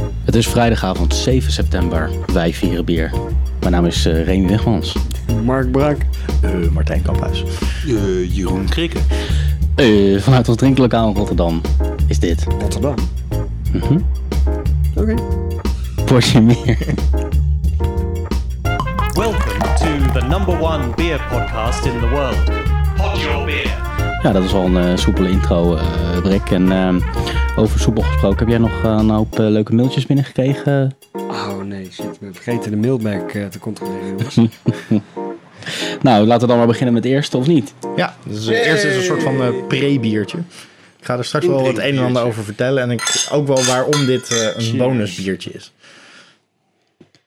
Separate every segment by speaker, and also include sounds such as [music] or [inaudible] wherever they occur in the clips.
Speaker 1: Het is vrijdagavond 7 september. Wij vieren bier. Mijn naam is eh Remy Wigmans.
Speaker 2: Mark Brak.
Speaker 3: Eh, Martijn Kamphuis.
Speaker 4: Eh, Jeroen Krikke.
Speaker 1: Eh, vanuit ons drinklokaal in Rotterdam is dit.
Speaker 2: Rotterdam. Oké.
Speaker 1: Portje meer.
Speaker 5: Welcome to the number one beer podcast in the world. Pod your beer.
Speaker 1: Ja, dat is al een eh, soepele intro, eh Rick. En ehm, over soepel gesproken, heb jij nog eh, een hoop eh, leuke mailtjes binnengekregen?
Speaker 2: Oh nee, shit. We hebben vergeten de mailbag eh, te controleren, jongens.
Speaker 1: Nou, laten we dan maar beginnen met het eerste, of niet?
Speaker 3: Ja, dus eh, eerst is een soort van eh, pre-biertje. Ik ga er straks wel het een en ander over vertellen. En ik, ook wel waarom dit eh, een bonusbiertje is.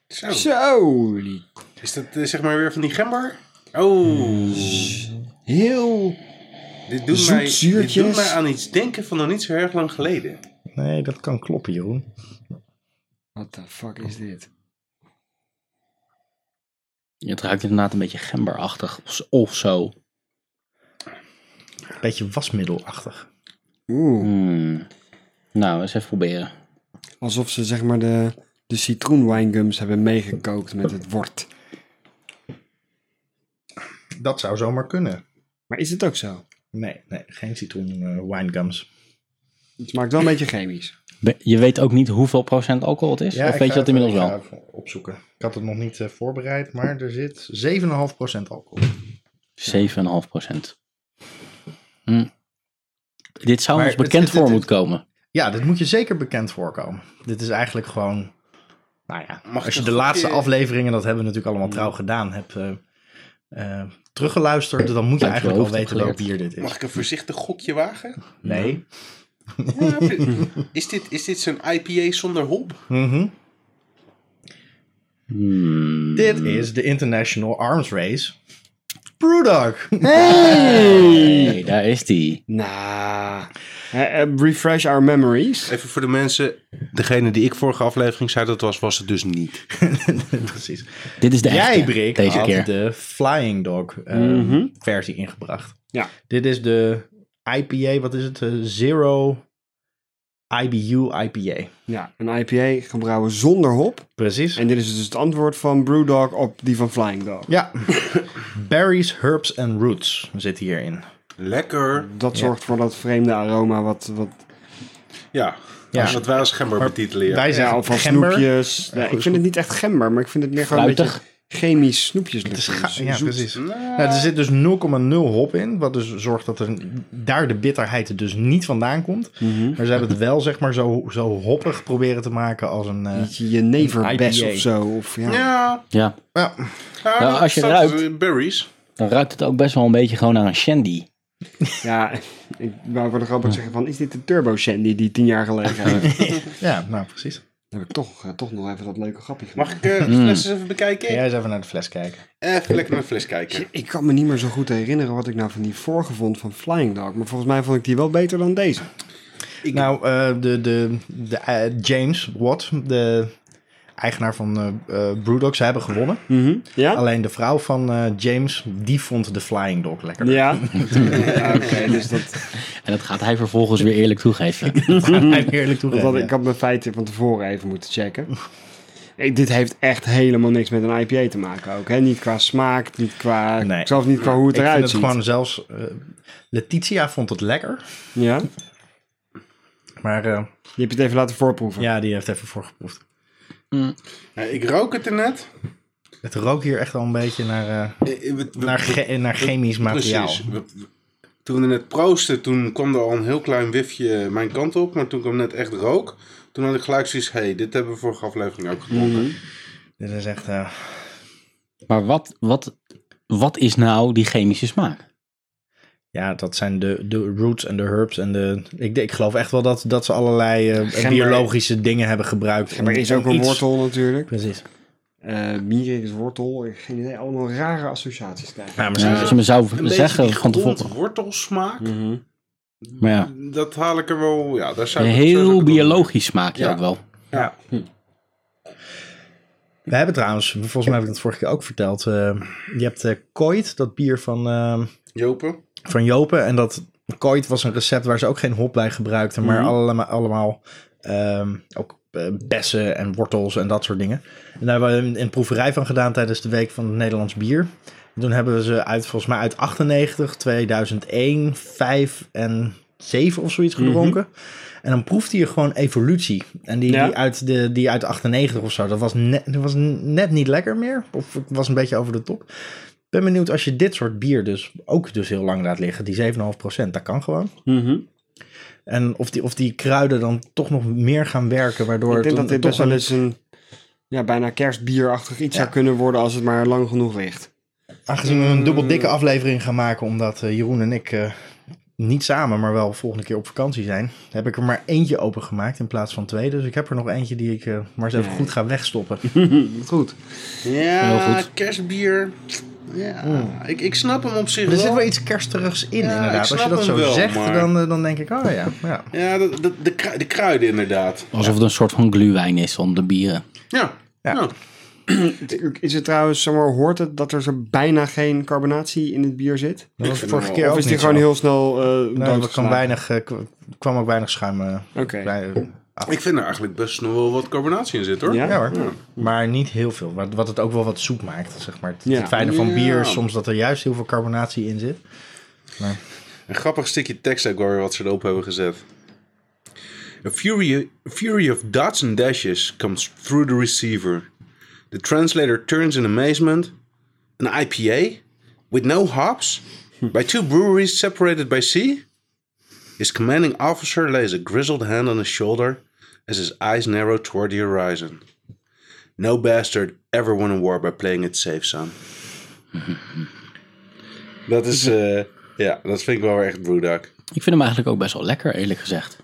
Speaker 4: Zo.
Speaker 2: Zo.
Speaker 4: Is dat eh, zeg maar weer van die gember? Oh.
Speaker 2: Heel.
Speaker 4: Dit doet,
Speaker 2: Zoet
Speaker 4: mij, dit
Speaker 2: zuurtjes.
Speaker 4: doet mij aan iets denken van nog niet zo erg lang geleden.
Speaker 3: Nee, dat kan kloppen, Jeroen.
Speaker 2: What the fuck is dit?
Speaker 1: Het ruikt inderdaad een beetje gemberachtig of- of zo.
Speaker 3: Beetje wasmiddelachtig.
Speaker 2: Oeh.
Speaker 1: Hmm. Nou, eens even proberen.
Speaker 2: Alsof ze zeg maar de, de citroenwijngums hebben meegekookt met het wort.
Speaker 3: Dat zou zomaar kunnen.
Speaker 2: Maar is het ook zo?
Speaker 3: Nee, nee geen citroen eh, winegums.
Speaker 2: Het smaakt wel een beetje chemisch.
Speaker 1: We- Je weet ook niet hoeveel procent alcohol het is?
Speaker 3: Ja,
Speaker 1: of
Speaker 3: ik
Speaker 1: weet je
Speaker 3: ga
Speaker 1: dat
Speaker 3: even-
Speaker 1: inmiddels wel?
Speaker 3: Ik ga even opzoeken. Ik had het nog niet eh, voorbereid, maar er zit 7,5% alcohol.
Speaker 1: 7,5 procent. Hm. Dit zou
Speaker 3: Maar
Speaker 1: ons
Speaker 3: het-
Speaker 1: bekend
Speaker 3: het-
Speaker 1: voor
Speaker 3: het-
Speaker 1: moeten komen.
Speaker 3: Ja, dit moet je zeker bekend voorkomen. Dit is eigenlijk gewoon. Nou ja,
Speaker 4: Mag ik
Speaker 3: als je
Speaker 4: een
Speaker 3: de
Speaker 4: gokje-
Speaker 3: laatste afleveringen, dat hebben we natuurlijk allemaal trouw gedaan, hebt eh, eh, teruggeluisterd, dan moet je
Speaker 1: Uit je
Speaker 3: eigenlijk
Speaker 1: hoofd
Speaker 3: al weten welk
Speaker 1: opgeleerd.
Speaker 3: bier dit is.
Speaker 4: Mag ik een voorzichtig gokje wagen?
Speaker 3: Nee.
Speaker 4: [laughs] Ja, vind- is dit, is dit zo'n IPA zonder hop?
Speaker 3: Mhm.
Speaker 1: Hmm.
Speaker 3: Dit is de International Arms Race. Brewdog.
Speaker 1: Hey, daar is die.
Speaker 2: Nou. Eh, eh, refresh our memories.
Speaker 4: Even voor de mensen. Degene die ik vorige aflevering zei dat was, was het dus
Speaker 3: [laughs]
Speaker 4: niet.
Speaker 3: Precies.
Speaker 1: Dit is de
Speaker 3: Jij,
Speaker 1: echte,
Speaker 3: Brik,
Speaker 1: deze
Speaker 3: had eh.
Speaker 1: keer.
Speaker 3: de Flying Dog eh, versie ingebracht.
Speaker 2: Ja.
Speaker 3: Dit is de IPA, wat is het? Eh, Zero IBU IPA.
Speaker 2: Ja, een IPA gebrouwen zonder hop.
Speaker 3: Precies.
Speaker 2: En dit is dus het antwoord van Brewdog op die van Flying Dog.
Speaker 3: Ja. [laughs] Berries, herbs en roots zit hierin.
Speaker 4: Lekker.
Speaker 2: Dat zorgt voor dat vreemde aroma wat, wat
Speaker 4: Ja.
Speaker 3: Ja.
Speaker 4: Als dat wij als gember betitelen. ja.
Speaker 3: Wij
Speaker 2: Ja,
Speaker 3: zeggen
Speaker 2: of van
Speaker 3: gember.
Speaker 2: snoepjes. Nee, ik vind het niet echt gember, maar ik vind het meer gewoon een beetje
Speaker 1: Fruitig.
Speaker 2: chemisch snoepjes.
Speaker 3: Het is
Speaker 2: lukken.
Speaker 3: ga- ja,
Speaker 2: Zoet.
Speaker 3: precies. Nou, er zit dus 0,0 hop in, wat dus zorgt dat er daar de bitterheid dus niet vandaan komt.
Speaker 2: Mhm.
Speaker 3: Maar ze hebben het wel zeg maar zo, zo hoppig proberen te maken als een... eh,
Speaker 2: Beetje jeneverbes
Speaker 3: IPA.
Speaker 2: of zo. Of, ja.
Speaker 4: Ja.
Speaker 1: Ja,
Speaker 3: ja,
Speaker 4: ja,
Speaker 1: Nou, als je
Speaker 4: dat-
Speaker 1: ruikt-
Speaker 4: eh, Berries.
Speaker 1: dan ruikt het ook best wel een beetje gewoon naar een shandy.
Speaker 2: Ja, ik wou voor de grap ook zeggen van, is dit de Turbo Shandy die tien jaar geleden had?
Speaker 3: ja, nou precies.
Speaker 2: Dan heb ik toch, eh, toch nog even dat leuke grapje gemaakt.
Speaker 4: Mag ik eh, de fles eens even bekijken?
Speaker 3: Jij eens even naar de fles kijken.
Speaker 4: Even lekker naar de fles kijken.
Speaker 2: Ik kan me niet meer zo goed herinneren wat ik nou van die vorige vond van Flying Dog. Maar volgens mij vond ik die wel beter dan deze.
Speaker 3: Nou, eh, de, de, de, eh, James Watt, de eigenaar van eh eh, Brewdog, ze hebben gewonnen.
Speaker 2: Ja?
Speaker 3: Alleen de vrouw van eh, James, die vond de Flying Dog lekker.
Speaker 2: Ja. Oké, dus dat,
Speaker 1: En dat gaat hij vervolgens weer eerlijk toegeven.
Speaker 3: [laughs] [laughs] Hij heeft eerlijk
Speaker 2: Want
Speaker 3: toegegeven.
Speaker 2: wat- ik had mijn feiten van tevoren even moeten checken. [laughs] Nee, dit heeft echt helemaal niks met een IPA te maken ook. Hè? Niet qua smaak, niet qua,
Speaker 3: Nee.
Speaker 2: zelfs niet qua hoe het
Speaker 3: Ik vind
Speaker 2: eruit
Speaker 3: het
Speaker 2: ziet.
Speaker 3: gewoon zelfs. eh, Letitia vond het lekker.
Speaker 2: Ja?
Speaker 3: Maar eh,
Speaker 2: Je hebt het even laten voorproeven.
Speaker 3: ja, die heeft even voorgeproefd.
Speaker 4: Nou, ik rook het er net.
Speaker 3: Het rook hier echt al een beetje naar, eh,
Speaker 4: Eh, eh, we- we-
Speaker 3: naar,
Speaker 4: we-
Speaker 3: ge- naar chemisch materiaal.
Speaker 4: Precies. We- we- Toen we net proosten, toen kwam er al een heel klein wifje mijn kant op. Maar toen kwam net echt rook. Toen had ik gelijk zoiets, hé, hey, dit hebben we vorige aflevering ook gedronken.
Speaker 3: Dit is echt. eh,
Speaker 1: maar wat, wat, wat is nou die chemische smaak?
Speaker 3: ja, dat zijn de, de roots en de herbs. En de, ik, denk- ik geloof echt wel dat, dat ze allerlei eh,
Speaker 2: Gember.
Speaker 3: biologische dingen hebben gebruikt.
Speaker 2: Maar er is ook een wortel natuurlijk.
Speaker 3: Precies.
Speaker 2: Eh mier is wortel. Ik heb Geen idee. Allemaal rare associaties krijgen.
Speaker 3: Ja, maar
Speaker 1: Ja, als je me
Speaker 4: Een
Speaker 1: zou
Speaker 4: beetje
Speaker 1: zeggen
Speaker 4: die
Speaker 1: van tevoren.
Speaker 4: grondwortelsmaak.
Speaker 2: Mm.
Speaker 3: Mhm.
Speaker 1: Maar ja,
Speaker 4: Dat haal ik er wel, ja, daar
Speaker 1: een
Speaker 4: zou ik het zo
Speaker 1: heel
Speaker 4: lekker
Speaker 1: biologisch smaak je
Speaker 4: Ja.
Speaker 1: ook wel.
Speaker 4: doen. Ja.
Speaker 3: We hebben trouwens, volgens mij heb ik dat vorige keer ook verteld. eh, je hebt eh Kooit, dat bier van. eh,
Speaker 4: Jopen.
Speaker 3: van Jopen. En dat kooit was een recept waar ze ook geen hop bij gebruikten, maar allema- allemaal Ehm, ook eh, bessen en wortels en dat soort dingen. En daar hebben we een, een proeverij van gedaan tijdens de week van het Nederlands bier. En toen hebben we ze uit, volgens mij uit 98, 2001, 5 en 7 of zoiets gedronken. En dan proefde je gewoon evolutie. En die,
Speaker 2: Ja.
Speaker 3: die, uit, de, die uit 98 of zo, dat was, net, dat was net niet lekker meer. Of het was een beetje over de top. Ik ben benieuwd als je dit soort bier dus ook dus heel lang laat liggen. Die 7,5%, dat kan gewoon.
Speaker 2: Mhm.
Speaker 3: En of die, of die kruiden dan toch nog meer gaan werken, waardoor
Speaker 2: Ik denk
Speaker 3: het
Speaker 2: dat dit
Speaker 3: toch
Speaker 2: best wel
Speaker 3: een-
Speaker 2: eens een ja, bijna kerstbierachtig iets
Speaker 3: Ja.
Speaker 2: zou kunnen worden als het maar lang genoeg ligt.
Speaker 3: Aangezien we een dubbel dikke aflevering gaan maken, omdat eh, Jeroen en ik eh, niet samen, maar wel volgende keer op vakantie zijn, heb ik er maar eentje opengemaakt in plaats van twee. Dus ik heb er nog eentje die ik eh, maar eens even goed ga wegstoppen.
Speaker 2: Goed.
Speaker 4: Ja,
Speaker 1: Heel goed.
Speaker 4: kerstbier. Ja, ik, ik snap hem op zich
Speaker 3: er zit
Speaker 4: wel.
Speaker 3: wel iets kerstigs in,
Speaker 4: Ja, ik
Speaker 3: inderdaad. Als je
Speaker 4: snap
Speaker 3: dat
Speaker 4: hem
Speaker 3: zo
Speaker 4: wel,
Speaker 3: zegt,
Speaker 4: maar-
Speaker 3: dan, eh, dan denk ik, oh ja, ja.
Speaker 4: Ja, de, de, de, krui- de kruiden inderdaad.
Speaker 1: Alsof het een soort van gluwijn is om de bieren.
Speaker 4: Ja.
Speaker 3: Ja.
Speaker 4: ja.
Speaker 2: Is het trouwens, zeg maar, hoort het dat er zo bijna geen carbonatie in het bier zit?
Speaker 3: Dat was
Speaker 4: vind
Speaker 3: vorige
Speaker 4: hem
Speaker 3: keer
Speaker 4: wel-
Speaker 3: ook
Speaker 2: Of is die
Speaker 3: niet
Speaker 2: gewoon
Speaker 3: zo.
Speaker 2: heel snel eh
Speaker 3: Nee, er kwam,
Speaker 2: doodgeslagen?
Speaker 3: weinig, eh, k- kwam ook weinig schuim eh,
Speaker 2: Oké.
Speaker 3: bij,
Speaker 4: Ik vind er eigenlijk best nog wel wat carbonatie in zit hoor.
Speaker 2: Ja?
Speaker 3: Ja hoor. Maar niet heel veel. Wat, wat het ook wel wat zoet maakt, zeg maar. Het,
Speaker 2: Ja.
Speaker 3: het fijne van bier is
Speaker 4: Ja.
Speaker 3: soms dat er juist heel veel carbonatie in zit.
Speaker 4: Een grappig stukje tekst ook wel weer wat ze erop hebben gezet. A fury, a fury of dots and dashes comes through the receiver. The translator turns in amazement. An IPA with no hops by two breweries separated by sea? His commanding officer lays a grizzled hand on his shoulder as his eyes narrow toward the horizon. No bastard ever won a war by playing it safe, son. dat is, [laughs] eh, ja, dat vind ik wel weer echt Brewdog.
Speaker 1: Ik vind hem eigenlijk ook best wel lekker, eerlijk gezegd.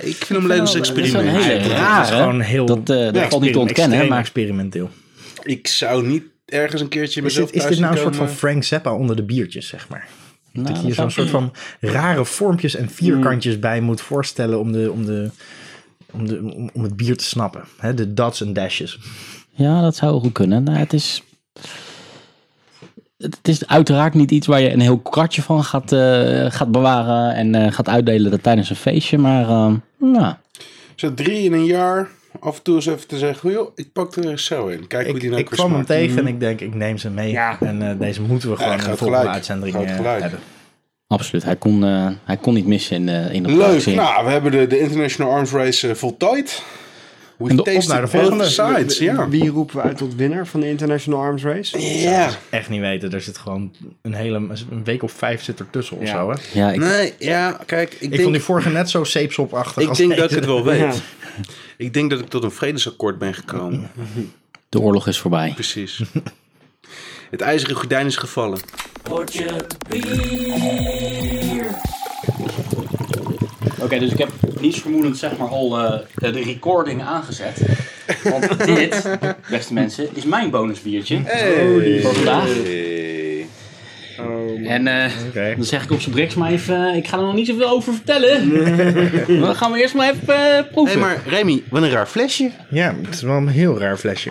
Speaker 4: Ik vind hem een levensexperiment.
Speaker 1: Dat is wel een hele-
Speaker 3: Het is
Speaker 1: hè?
Speaker 3: gewoon heel...
Speaker 1: Dat, eh, dat valt niet te
Speaker 3: experiment-
Speaker 1: ontkennen, hè,
Speaker 3: extreem
Speaker 1: maar
Speaker 3: experimenteel.
Speaker 4: Ik zou niet ergens een keertje
Speaker 3: Is
Speaker 4: mezelf
Speaker 3: dit, is
Speaker 4: thuis
Speaker 3: dit nou een
Speaker 4: zien
Speaker 3: soort van
Speaker 4: komen.
Speaker 3: Frank Zappa onder de biertjes, zeg maar?
Speaker 1: Nou,
Speaker 3: dat je hier zo'n
Speaker 1: zou- Hmm.
Speaker 3: soort van rare vormpjes en vierkantjes bij moet voorstellen om, de, om, de, om, de, om, om het bier te snappen. Hè, de dots en dashes.
Speaker 1: Ja, dat zou goed kunnen. Nou, het is... Het is uiteraard niet iets waar je een heel kratje van gaat, eh, gaat bewaren en eh, gaat uitdelen dat tijdens een feestje. Maar eh, nou,
Speaker 4: Zo drie in een jaar. Af en toe eens even te zeggen, joh, ik pak er een cel in. Kijk hoe
Speaker 3: Ik,
Speaker 4: die nou
Speaker 3: ik
Speaker 4: weer
Speaker 3: kwam hem
Speaker 4: smaakt.
Speaker 3: tegen
Speaker 1: Hmm.
Speaker 3: en ik denk, ik neem ze mee.
Speaker 2: Ja.
Speaker 3: En eh, deze moeten we gewoon in de
Speaker 4: groot
Speaker 3: volgende
Speaker 4: gelijk.
Speaker 3: uitzending
Speaker 4: Groot
Speaker 3: eh,
Speaker 4: gelijk.
Speaker 3: hebben.
Speaker 1: absoluut. Hij kon, eh, hij kon niet missen in, eh, in de
Speaker 4: Leuk.
Speaker 1: productie.
Speaker 4: Nou, we hebben de, de International Arms Race eh, voltooid. We
Speaker 1: En de-
Speaker 4: tasted
Speaker 3: op naar de
Speaker 4: both
Speaker 3: volgende.
Speaker 4: sides, ja.
Speaker 2: Wie roepen we uit tot winnaar van de International Arms Race?
Speaker 4: Ja.
Speaker 3: echt niet weten. Er zit gewoon een hele een week of vijf zit ertussen of
Speaker 2: Ja.
Speaker 3: zo. Hè?
Speaker 1: Ja, ik,
Speaker 4: Nee, ja, kijk. Ik,
Speaker 3: Ik
Speaker 4: denk,
Speaker 3: vond die vorige net zo zeepsopachtig.
Speaker 4: ik
Speaker 3: als
Speaker 4: denk
Speaker 3: deze.
Speaker 4: dat ik het wel weet.
Speaker 2: Ja.
Speaker 4: Ik denk dat ik tot een vredesakkoord ben gekomen.
Speaker 1: de oorlog is voorbij.
Speaker 4: Precies. [laughs] Het ijzeren gordijn is gevallen.
Speaker 1: Oké, dus ik heb niets vermoedend zeg maar al eh, de recording aangezet. Want dit, beste mensen, is mijn bonusbiertje voor vandaag.
Speaker 4: Hey.
Speaker 1: En eh,
Speaker 3: Oké.
Speaker 1: dan zeg ik op zijn breks maar even, eh, ik ga er nog niet zoveel over vertellen. Maar [laughs] Dan gaan we eerst maar even eh, proeven.
Speaker 4: Hey, maar Remy, wat een raar flesje.
Speaker 3: Ja, het is wel een heel raar flesje.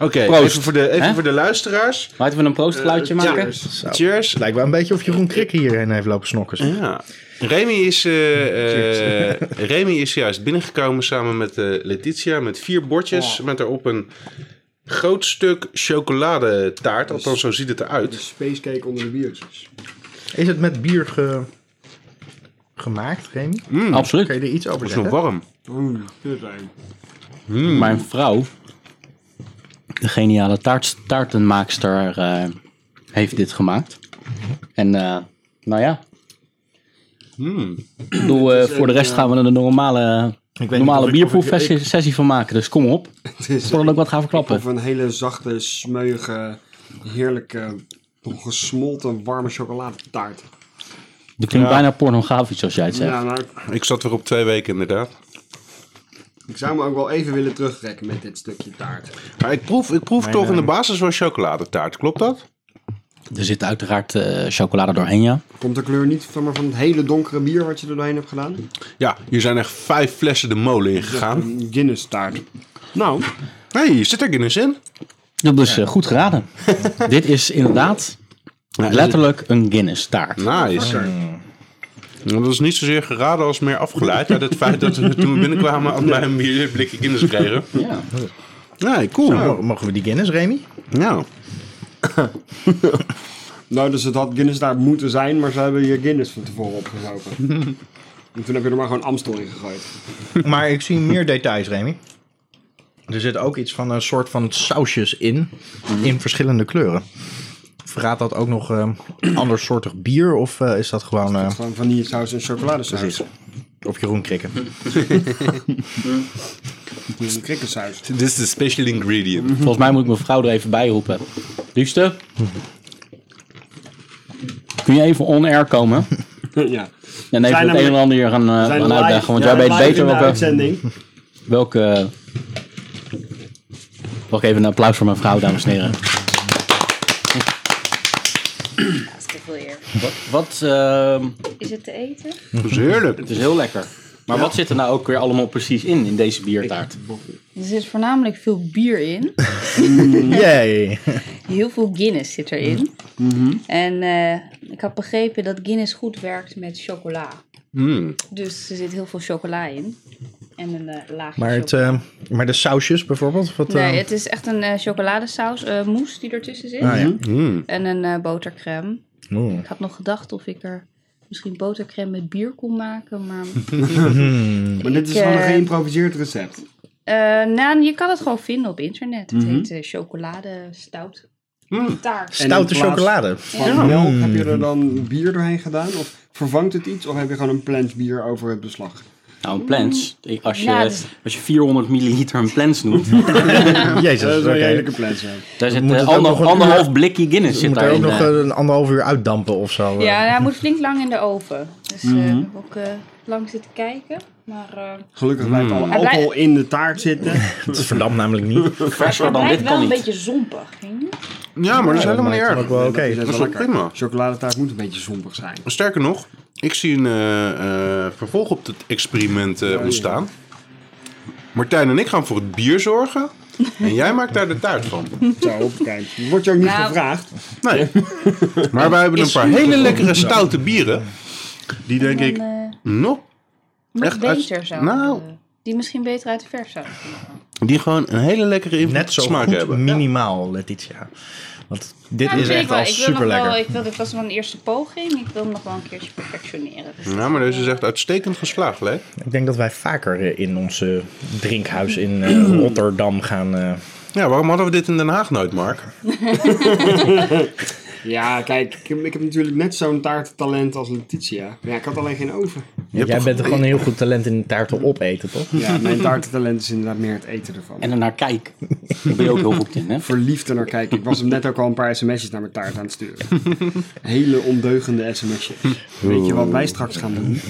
Speaker 4: Oké, even, voor de, even
Speaker 1: Hè?
Speaker 4: voor de luisteraars.
Speaker 1: Laten we een proostgeluidje
Speaker 4: Eh,
Speaker 1: maken?
Speaker 3: Zo.
Speaker 4: Cheers.
Speaker 3: Het lijkt wel een beetje of Jeroen Krikke hierheen heeft lopen snokken.
Speaker 4: Ja. Remy is, eh, [laughs] eh, Remy is juist binnengekomen samen met eh, Letitia met vier bordjes. Met daarop een groot stuk chocoladetaart. Althans, zo ziet het eruit.
Speaker 2: Spacecake onder de biertjes.
Speaker 3: Is het met bier ge- gemaakt, Remy?
Speaker 1: Hmm. Absoluut.
Speaker 3: Kun je er iets over
Speaker 4: Het Hm? is nog
Speaker 3: zeggen?
Speaker 4: warm.
Speaker 2: Oeh, dit zijn.
Speaker 1: Mijn vrouw, de geniale taart, taartenmaakster, eh, heeft dit gemaakt. En eh, nou ja. Ik bedoel, eh, voor de rest gaan we er een normale,
Speaker 3: niet of
Speaker 1: normale
Speaker 3: ik- of ik-
Speaker 1: bierproefsessie sessie van maken. Dus kom op.
Speaker 2: Het is
Speaker 1: Ik wil er ook wat gaan verklappen.
Speaker 2: of een hele zachte, smeuige, heerlijke, gesmolten, warme chocoladetaart.
Speaker 1: Dat klinkt bijna pornografisch als jij het zegt.
Speaker 2: Ja, nou, maar
Speaker 4: Ik zat weer op twee weken inderdaad.
Speaker 2: ik zou me ook wel even willen terugtrekken met dit stukje taart.
Speaker 4: Maar ik proef, ik proef toch in de basis wel chocoladetaart. Klopt dat?
Speaker 1: Er zit uiteraard eh, chocolade doorheen, ja.
Speaker 2: Komt de kleur niet van, maar van het hele donkere bier wat je er doorheen hebt gedaan?
Speaker 4: Ja, hier zijn echt vijf flessen de molen ingegaan.
Speaker 2: Een Guinness taart. Nou,
Speaker 4: Hé, hey, zit er Guinness in?
Speaker 1: Dat is eh, goed
Speaker 2: [laughs]
Speaker 1: geraden. dit is inderdaad
Speaker 4: Ja,
Speaker 2: dus-
Speaker 1: letterlijk een Guinness taart.
Speaker 4: Nice. Nou, Dat is niet zozeer geraden als meer afgeleid [laughs] uit het feit dat we toen we binnenkwamen aan mij een bierblikken Guinness kregen.
Speaker 1: Ja.
Speaker 4: Nee, cool.
Speaker 3: Mogen- Nou, Mogen we die Guinness,
Speaker 4: [laughs]
Speaker 3: Remy?
Speaker 4: Nou,
Speaker 2: [laughs] Nou, dus het had Guinness daar moeten zijn, maar ze hebben je Guinness van tevoren opgezopen. en toen heb je er maar gewoon Amstel in gegooid.
Speaker 3: Maar ik zie meer details, Remy. Er zit ook iets van een soort van sausjes in,
Speaker 4: Mhm.
Speaker 3: in verschillende kleuren. Verraadt dat ook nog eh ander soortig bier of eh, is dat gewoon... eh,
Speaker 2: Gewoon vanillesaus en chocoladesaus.
Speaker 3: Precies. Of Jeroen
Speaker 4: Hm.
Speaker 3: Krikken.
Speaker 2: Precies. En krikkensaus.
Speaker 4: dit is de special ingredient.
Speaker 1: Volgens mij moet ik mijn vrouw er even bij roepen. Liefste, kun je even on-air komen?
Speaker 2: [laughs] ja.
Speaker 1: En even
Speaker 2: Zijn
Speaker 1: het
Speaker 2: er-
Speaker 1: een en ander gaan, eh,
Speaker 2: We
Speaker 1: gaan uitleggen. Want jij weet beter welke... welke Wacht even, een applaus voor mijn vrouw, dames en heren.
Speaker 6: Dat is te veel eer.
Speaker 1: Wat, ehm,
Speaker 6: Is het te eten?
Speaker 4: Dat is heerlijk.
Speaker 1: het is heel lekker. Maar wat zit er nou ook weer allemaal precies in, in deze biertaart?
Speaker 6: Er zit voornamelijk veel bier in.
Speaker 3: Yay!
Speaker 6: Heel veel Guinness zit erin.
Speaker 4: Mhm.
Speaker 6: En eh, ik had begrepen dat Guinness goed werkt met chocola.
Speaker 4: Mm.
Speaker 6: Dus er zit heel veel chocola in. En een eh, laagje
Speaker 3: Maar, het,
Speaker 6: chocola.
Speaker 3: eh, maar de sausjes bijvoorbeeld? Wat, eh,
Speaker 6: Nee, het is echt een eh, chocoladesaus, eh mousse die ertussen zit.
Speaker 3: Ah, ja.
Speaker 4: Mm. Oh.
Speaker 6: En een eh, botercrème.
Speaker 3: Oeh.
Speaker 6: Ik had nog gedacht of ik er misschien botercrème met bier kon maken. Maar
Speaker 2: Maar dit is
Speaker 6: Ik,
Speaker 2: gewoon een
Speaker 6: eh,
Speaker 2: geïmproviseerd recept.
Speaker 6: Eh, nou, je kan het gewoon vinden op internet. Het heet eh, chocolade stout. Taart.
Speaker 3: Stoute
Speaker 2: plaats-
Speaker 3: chocolade.
Speaker 2: Van melk heb je er dan bier doorheen gedaan? Of vervangt het iets? Of heb je gewoon een plens bier over het beslag?
Speaker 1: Nou, een plens. Ik- Als je,
Speaker 6: Ja, dus- dat is-
Speaker 1: als je 400 milliliter een plens noemt,
Speaker 3: [laughs] Jezus,
Speaker 2: Dat is wel een
Speaker 3: oké.
Speaker 2: redelijke plens, ja.
Speaker 1: daar zit
Speaker 3: Moet
Speaker 1: eh,
Speaker 3: het ook
Speaker 1: ander-
Speaker 3: nog een
Speaker 1: anderhalf
Speaker 3: uur-
Speaker 1: blikje Guinness
Speaker 3: Je
Speaker 1: zit
Speaker 3: moet er
Speaker 1: daarin.
Speaker 3: ook nog
Speaker 1: eh.
Speaker 3: eh, een anderhalf uur uitdampen of zo. eh.
Speaker 6: Ja, hij moet flink lang in de oven. Dus eh, ik heb ook eh, lang zitten kijken. Maar eh,
Speaker 2: Gelukkig blijft alle
Speaker 6: Hij blij-
Speaker 2: alcohol in de taart zitten.
Speaker 3: Het verdampt namelijk
Speaker 6: [laughs]
Speaker 3: niet.
Speaker 1: [laughs] Fresher
Speaker 6: het
Speaker 1: dan dit
Speaker 6: blijft wel
Speaker 1: kan
Speaker 6: een
Speaker 1: niet.
Speaker 6: beetje zompig. hè?
Speaker 4: Ja, maar dat is helemaal niet
Speaker 3: maakt hem
Speaker 4: erg.
Speaker 3: ook wel oké.
Speaker 2: is
Speaker 4: Dat is
Speaker 2: wel
Speaker 4: wel prima.
Speaker 2: Chocoladetaart moet een beetje zompig zijn.
Speaker 4: Sterker nog, ik zie een eh, eh, vervolg op het experiment eh, ontstaan. Martijn en ik gaan voor het bier [laughs] zorgen. En jij maakt daar de taart van.
Speaker 2: Zo, kijk. Wordt je ook niet
Speaker 6: Nou.
Speaker 2: gevraagd.
Speaker 4: Nee. Maar wij hebben een
Speaker 6: Is
Speaker 4: paar hele lekkere stoute bieren. Die denk ik
Speaker 6: Dan, eh,
Speaker 4: nog
Speaker 6: nog
Speaker 4: Echt uit-
Speaker 6: beter zou
Speaker 4: nou.
Speaker 6: eh, Die misschien beter uit de vers zou kunnen.
Speaker 4: Die gewoon een hele lekkere invloed
Speaker 3: Net zo
Speaker 4: smaak
Speaker 3: goed
Speaker 4: hebben.
Speaker 3: minimaal, Letitia. Want dit
Speaker 6: Nou,
Speaker 3: is
Speaker 6: dat vind ik
Speaker 3: echt
Speaker 6: wel.
Speaker 3: al
Speaker 6: Ik wil nog
Speaker 3: super
Speaker 6: wel.
Speaker 3: lekker.
Speaker 6: Ik wil, dit was wel een eerste poging. Ik wil hem nog wel een keertje perfectioneren. Dus
Speaker 4: Ja, maar deze is echt uitstekend geslaagd, hè?
Speaker 3: Ik denk dat wij vaker eh, in ons eh, drinkhuis in
Speaker 6: [clears throat]
Speaker 3: eh, Rotterdam gaan. eh,
Speaker 4: Ja, waarom hadden we dit in Den Haag nooit, Mark?
Speaker 2: Ja, kijk. Ik heb, ik heb natuurlijk net zo'n taarttalent als Letitia. Maar ja, ik had alleen geen oven.
Speaker 3: jij bent gewoon een heel goed talent in taarten opeten, toch?
Speaker 2: Ja, mijn taarttalent is inderdaad meer het eten ervan.
Speaker 1: En ernaar kijk. Daar ben je ook heel goed in, hè?
Speaker 2: verliefd er naar kijken. Ik was hem net ook al een paar sms'jes naar mijn taart aan het sturen. Hele ondeugende sms'jes. Weet je wat wij straks gaan doen?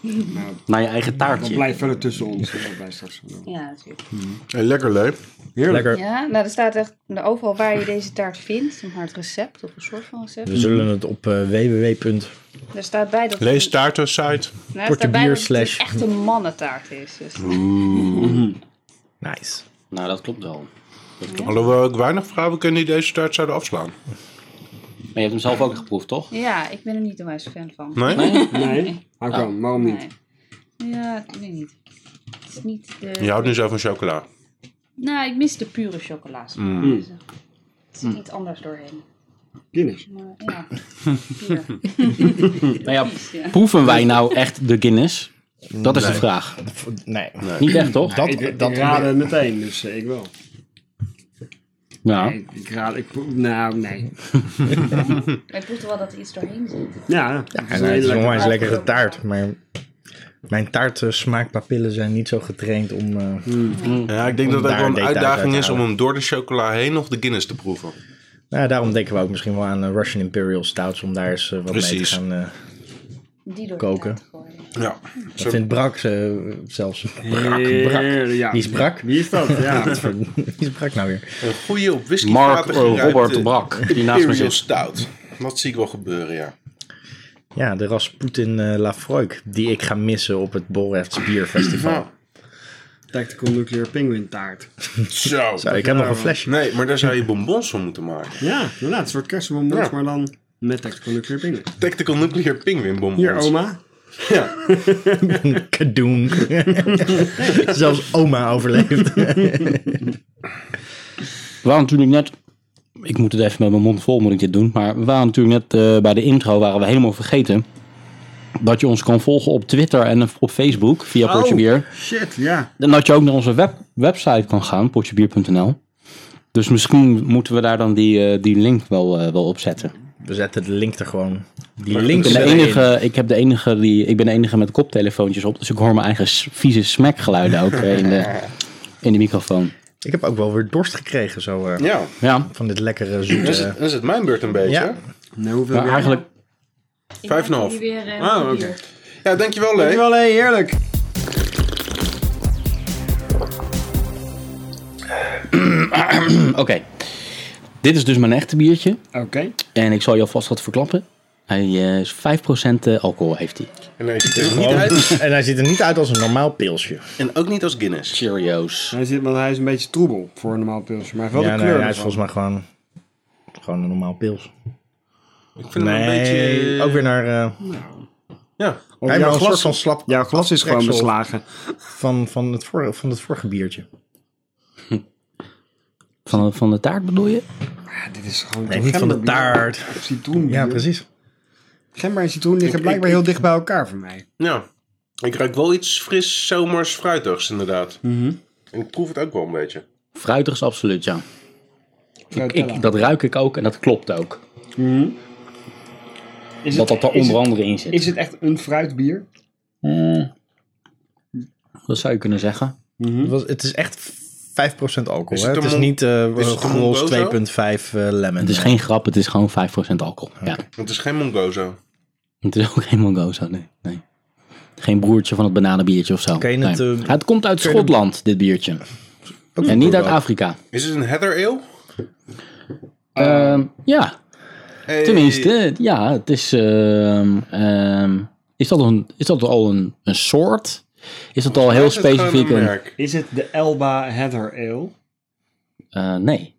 Speaker 2: Nou,
Speaker 1: Naar je eigen
Speaker 2: dat
Speaker 1: taartje.
Speaker 2: blijft verder tussen ons. hè, Wat wij straks gaan doen.
Speaker 6: ja, natuurlijk.
Speaker 4: Hey, lekker, leuk.
Speaker 2: Heerlijk.
Speaker 3: Lekker.
Speaker 6: Ja, nou, er staat echt overal waar je deze taart vindt. Maar het recept of een soort van recept.
Speaker 3: We zullen het op eh, www.
Speaker 6: Daar staat bij dat
Speaker 4: Lees taarten site.
Speaker 6: Nou, het staat
Speaker 3: Portebier
Speaker 6: bij dat het
Speaker 3: slash-
Speaker 6: een echte mannentaart is. Dus.
Speaker 3: Nice.
Speaker 1: Nou, dat klopt wel.
Speaker 4: Alhoewel ik weinig vrouwen ken die deze taart zouden afslaan.
Speaker 1: Maar je hebt hem zelf ook geproefd, toch?
Speaker 6: Ja, ik ben er niet de wijze fan van.
Speaker 4: Nee?
Speaker 2: Nee? Hou ik wel, waarom niet?
Speaker 6: Nee. Ja, ik weet niet. Het is niet de...
Speaker 4: Je houdt nu zo van chocola.
Speaker 6: Nou, ik mis de pure chocola's.
Speaker 2: Mm.
Speaker 6: Dus, eh, Het
Speaker 3: Mm.
Speaker 6: zit iets anders doorheen.
Speaker 2: Guinness.
Speaker 6: Maar, ja, bier.
Speaker 1: Nou ja,
Speaker 6: Ja.
Speaker 1: proeven wij nou echt de Guinness? Dat is de vraag.
Speaker 3: Nee.
Speaker 1: Niet echt, toch?
Speaker 3: Dat,
Speaker 2: Ik, ik,
Speaker 3: dat
Speaker 2: raad het meteen, dus eh, ik wel.
Speaker 1: Ja.
Speaker 2: Ik, ik raad, ik, pro- nou, nee.
Speaker 6: Maar ik voelde wel dat er iets doorheen zit.
Speaker 2: Ja, het
Speaker 3: Ja,
Speaker 2: is
Speaker 3: nee,
Speaker 2: een
Speaker 3: eh,
Speaker 2: hele
Speaker 3: het is een
Speaker 2: lekkere
Speaker 3: onwijs lekkere taart, maar mijn taartsmaakpapillen zijn niet zo getraind om... eh,
Speaker 4: Ja, ik denk
Speaker 3: Om
Speaker 4: dat het
Speaker 3: daar
Speaker 4: wel een
Speaker 3: details uit
Speaker 4: uitdaging
Speaker 3: te
Speaker 4: is om
Speaker 3: halen.
Speaker 4: hem door de chocola heen nog de Guinness te proeven.
Speaker 3: nou, ja, daarom denken we ook misschien wel aan eh, Russian Imperial Stouts, om daar eens eh, wat mee
Speaker 4: Precies.
Speaker 3: te gaan... eh,
Speaker 6: Die door
Speaker 3: Koken.
Speaker 6: de taart gooien.
Speaker 4: Ja.
Speaker 3: dat vindt Brak eh, zelfs. Brak, Brak.
Speaker 2: Heerlijk, ja.
Speaker 3: Die is brak.
Speaker 2: Wie is dat?
Speaker 3: [laughs]
Speaker 2: Ja.
Speaker 3: Wie is Brak nou weer?
Speaker 4: Een goede op whisky
Speaker 1: Mark eh, Robert Brak, die naast me
Speaker 4: Imperial
Speaker 1: zit.
Speaker 4: Stout. Dat zie ik wel gebeuren, ja.
Speaker 3: Ja, de Rasputin eh Lafroik, die ik ga missen op het Borrefts Bierfestival.
Speaker 2: Tactical Nuclear Penguin taart.
Speaker 4: Zo.
Speaker 3: Zo, ik heb nog een flesje. [laughs]
Speaker 4: Nee, maar daar zou je bonbons van moeten maken.
Speaker 2: Ja, inderdaad. Een soort kersenbonbons,
Speaker 4: Ja.
Speaker 2: maar dan Met tactical nuclear pingwin.
Speaker 4: Tactical Nuclear Penguin Bomb.
Speaker 2: Hier, oma.
Speaker 3: Kadoen. [laughs] Zelfs oma overleeft.
Speaker 1: We waren natuurlijk net, ik moet het even met mijn mond vol moet ik dit doen, maar we waren natuurlijk net eh, bij de intro waren we helemaal vergeten dat je ons kan volgen op Twitter en op Facebook
Speaker 2: Oh.
Speaker 1: via Potje Bier.
Speaker 2: Shit, ja.
Speaker 1: En dat je ook naar onze web, website kan gaan, potjebier.nl. Dus misschien moeten we daar dan die, eh, die link wel, eh, wel op zetten.
Speaker 3: We zetten de link er gewoon. Die
Speaker 1: Ik ben,
Speaker 3: link
Speaker 1: de
Speaker 3: zetten we in.
Speaker 1: enige, ik, heb de enige die, ik ben de enige met koptelefoontjes op, dus ik hoor mijn eigen s- vieze smekgeluiden ook eh, in de, in de microfoon.
Speaker 3: Ik heb ook wel weer dorst gekregen zo eh,
Speaker 4: Ja,
Speaker 1: Ja,
Speaker 3: van dit lekkere
Speaker 4: dan is,
Speaker 3: zoete.
Speaker 4: het, dan is het mijn beurt een beetje.
Speaker 3: Ja.
Speaker 2: Nou, hoeveel
Speaker 1: maar
Speaker 2: weer?
Speaker 1: eigenlijk [clears throat]
Speaker 4: Vijf en een half.
Speaker 6: Weer, eh,
Speaker 2: Ah, oké.
Speaker 6: bier.
Speaker 4: Ja, dankjewel Lee.
Speaker 2: Dankjewel, hé, heerlijk.
Speaker 1: Oké. Dit is dus mijn echte biertje.
Speaker 2: Oké.
Speaker 1: En ik zal je alvast wat verklappen. Hij eh, is 5% alcohol heeft hij.
Speaker 4: En hij ziet er niet uit.
Speaker 3: [laughs] En hij ziet er niet uit als een normaal pilsje.
Speaker 4: En ook niet als Guinness.
Speaker 1: Cheerios.
Speaker 2: Hij zit, want hij is een beetje troebel voor een normaal pilsje. Maar hij heeft wel
Speaker 3: ja,
Speaker 2: de
Speaker 3: nee,
Speaker 2: kleur.
Speaker 3: hij is
Speaker 2: ervan.
Speaker 3: volgens mij gewoon, gewoon een normaal pils.
Speaker 4: Ik vind
Speaker 3: Nee,
Speaker 4: hem een beetje...
Speaker 3: ook weer naar... eh
Speaker 4: Ja.
Speaker 2: Of
Speaker 3: hij
Speaker 2: jouw
Speaker 3: heeft een soort
Speaker 2: glas,
Speaker 3: van slap
Speaker 2: jouw glas is gewoon
Speaker 3: aftreksel
Speaker 2: beslagen.
Speaker 3: van, van, het vorige, van het vorige biertje.
Speaker 1: Van, van de taart bedoel je?
Speaker 2: Ja, dit is gewoon
Speaker 3: Nee, niet van de
Speaker 2: gemberbier.
Speaker 3: taart.
Speaker 2: Citroenbier.
Speaker 4: Mhm.
Speaker 3: Ja, precies.
Speaker 2: Gember en citroen liggen blijkbaar heel dicht bij elkaar voor mij.
Speaker 4: ja. Ik ruik wel iets fris, zomers, fruitigs inderdaad. En ik proef het ook wel een beetje.
Speaker 1: Fruitig is absoluut, ja. Ik, ik- dat ruik ik ook en dat klopt ook.
Speaker 2: is
Speaker 1: Dat dat er
Speaker 2: is
Speaker 1: onder andere in zit.
Speaker 2: Is het echt een fruitbier?
Speaker 1: Dat zou je kunnen zeggen.
Speaker 3: Het, was, het is echt 5% alcohol.
Speaker 4: Mhm. Is
Speaker 3: hè?
Speaker 4: het
Speaker 3: Het is
Speaker 4: een mon-
Speaker 3: niet eh
Speaker 4: is het een
Speaker 3: Grols
Speaker 4: Mongozo?
Speaker 3: 2.5 eh, lemon.
Speaker 1: Het is geen grap, het is gewoon 5% alcohol. Ja.
Speaker 4: Het is geen Mongozo.
Speaker 1: Het is ook [laughs] geen Mongozo, nee. nee. Geen broertje van het bananenbiertje of zo.
Speaker 3: Kan je het,
Speaker 1: Nee.
Speaker 3: eh,
Speaker 1: Ja, het komt uit
Speaker 3: kan je de-
Speaker 1: Schotland, dit biertje.
Speaker 3: Ook
Speaker 1: En niet uit
Speaker 3: wel.
Speaker 1: Afrika.
Speaker 4: Is het een heather ale?
Speaker 1: Ehm, ja,
Speaker 4: Hey.
Speaker 1: Tenminste, ja, het is. ehm, ehm, is, dat een, is dat al een, een soort? Is dat al heel
Speaker 4: Is het gewoon
Speaker 1: specifiek?
Speaker 4: een
Speaker 1: Een,
Speaker 4: merk?
Speaker 2: Is het de Elba Heather Ale?
Speaker 1: Eh, nee.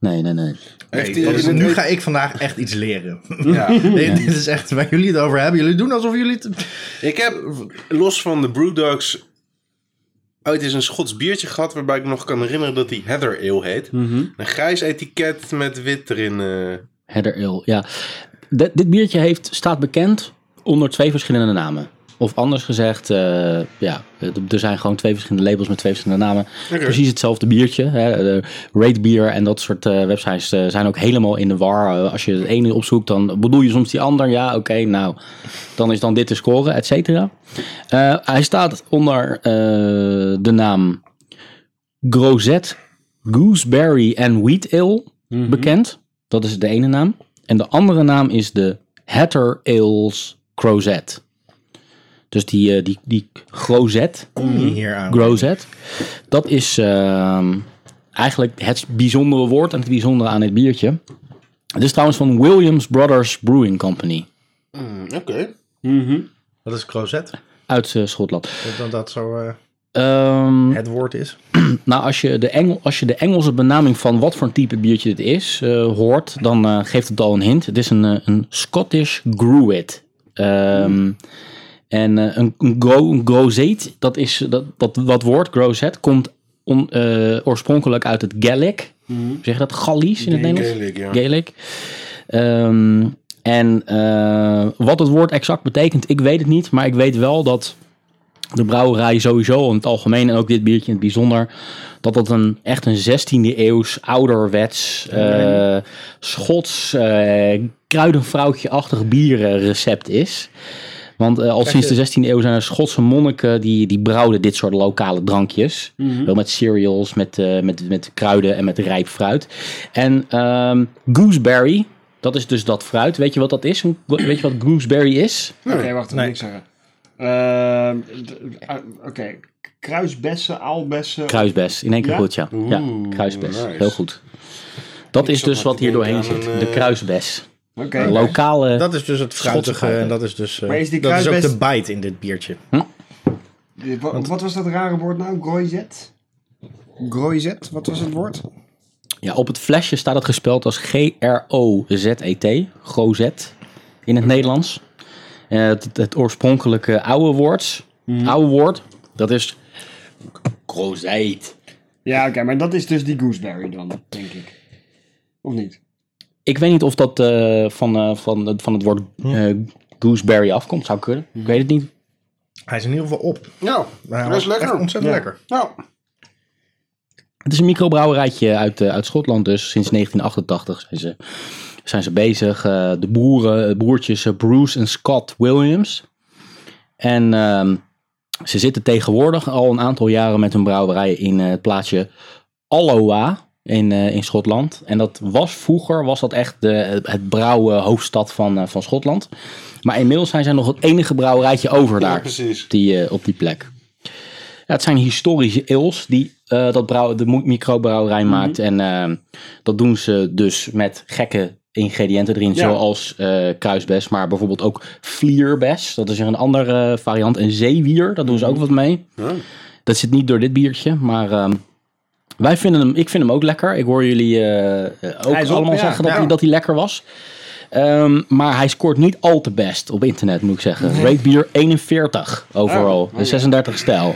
Speaker 1: Nee, nee, nee.
Speaker 4: Heeft
Speaker 3: Nee,
Speaker 4: hij
Speaker 3: dat is-
Speaker 4: in het-
Speaker 3: nu ga ik vandaag echt iets leren.
Speaker 4: [laughs] Ja.
Speaker 3: Nee, dit is echt waar jullie het over hebben. Jullie doen alsof jullie het...
Speaker 4: Ik heb los van de Brewdogs ooit eens een Schots biertje gehad... waarbij ik me nog kan herinneren dat die heather ale heet. Een grijs etiket met wit erin. eh.
Speaker 1: Heather Ale, ja. D- dit biertje heeft, staat bekend onder twee verschillende namen. Of anders gezegd, eh, ja, d- er zijn gewoon twee verschillende labels met twee verschillende namen. Precies hetzelfde biertje. Hè. Eh, De Rate Beer en dat soort eh, websites eh, zijn ook helemaal in de war. Eh, als je het ene opzoekt, dan bedoel je soms die ander. Ja, oké, nou, dan is dan dit te scoren, et cetera. Eh, hij staat onder eh, de naam Grozet Gooseberry en Wheat Ale bekend. Dat is de ene naam. En de andere naam is de Hatter Ales Crozet. Dus die, eh, die, die Grozet,
Speaker 3: Kom
Speaker 4: Mhm.
Speaker 3: niet hier aan.
Speaker 1: Grozet, dat is ehm, eigenlijk het bijzondere woord en het bijzondere aan dit biertje. Het is trouwens van Williams Brothers Brewing Company
Speaker 4: Mm, Oké.
Speaker 3: Wat is closet?
Speaker 1: uit eh, Schotland.
Speaker 3: Dat- Dat dat zo eh,
Speaker 1: Ehm,
Speaker 3: het woord is.
Speaker 1: Nou, als je, de Engel, als je de Engelse benaming van wat voor een type biertje dit is eh, hoort, dan eh, geeft het al een hint. Het is een, eh, een Scottish Gruit. Ehm,
Speaker 4: Hmm.
Speaker 1: En eh, een, een, gro, een grozet, dat is dat, dat, dat woord, grozet, komt on- eh, oorspronkelijk uit het Gaelic. Zeg je dat? Gallisch in het Nederlands?
Speaker 4: Hmm. Gaelic, ja.
Speaker 1: Gaelic. Ehm, en eh, wat het woord exact betekent, ik weet het niet. Maar ik weet wel dat de brouwerij sowieso in het algemeen en ook dit biertje in het bijzonder, dat dat een echt een 16e eeuws ouderwets eh, Schots eh kruidenvrouwtje-achtig bierrecept is. Want eh, al sinds de 16e eeuw zijn er Schotse monniken die, die brouwden dit soort lokale drankjes. Wel met cereals, met, eh, met, met kruiden en met rijp fruit. En ehm, gooseberry, dat is dus dat fruit. Weet je wat dat is? Een- Weet je wat gooseberry is?
Speaker 2: Oké, wacht, dat moet ik zeggen. Ehm, d- ah, Oké, kruisbessen, aalbessen.
Speaker 1: Kruisbes, in één keer
Speaker 2: Ja?
Speaker 1: goed, ja. ja,
Speaker 4: Oeh,
Speaker 1: kruisbes.
Speaker 4: nice.
Speaker 1: Heel goed. Dat is
Speaker 4: zat
Speaker 1: dus
Speaker 4: maar
Speaker 1: wat
Speaker 4: te
Speaker 1: hier
Speaker 4: denken
Speaker 1: doorheen
Speaker 4: aan
Speaker 1: zit.
Speaker 4: een,
Speaker 1: De
Speaker 4: eh,
Speaker 1: kruisbes.
Speaker 2: Oké.
Speaker 1: Een lokale...
Speaker 3: Dat is dus het fruitige
Speaker 1: fruit.
Speaker 3: en dat is dus eh,
Speaker 2: Maar is die
Speaker 3: dat is ook de
Speaker 2: kruidbest-
Speaker 3: bite in dit biertje.
Speaker 2: Wa- Wat, was dat rare woord nou? Groizet? Groizet, wat was het woord?
Speaker 1: Ja, op het flesje staat het gespeld als G-R-O-Z-E-T. Gozet in het Nederlands. Eh, het, het oorspronkelijke oude woord,
Speaker 4: Mhm.
Speaker 1: oude woord, dat is
Speaker 4: E
Speaker 1: grozet.
Speaker 2: Ja, oké, maar dat is dus die gooseberry dan, denk ik. Of niet?
Speaker 1: Ik weet niet of dat eh, van, eh, van, het- van het woord eh, gooseberry afkomt. Zou kunnen.
Speaker 4: Mhm.
Speaker 1: Ik weet het niet.
Speaker 3: Hij is in ieder geval op.
Speaker 4: Nou,
Speaker 3: Maar hij
Speaker 4: dat is
Speaker 3: was
Speaker 4: lekker.
Speaker 3: echt ontzettend
Speaker 2: Ja.
Speaker 3: lekker.
Speaker 4: Nou,
Speaker 1: Het is een microbrouwerijtje uit, eh, uit Schotland dus. Sinds 1988 zijn ze, zijn ze bezig. Eh, de boeren, eh, broertjes eh, Bruce en Scott Williams. En ehm, ze zitten tegenwoordig al een aantal jaren met hun brouwerij in eh, het plaatsje Alloa in, eh, in Schotland. En dat was vroeger, was dat echt de, het brouwen hoofdstad van, eh, van Schotland. Maar inmiddels zijn zij nog het enige brouwerijtje over daar
Speaker 4: ja, precies.
Speaker 1: op die, eh, op die plek. Ja, het zijn historische eels die eh, dat brouw, de mo- microbrouwerij
Speaker 2: Mhm.
Speaker 1: maakt. En eh, dat doen ze dus met gekke ingrediënten erin.
Speaker 2: Ja.
Speaker 1: Zoals eh kruisbes, maar bijvoorbeeld ook vlierbes. Dat is een andere variant. En zeewier, daar doen ze
Speaker 2: Mhm.
Speaker 1: ook wat mee.
Speaker 4: Ja.
Speaker 1: Dat zit niet door dit biertje, maar... ehm, wij vinden hem, ik vind hem ook lekker. Ik hoor jullie eh, eh, ook
Speaker 2: Hij is op,
Speaker 1: allemaal
Speaker 2: ja,
Speaker 1: zeggen dat,
Speaker 2: ja.
Speaker 1: hij, dat hij lekker was. Ehm, maar hij scoort niet al te best op internet, moet ik zeggen. Rate bier 41 overal.
Speaker 2: Oh, oh ja.
Speaker 1: 36 stijl.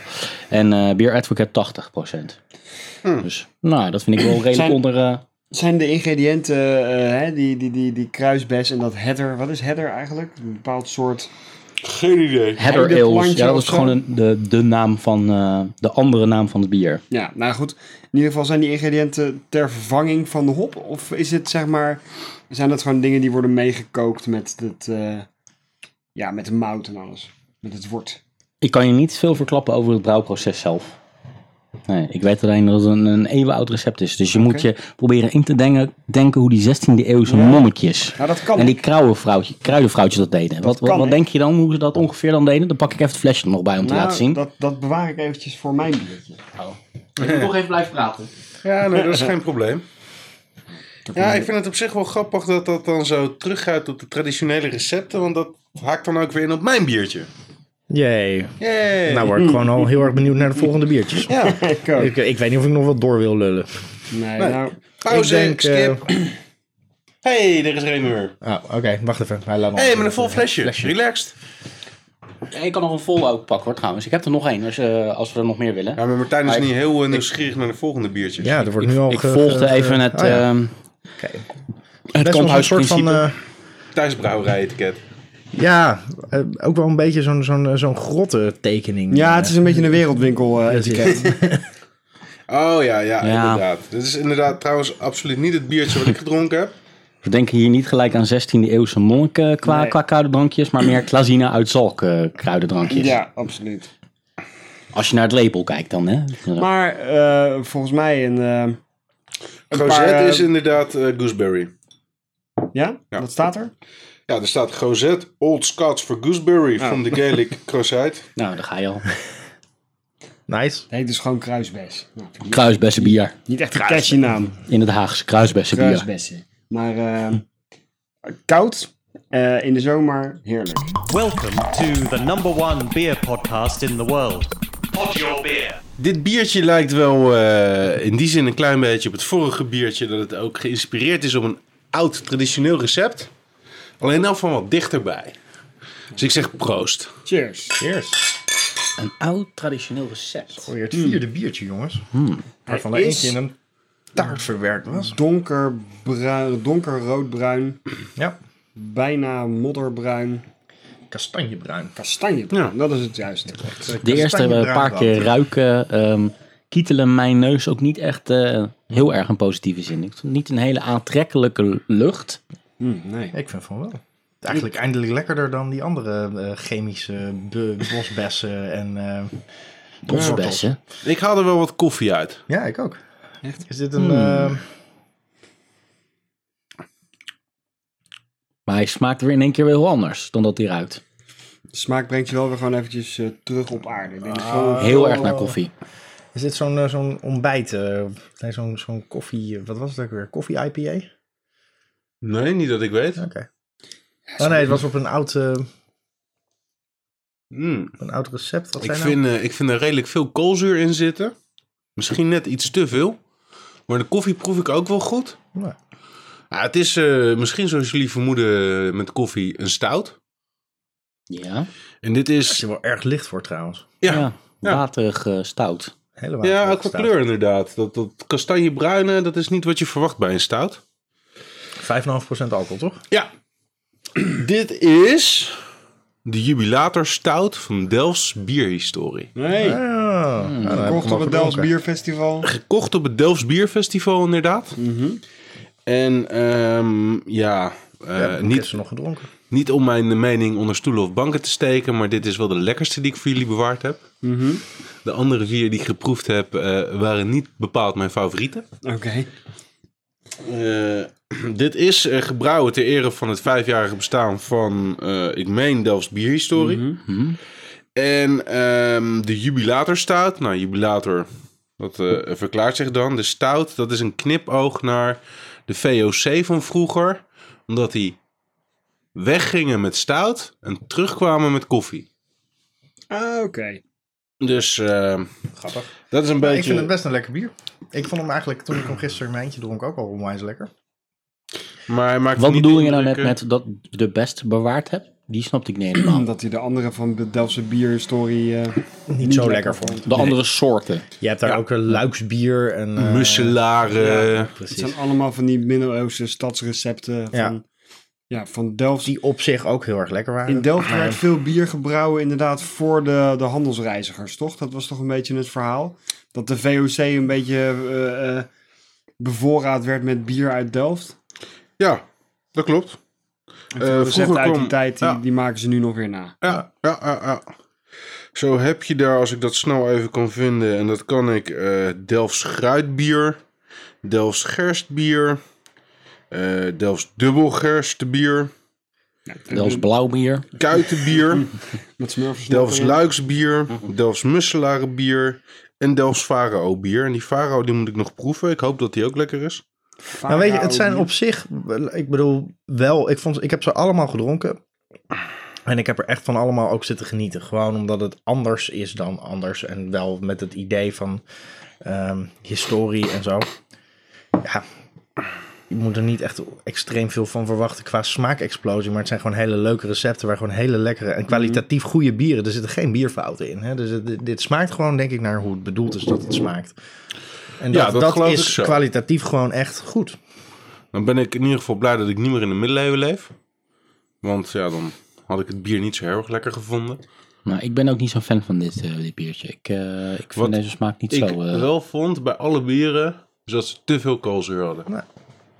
Speaker 1: En eh Beer Advocate 80 Dus nou, dat vind ik wel redelijk
Speaker 2: Hm. Zijn-
Speaker 1: onder... eh,
Speaker 2: Zijn de ingrediënten, eh, hè, die, die, die, die kruisbes en dat header, wat is header eigenlijk? Een bepaald soort.
Speaker 4: Geen idee.
Speaker 1: Heather
Speaker 2: Heide
Speaker 1: Ales.
Speaker 2: plantje
Speaker 1: Ja, dat
Speaker 2: of
Speaker 1: is
Speaker 2: zo?
Speaker 1: gewoon een- de, de naam van... eh, de andere naam van het bier.
Speaker 2: Ja, nou goed. In ieder geval zijn die ingrediënten ter vervanging van de hop? Of is het zeg maar, zijn dat gewoon dingen die worden meegekookt met het, eh, ja, met de mout en alles? Met het wort.
Speaker 1: Ik kan je niet veel verklappen over het brouwproces zelf. Nee, ik weet alleen dat het een, een eeuwenoud recept is. Dus je moet je proberen in te denken, denken hoe die 16e eeuwse monnetjes...
Speaker 2: Nou, dat kan.
Speaker 1: En die kruidenvrouwtje, kruidenvrouwtje dat deden. Wat, wat,
Speaker 2: kan
Speaker 1: wat
Speaker 2: ik.
Speaker 1: denk je dan hoe ze dat ongeveer dan deden? Dan pak ik even het flesje er nog bij om te
Speaker 2: Nou,
Speaker 1: laten zien.
Speaker 2: Dat, dat bewaar ik eventjes voor mijn biertje. [laughs]
Speaker 1: Ik moet nog even blijven praten.
Speaker 4: Ja, nee, dat is geen probleem. Ja, ik vind het op zich wel grappig dat dat dan zo teruggaat op de traditionele recepten. Want dat haakt dan ook weer in op mijn biertje.
Speaker 3: Jee.
Speaker 4: Yay.
Speaker 3: Nou word ik gewoon al heel erg benieuwd naar de volgende biertjes.
Speaker 4: ja,
Speaker 2: Ik ook.
Speaker 3: [laughs] Ik, ik weet niet of ik nog wat door wil lullen.
Speaker 2: Nee,
Speaker 4: Nee.
Speaker 2: nou,
Speaker 4: pauze,
Speaker 3: Ik denk,
Speaker 4: skip. Hé, [clears throat] hey, er is Remy weer.
Speaker 3: Oh, oké. Wacht even. Hij laat me
Speaker 4: Hé, hey,
Speaker 3: al-
Speaker 4: met een vol flesje. Relaxed.
Speaker 1: Ik kan nog een vol ook pakken hoor trouwens. Ik heb er nog één als, eh, als we er nog meer willen.
Speaker 4: Ja, maar Martijn is
Speaker 1: Maar ik-
Speaker 4: niet heel eh, nieuwsgierig naar de volgende biertjes.
Speaker 3: Ja, er wordt nu al...
Speaker 1: ik
Speaker 3: ge-
Speaker 1: volgde
Speaker 3: ge-
Speaker 1: even het,
Speaker 3: oh ja.
Speaker 1: ehm,
Speaker 3: Oké.
Speaker 1: het
Speaker 3: Best wel een soort
Speaker 1: kamphuisprincipe.
Speaker 3: van... eh,
Speaker 4: Thuisbrouwerij-etiket.
Speaker 3: ja, eh, ook wel een beetje zo'n zo'n zo'n grotte tekening.
Speaker 2: ja, het is een beetje een wereldwinkel eh,
Speaker 3: Dat is-
Speaker 2: etiket.
Speaker 4: Oh ja, ja,
Speaker 1: Ja.
Speaker 4: inderdaad. Dit is inderdaad trouwens absoluut niet het biertje wat ik gedronken heb.
Speaker 1: We denken hier niet gelijk aan 16e eeuwse monniken qua,
Speaker 2: Nee.
Speaker 1: qua kruidendrankjes, maar meer klazina uit zalk eh, kruidendrankjes.
Speaker 2: [laughs] ja, absoluut.
Speaker 1: Als je naar het label kijkt dan hè.
Speaker 2: Maar eh, volgens mij een. eh, een
Speaker 4: Gozet
Speaker 2: paar, eh,
Speaker 4: is inderdaad eh, gooseberry.
Speaker 2: ja?
Speaker 4: Ja.
Speaker 2: dat staat er.
Speaker 4: Ja, er staat Gozet, Old Scots for Gooseberry from the Gaelic Crozet.
Speaker 1: Nou, daar ga je al.
Speaker 3: Eh, Nice.
Speaker 2: Het heet dus gewoon kruisbes. Nou, vind ik niet-
Speaker 1: Kruisbessenbier.
Speaker 2: niet echt een catchy naam.
Speaker 1: In het Haagse kruisbessenbier.
Speaker 2: Kruisbessen. Maar eh, [laughs] koud, eh, in de zomer, heerlijk.
Speaker 5: Welcome to the number one beer podcast in the world. Pod your beer.
Speaker 4: Dit biertje lijkt wel eh, in die zin een klein beetje op het vorige biertje. Dat het ook geïnspireerd is op een oud traditioneel recept. Alleen dan van wat dichterbij. Dus ik zeg proost.
Speaker 2: Cheers.
Speaker 3: Cheers.
Speaker 1: Een oud traditioneel recept.
Speaker 3: Alweer Oh, het vierde biertje, jongens.
Speaker 1: Hmm.
Speaker 3: Waarvan er
Speaker 2: Hij
Speaker 3: eentje
Speaker 2: is-
Speaker 3: in een taart verwerkt was.
Speaker 2: Donkerbruin, donkerroodbruin,
Speaker 3: Ja.
Speaker 2: bijna modderbruin,
Speaker 3: Kastanjebruin.
Speaker 2: kastanjebruin.
Speaker 4: Ja.
Speaker 2: Dat is het juiste.
Speaker 1: De eerste eh, paar keer ruiken ehm, kietelen mijn neus ook niet echt eh, heel erg in positieve zin. Ik vond niet een hele aantrekkelijke lucht.
Speaker 2: Mm, nee.
Speaker 3: Ik vind van wel. Eigenlijk eindelijk lekkerder dan die andere eh, chemische be- bosbessen en eh,
Speaker 1: Bosbessen.
Speaker 4: Ik haal er wel wat koffie uit.
Speaker 3: Ja, ik ook.
Speaker 2: Echt?
Speaker 3: Is dit een... eh,
Speaker 1: Maar hij smaakt weer in één keer weer heel anders dan dat hij ruikt.
Speaker 2: De smaak brengt je wel weer gewoon eventjes eh, terug op aarde. Ik denk gewoon-
Speaker 1: Heel erg
Speaker 4: Oh.
Speaker 1: naar koffie.
Speaker 3: is dit zo'n eh, zo'n ontbijt? eh, nee, zo'n zo'n koffie... wat was het ook weer? Koffie IPA? Oké.
Speaker 4: Nee, niet dat ik weet.
Speaker 3: Oh nee, het was op een oud, eh,
Speaker 4: Mm.
Speaker 3: een oud recept. Wat
Speaker 4: Ik
Speaker 3: zijn
Speaker 4: vind, eh, ik vind er redelijk veel koolzuur in zitten. Misschien net iets te veel. Maar de koffie proef ik ook wel goed.
Speaker 3: Ja.
Speaker 4: Nou, het is eh, misschien zoals jullie vermoeden eh, met koffie een stout.
Speaker 1: Ja.
Speaker 4: En dit
Speaker 3: Is
Speaker 4: is...
Speaker 3: er wel erg licht voor trouwens.
Speaker 4: Ja, ja,
Speaker 1: ja. Waterig eh, stout.
Speaker 3: Helemaal.
Speaker 4: ja ook qua kleur inderdaad. Dat, dat kastanjebruine, dat is niet wat je verwacht bij een stout.
Speaker 3: 5,5% alcohol, toch?
Speaker 4: Ja. [clears throat] Dit is de jubilator stout van Delfts Bierhistorie.
Speaker 2: Nee,
Speaker 3: Ja. Ah, dan heb ik hem
Speaker 2: kocht
Speaker 3: al
Speaker 2: op het Delfts
Speaker 3: gedronken.
Speaker 2: Bierfestival.
Speaker 4: Gekocht op het Delfts Bierfestival inderdaad. En ehm, ja, eh,
Speaker 3: Ja, ik heb
Speaker 4: niet,
Speaker 3: ze nog gedronken.
Speaker 4: niet om mijn mening onder stoelen of banken te steken, maar dit is wel de lekkerste die ik voor jullie bewaard heb. De andere vier die ik geproefd heb, eh, waren niet bepaald mijn favorieten.
Speaker 2: [laughs] Oké.
Speaker 4: Eh, [clears throat] dit is eh, gebrouwen ter ere van het vijfjarige bestaan van, eh, ik meen, Delfts Bierhistorie.
Speaker 1: Mhm,
Speaker 4: En ehm, de jubilator stout. Nou, jubilator, dat eh, verklaart zich dan. De stout, dat is een knipoog naar de VOC van vroeger. Omdat die weggingen met stout en terugkwamen met koffie.
Speaker 2: Ah, oké.
Speaker 4: Dus eh,
Speaker 3: Grappig.
Speaker 4: dat is een
Speaker 3: Ik
Speaker 4: beetje...
Speaker 3: vind het best een lekker bier. Ik vond hem eigenlijk, toen ik hem gisteren in mijn eentje dronk, ook al onwijs lekker.
Speaker 4: maar hij maakt
Speaker 1: Wat
Speaker 4: niet
Speaker 1: bedoel je nou net
Speaker 4: indrukken.
Speaker 1: met dat de best bewaard hebt? Die snapte ik niet helemaal.
Speaker 2: Dat hij de andere van de Delftse Bierhistorie... eh,
Speaker 3: Niet, zo lekker vond.
Speaker 1: De andere soorten.
Speaker 3: Je hebt daar ook een luiksbier en... eh,
Speaker 4: Musselaren.
Speaker 3: ja,
Speaker 2: het
Speaker 3: precies.
Speaker 2: zijn allemaal van die middeleeuwse stadsrecepten van, ja.
Speaker 3: Ja.
Speaker 2: van Delft.
Speaker 3: Die op zich ook heel erg lekker waren.
Speaker 2: In
Speaker 4: Eh,
Speaker 2: Delft
Speaker 3: Maar-
Speaker 2: werd veel bier gebrouwen inderdaad voor de, de handelsreizigers, toch? Dat was toch een beetje het verhaal? Dat de VOC een beetje eh, eh, bevoorraad werd met bier uit
Speaker 4: Eh,
Speaker 2: Delft.
Speaker 4: Ja, dat klopt.
Speaker 2: En
Speaker 4: Eh,
Speaker 2: veel recepten
Speaker 4: vroeger
Speaker 2: uit die
Speaker 4: kwam-
Speaker 2: tijd, die,
Speaker 4: ja.
Speaker 2: die maken ze nu nog weer na.
Speaker 4: Ja, ja, ja, ja. Zo heb je daar, als ik dat snel even kan vinden, en dat kan ik, eh Delfts Gruitbier, Delfts Gerstbier, eh Delfts Dubbelgerstbier,
Speaker 1: Zelfs blauwbier.
Speaker 2: [laughs]
Speaker 4: Kuitenbier,
Speaker 2: Met smurfers
Speaker 4: Delfts
Speaker 2: nog erin.
Speaker 4: Luiksbier, Delfts Musselarenbier en Delfts Farao-bier. En die Farao die moet ik nog proeven. Ik hoop dat die ook lekker is.
Speaker 3: Nou weet je,
Speaker 2: Farao
Speaker 3: het zijn
Speaker 2: bier.
Speaker 3: op zich, ik bedoel, wel, ik, vond, ik heb ze allemaal gedronken. En ik heb er echt van allemaal ook zitten genieten. Gewoon omdat het anders is dan anders. En wel met het idee van ehm, historie en zo. Ja, je moet er niet echt extreem veel van verwachten qua smaakexplosie. Maar het zijn gewoon hele leuke recepten waar gewoon hele lekkere en kwalitatief goede bieren. Er zitten geen bierfouten in. Hè? Dus het- dit smaakt gewoon denk ik naar hoe het bedoeld is dat het smaakt. En dat,
Speaker 4: Ja, dat
Speaker 3: dat,
Speaker 4: geloof ik
Speaker 3: is
Speaker 4: zo.
Speaker 3: kwalitatief gewoon echt goed.
Speaker 4: Dan ben ik in ieder geval blij dat ik niet meer in de middeleeuwen leef. Want ja, dan had ik het bier niet zo heel erg lekker gevonden.
Speaker 1: Nou, ik ben ook niet zo'n fan van dit, eh, dit biertje. Ik, eh, ik vind
Speaker 4: Wat
Speaker 1: deze smaak niet
Speaker 4: ik
Speaker 1: zo... eh,
Speaker 4: wel vond bij alle bieren, is dat ze te veel koolzuur hadden.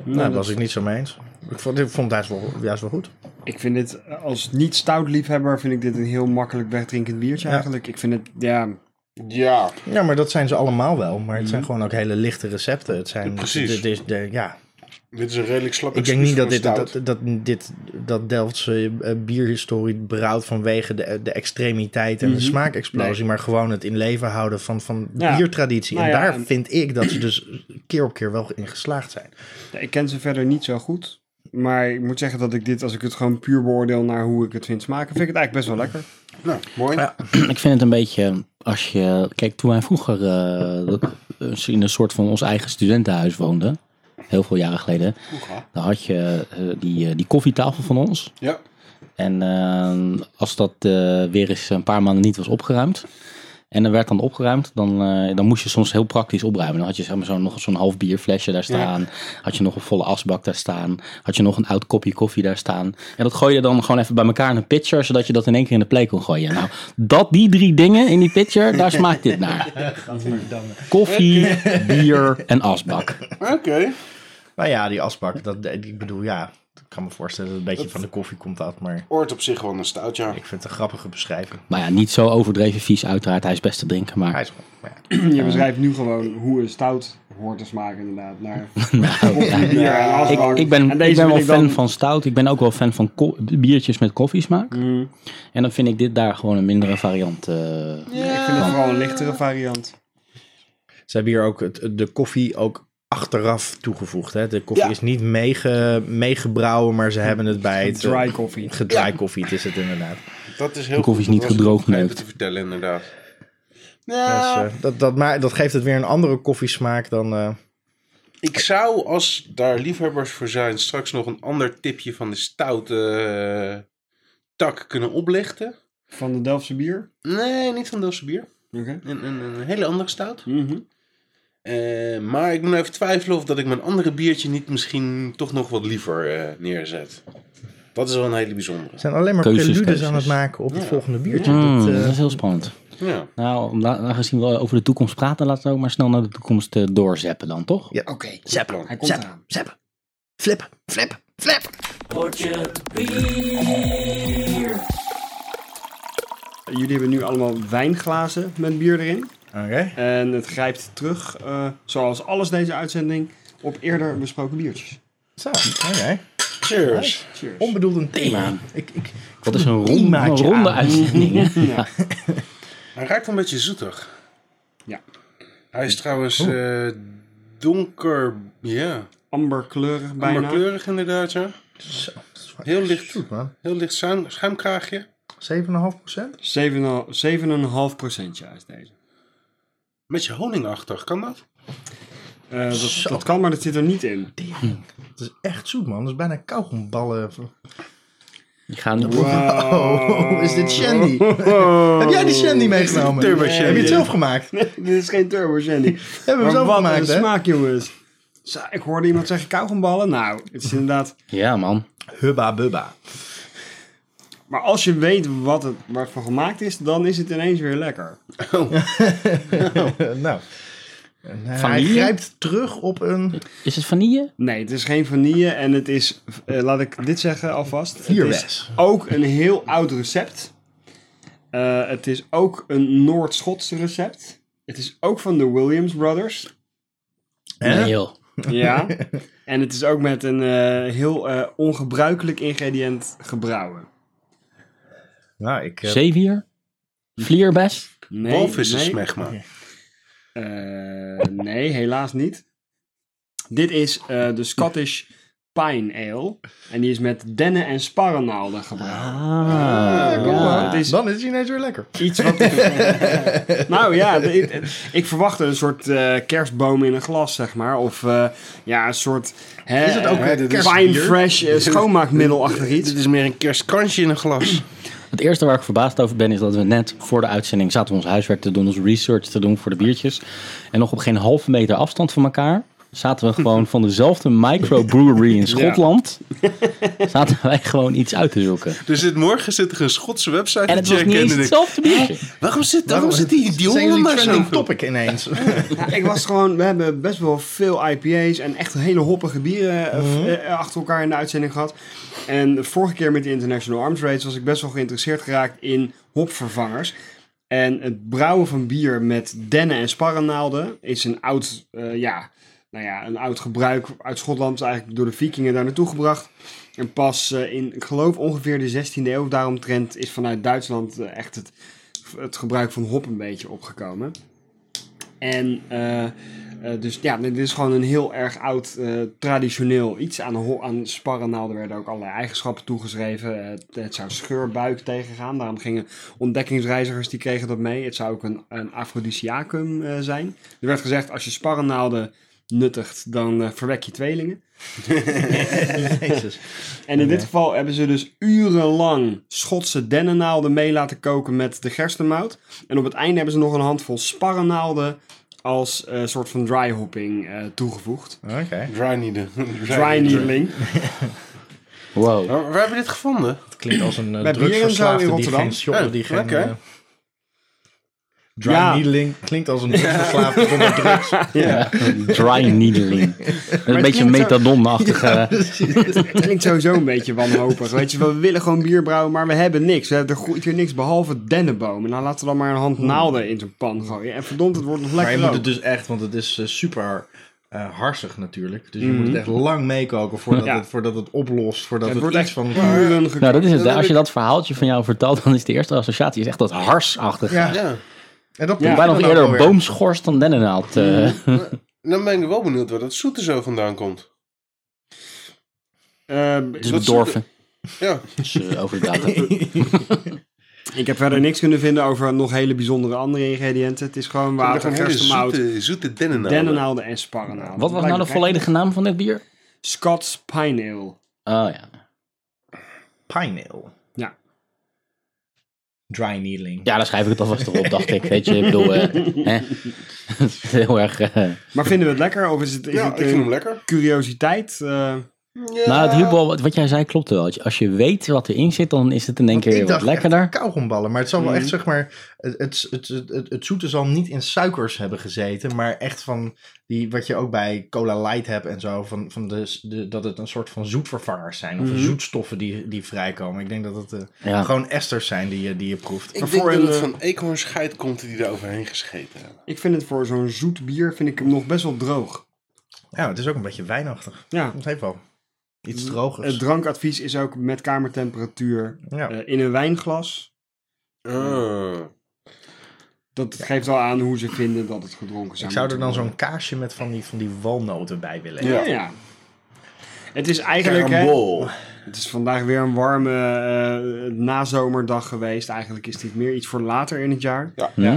Speaker 3: Nou, daar was ik niet zo mee eens. Ik vond, ik vond het juist wel, juist wel goed.
Speaker 2: Ik vind dit, als niet-stout liefhebber, vind ik dit een heel makkelijk wegdrinkend biertje
Speaker 3: Ja.
Speaker 2: eigenlijk. Ik vind het, ja,
Speaker 4: Ja,
Speaker 3: Ja, maar dat zijn ze allemaal wel. Maar het zijn gewoon ook hele lichte recepten. Het zijn,
Speaker 4: Precies.
Speaker 3: Dit is de, ja.
Speaker 4: Dit is een redelijk slap
Speaker 3: Ik denk
Speaker 4: excuus
Speaker 3: niet dat, dit,
Speaker 4: voor een
Speaker 3: dat,
Speaker 4: stout.
Speaker 3: dat, dit, dat Delftse eh, bierhistorie brouwt vanwege de, de extremiteit en de smaakexplosie. Maar gewoon het in leven houden van, van de
Speaker 2: Ja.
Speaker 3: biertraditie.
Speaker 2: Nou
Speaker 3: en
Speaker 2: ja,
Speaker 3: daar
Speaker 2: en-
Speaker 3: vind ik dat ze dus keer op keer wel in geslaagd zijn.
Speaker 2: Ja, Ik ken ze verder niet zo goed. Maar ik moet zeggen dat ik dit, als ik het gewoon puur beoordeel naar hoe ik het vind smaken, vind ik het eigenlijk best wel lekker.
Speaker 4: Nou, mooi.
Speaker 3: Ja.
Speaker 1: [clears throat] Ik vind het een beetje als je. Kijk, toen wij vroeger eh, dat- in een soort van ons eigen studentenhuis woonden, heel veel jaren geleden, dan had je eh, die, eh, die koffietafel van ons.
Speaker 4: Ja.
Speaker 1: En eh, als dat eh, weer eens een paar maanden niet was opgeruimd. En dan werd dan opgeruimd, dan, eh, dan moest je soms heel praktisch opruimen. Dan had je zeg maar, zo, nog zo'n half bierflesje daar staan. Had je nog een volle asbak daar staan. Had je nog een oud kopje koffie daar staan. En dat gooi je dan gewoon even bij elkaar in een pitcher, zodat je dat in één keer in de play kon gooien. Nou, dat, die drie dingen in die pitcher, daar smaakt dit naar. Koffie, bier en asbak.
Speaker 4: Oké.
Speaker 3: Nou ja, die asbak, dat, ik bedoel, ja. Ik kan me voorstellen dat het een beetje van de koffie komt dat. Maar
Speaker 4: Oort op zich wel een stout, ja.
Speaker 3: ik vind het een grappige beschrijving.
Speaker 1: Maar Nou ja, niet zo overdreven vies uiteraard. Hij is best te drinken,
Speaker 3: Hij
Speaker 1: maar
Speaker 3: is gewoon, maar ja.
Speaker 2: Je beschrijft nu gewoon hoe een stout hoort te smaken inderdaad. Naar
Speaker 1: nou, ja.
Speaker 2: bier en asbak.
Speaker 4: Ah,
Speaker 1: Ik, ik ben,
Speaker 2: En
Speaker 1: ik
Speaker 2: deze
Speaker 1: ben wel
Speaker 2: vind ik
Speaker 1: fan
Speaker 2: dan-
Speaker 1: van stout. Ik ben ook wel fan van ko- biertjes met koffiesmaak. En dan vind ik dit daar gewoon een mindere variant. eh,
Speaker 2: Ik vind het vooral een lichtere variant.
Speaker 3: Ze hebben hier ook het, de koffie ook achteraf toegevoegd. Hè? De koffie is niet meege, meegebrouwen, maar ze hebben het bij het...
Speaker 2: Dry coffee.
Speaker 3: Gedry koffie, het is het inderdaad.
Speaker 4: Dat is heel
Speaker 1: De koffie
Speaker 4: goed,
Speaker 1: is
Speaker 4: dat
Speaker 1: niet
Speaker 4: was
Speaker 1: gedroogd,
Speaker 4: ik vergeten
Speaker 1: nee.
Speaker 4: te vertellen, inderdaad.
Speaker 3: Ah. Dus, eh, dat, dat, ma- dat geeft het weer een andere koffiesmaak dan... eh,
Speaker 4: Ik zou, als daar liefhebbers voor zijn, straks nog een ander tipje van de stoute eh, tak kunnen oplichten.
Speaker 2: Van de Delftse bier.
Speaker 4: Nee, niet van Delse bier.
Speaker 2: Oké.
Speaker 4: Een, een, een hele andere stout.
Speaker 2: Mhm.
Speaker 4: Eh, maar ik moet even twijfelen of dat ik mijn andere biertje niet misschien toch nog wat liever eh, neerzet. Dat is wel een hele bijzondere.
Speaker 3: We zijn alleen maar
Speaker 1: Keuzes,
Speaker 3: preludes
Speaker 1: keuzes.
Speaker 3: aan het maken op het
Speaker 4: Ja.
Speaker 3: volgende biertje.
Speaker 1: Hmm,
Speaker 3: Dat, eh,
Speaker 1: dat is heel spannend.
Speaker 4: Ja.
Speaker 1: Nou, om la- aangezien we over de toekomst praten, laten we ook maar snel naar de toekomst eh, doorzeppen dan, toch?
Speaker 3: Ja.
Speaker 2: Oké.
Speaker 3: zappen,
Speaker 2: Hij komt
Speaker 3: zappen,
Speaker 2: eraan.
Speaker 3: zappen. Flip, flip, flip.
Speaker 2: Jullie hebben nu allemaal wijnglazen met bier erin.
Speaker 3: Oké.
Speaker 2: En het grijpt terug, eh, zoals alles deze uitzending, op eerder besproken biertjes.
Speaker 3: Zo, oké.
Speaker 4: Cheers.
Speaker 2: Cheers.
Speaker 3: Onbedoeld een thema. Ik, ik,
Speaker 1: Wat is een, ronde, een
Speaker 3: themaatje
Speaker 1: ronde
Speaker 3: aan.
Speaker 1: uitzending, hè?
Speaker 2: Ja.
Speaker 4: Hij ruikt een beetje zoetig.
Speaker 2: Ja.
Speaker 4: Hij is trouwens
Speaker 2: Oh.
Speaker 4: eh, donker, ja,
Speaker 2: Amberkleurig bijna.
Speaker 4: maar kleurig inderdaad. Ja.
Speaker 3: Zo, dat is wel
Speaker 4: Heel licht.
Speaker 3: zoet, man.
Speaker 4: Heel licht schuim, schuimkraagje.
Speaker 3: 7,5 procent?
Speaker 2: 7,5 procentje uit deze.
Speaker 4: Beetje honingachtig, kan dat?
Speaker 2: Eh, dat,
Speaker 3: Zo.
Speaker 2: dat kan, maar dat zit er niet in.
Speaker 3: Dat is echt zoet, man. Dat is bijna kauwgomballen.
Speaker 1: Die gaan
Speaker 3: Oh, is dit shandy? Heb jij die shandy meegenomen?
Speaker 4: Turbo shandy.
Speaker 3: Heb je het
Speaker 2: [laughs]
Speaker 3: zelf gemaakt?
Speaker 2: Dit is geen turbo shandy.
Speaker 3: Hebben we
Speaker 2: Maar
Speaker 3: zelf
Speaker 2: wat
Speaker 3: gemaakt,
Speaker 2: een
Speaker 3: hè?
Speaker 2: eh, smaak, jongens. Zo, Ik hoorde iemand zeggen kauwgomballen. Nou, het is inderdaad...
Speaker 1: Ja, man.
Speaker 3: Hubba bubba.
Speaker 2: Maar als je weet wat het waarvan gemaakt is, dan is het ineens weer lekker.
Speaker 3: nou. En hij
Speaker 1: Vanille?
Speaker 3: grijpt terug op een
Speaker 1: Is het vanille?
Speaker 2: Nee, het is geen vanille en het is, eh, laat ik dit zeggen alvast. Het is
Speaker 3: vierwes.
Speaker 2: ook een heel oud recept. Eh, het is ook een Noord-Schots recept. Het is ook van de Williams Brothers.
Speaker 3: Hè?
Speaker 1: Nee, joh.
Speaker 2: Ja. en het is ook met een eh, heel eh, ongebruikelijk ingrediënt gebrouwen.
Speaker 3: Nou, ik, eh,
Speaker 1: Zeewier? Vlierbest?
Speaker 2: Nee,
Speaker 4: Walvis is
Speaker 2: nee.
Speaker 4: smegma.
Speaker 2: Eh, nee, helaas niet. Dit is eh, de Scottish Pine Ale. En die is met dennen en sparrenaalden gebrouwen.
Speaker 1: Ah,
Speaker 3: kom maar.
Speaker 2: het is-
Speaker 3: Dan is hij ineens weer lekker.
Speaker 2: Iets wat. [laughs] nou ja, de- ik, ik verwachtte een soort eh, kerstboom in een glas, zeg maar. Of eh, ja, een soort. Hè,
Speaker 3: Is het ook
Speaker 2: eh,
Speaker 3: een kerstbier?
Speaker 2: fine fresh eh, schoonmaakmiddelachtig iets?
Speaker 4: Dit is meer een kerstkansje in een glas.
Speaker 1: Het eerste waar ik verbaasd over ben is dat we net voor de uitzending zaten we ons huiswerk te doen, ons research te doen voor de biertjes. En nog op geen halve meter afstand van elkaar zaten we gewoon van dezelfde microbrewery in Schotland. Zaten wij gewoon iets uit te zoeken.
Speaker 4: Dus dit morgen zit er een Schotse website
Speaker 1: En
Speaker 4: te
Speaker 1: het was
Speaker 4: checken.
Speaker 1: niet eens
Speaker 4: en dan denk ik,
Speaker 1: hetzelfde biertje.
Speaker 4: waarom zit, waarom zit die, die
Speaker 3: Zijn
Speaker 4: honden
Speaker 3: jullie
Speaker 4: maar zo
Speaker 3: trending
Speaker 4: veel?
Speaker 3: topic
Speaker 4: [laughs]
Speaker 3: ineens?
Speaker 2: Ja, ik was gewoon. We hebben best wel veel IPA's en echt hele hoppige bieren eh, f- eh, achter elkaar in de uitzending gehad. En de vorige keer met de International Arms Race was ik best wel geïnteresseerd geraakt in hopvervangers. En het brouwen van bier met dennen en sparrennaalden is een oud, eh, ja, nou ja, een oud gebruik uit Schotland, eigenlijk door de vikingen daar naartoe gebracht. En pas eh, in, ik geloof ongeveer de 16e eeuw daaromtrent is vanuit Duitsland eh, echt het, het gebruik van hop een beetje opgekomen. En eh, eh, dus ja, dit is gewoon een heel erg oud eh, traditioneel iets. Aan, ho- aan sparrennaalden werden ook allerlei eigenschappen toegeschreven. Eh, Het, het zou scheurbuik tegengaan, daarom gingen ontdekkingsreizigers die kregen dat mee. Het zou ook een, een afrodisiacum eh, zijn. Er werd gezegd, als je sparrennaalden nuttigt, dan eh, verwek je tweelingen.
Speaker 3: Jezus.
Speaker 2: En in dit geval hebben ze dus urenlang Schotse dennennaalden mee laten koken met de gerstenmout. En op het einde hebben ze nog een handvol sparrennaalden als eh, soort van dry hopping eh, toegevoegd.
Speaker 3: Oké.
Speaker 4: Dry needle. Dry
Speaker 2: Dry needling.
Speaker 1: Wow.
Speaker 4: Waar, waar heb je dit gevonden?
Speaker 3: [laughs] Het klinkt als een
Speaker 2: Bij
Speaker 3: uh,
Speaker 2: Bierenzaal in
Speaker 3: drugsverslaafde die
Speaker 2: Rotterdam.
Speaker 3: geen shoppen,
Speaker 4: Oh,
Speaker 3: die geen...
Speaker 4: oké.
Speaker 3: eh, dry
Speaker 2: Ja.
Speaker 3: needling klinkt als een drugsverslaafde zonder [laughs] drugs.
Speaker 1: Ja. Dry
Speaker 2: [laughs]
Speaker 1: needling. Dat is een beetje een
Speaker 2: klinkt zo-
Speaker 1: metadon-achtige.
Speaker 2: Het klinkt sowieso een beetje wanhopig. Weet je, wel, we willen gewoon bier brouwen, maar we hebben niks. We hebben er groeit hier niks behalve dennenbomen. Nou, laten we dan maar een hand naalden in zo'n pan gooien. En verdomd, het wordt nog
Speaker 3: Maar je
Speaker 2: lekker
Speaker 3: moet het
Speaker 2: rood.
Speaker 3: dus echt, want het is eh, super eh, harsig natuurlijk. Dus je moet het echt lang meekoken voordat,
Speaker 2: Mhm. Ja.
Speaker 3: het, voordat het oplost. Voordat
Speaker 2: Het
Speaker 3: het,
Speaker 2: wordt
Speaker 3: iets
Speaker 2: echt
Speaker 3: van...
Speaker 2: Uren gekookt.
Speaker 1: Nou, dat is het.
Speaker 4: Dat heb
Speaker 1: Als je
Speaker 4: ik-
Speaker 1: dat verhaaltje van jou vertelt, dan is de eerste associatie is echt dat harsachtige.
Speaker 3: Ja.
Speaker 4: Ja.
Speaker 3: En dat
Speaker 2: Ja.
Speaker 3: proef je
Speaker 1: Bijna nog
Speaker 3: dan ook
Speaker 1: eerder
Speaker 3: alweer.
Speaker 1: boomschors dan dennenaald. eh. [laughs]
Speaker 4: Dan Nou, ben ik wel benieuwd waar dat zoete zo vandaan komt.
Speaker 2: Eh,
Speaker 1: Het is
Speaker 4: Dat
Speaker 2: Ehm,
Speaker 1: bedorven.
Speaker 4: Ja.
Speaker 2: [laughs]
Speaker 1: Dus, eh, over de datum.
Speaker 2: Ik heb verder niks kunnen vinden over nog hele bijzondere andere ingrediënten. Het is gewoon water,
Speaker 4: hele
Speaker 2: gerstemout,
Speaker 4: zoete, zoete dennennaalden.
Speaker 2: dennennaalden en sparrenaalden.
Speaker 1: Wat was nou de
Speaker 2: Blijkbaar
Speaker 1: volledige naam van dit bier?
Speaker 2: krijg je Scots Pine Ale.
Speaker 1: Oh ja.
Speaker 3: Pine ale.
Speaker 2: Ja.
Speaker 3: Dry needling.
Speaker 1: Ja, dan schrijf ik het alvast erop, dacht ik. Weet je, ik bedoel,
Speaker 3: [laughs]
Speaker 1: eh, hè? [laughs] Het is heel erg... eh,
Speaker 2: Maar vinden we het lekker? Of is het, is
Speaker 4: Ja, ik
Speaker 2: het
Speaker 4: vind
Speaker 2: een
Speaker 4: hem lekker.
Speaker 2: curiositeit? Eh,
Speaker 1: Nou, het hielp wel, wat, wat jij zei klopt wel. Als je- Als je weet wat erin zit, dan is het in één
Speaker 3: Want
Speaker 1: keer
Speaker 3: ik
Speaker 1: weer wat
Speaker 3: dacht echt
Speaker 1: lekkerder. Mm.
Speaker 3: kauwgomballen, maar het zal wel
Speaker 2: Mhm.
Speaker 3: echt zeg maar het, het, het, het, het, het zoete zal niet in suikers hebben gezeten, maar echt van die wat je ook bij cola light hebt en zo van, van de, de- dat het een soort van zoetvervangers zijn of
Speaker 2: Mhm.
Speaker 3: zoetstoffen die, die vrijkomen. Ik denk dat het eh,
Speaker 1: Ja.
Speaker 3: gewoon esters zijn die je, die je proeft.
Speaker 4: Ik
Speaker 2: Maar
Speaker 4: denk
Speaker 2: voor
Speaker 4: dat
Speaker 2: een,
Speaker 4: het
Speaker 2: eh,
Speaker 4: van eekhoornscheit komt die er overheen gescheten hebben.
Speaker 2: ik vind het voor zo'n zoet bier vind ik hem nog best wel droog.
Speaker 3: Ja, het is ook een beetje wijnachtig.
Speaker 2: Ja.
Speaker 3: Het heeft wel iets
Speaker 2: Het
Speaker 3: drogers.
Speaker 2: drankadvies is ook met kamertemperatuur
Speaker 3: Ja.
Speaker 2: eh, in een wijnglas.
Speaker 4: Ah.
Speaker 2: Dat geeft al aan hoe ze vinden dat het gedronken zou
Speaker 3: Ik zou er dan
Speaker 2: moeten
Speaker 3: zo'n kaasje met van die, van die walnoten bij willen.
Speaker 4: Ja.
Speaker 2: worden. Ja, ja. Het is eigenlijk... hè,
Speaker 4: Carambol.
Speaker 2: Het is vandaag weer een warme eh, nazomerdag geweest. Eigenlijk is dit meer iets voor later in het jaar.
Speaker 1: Ja?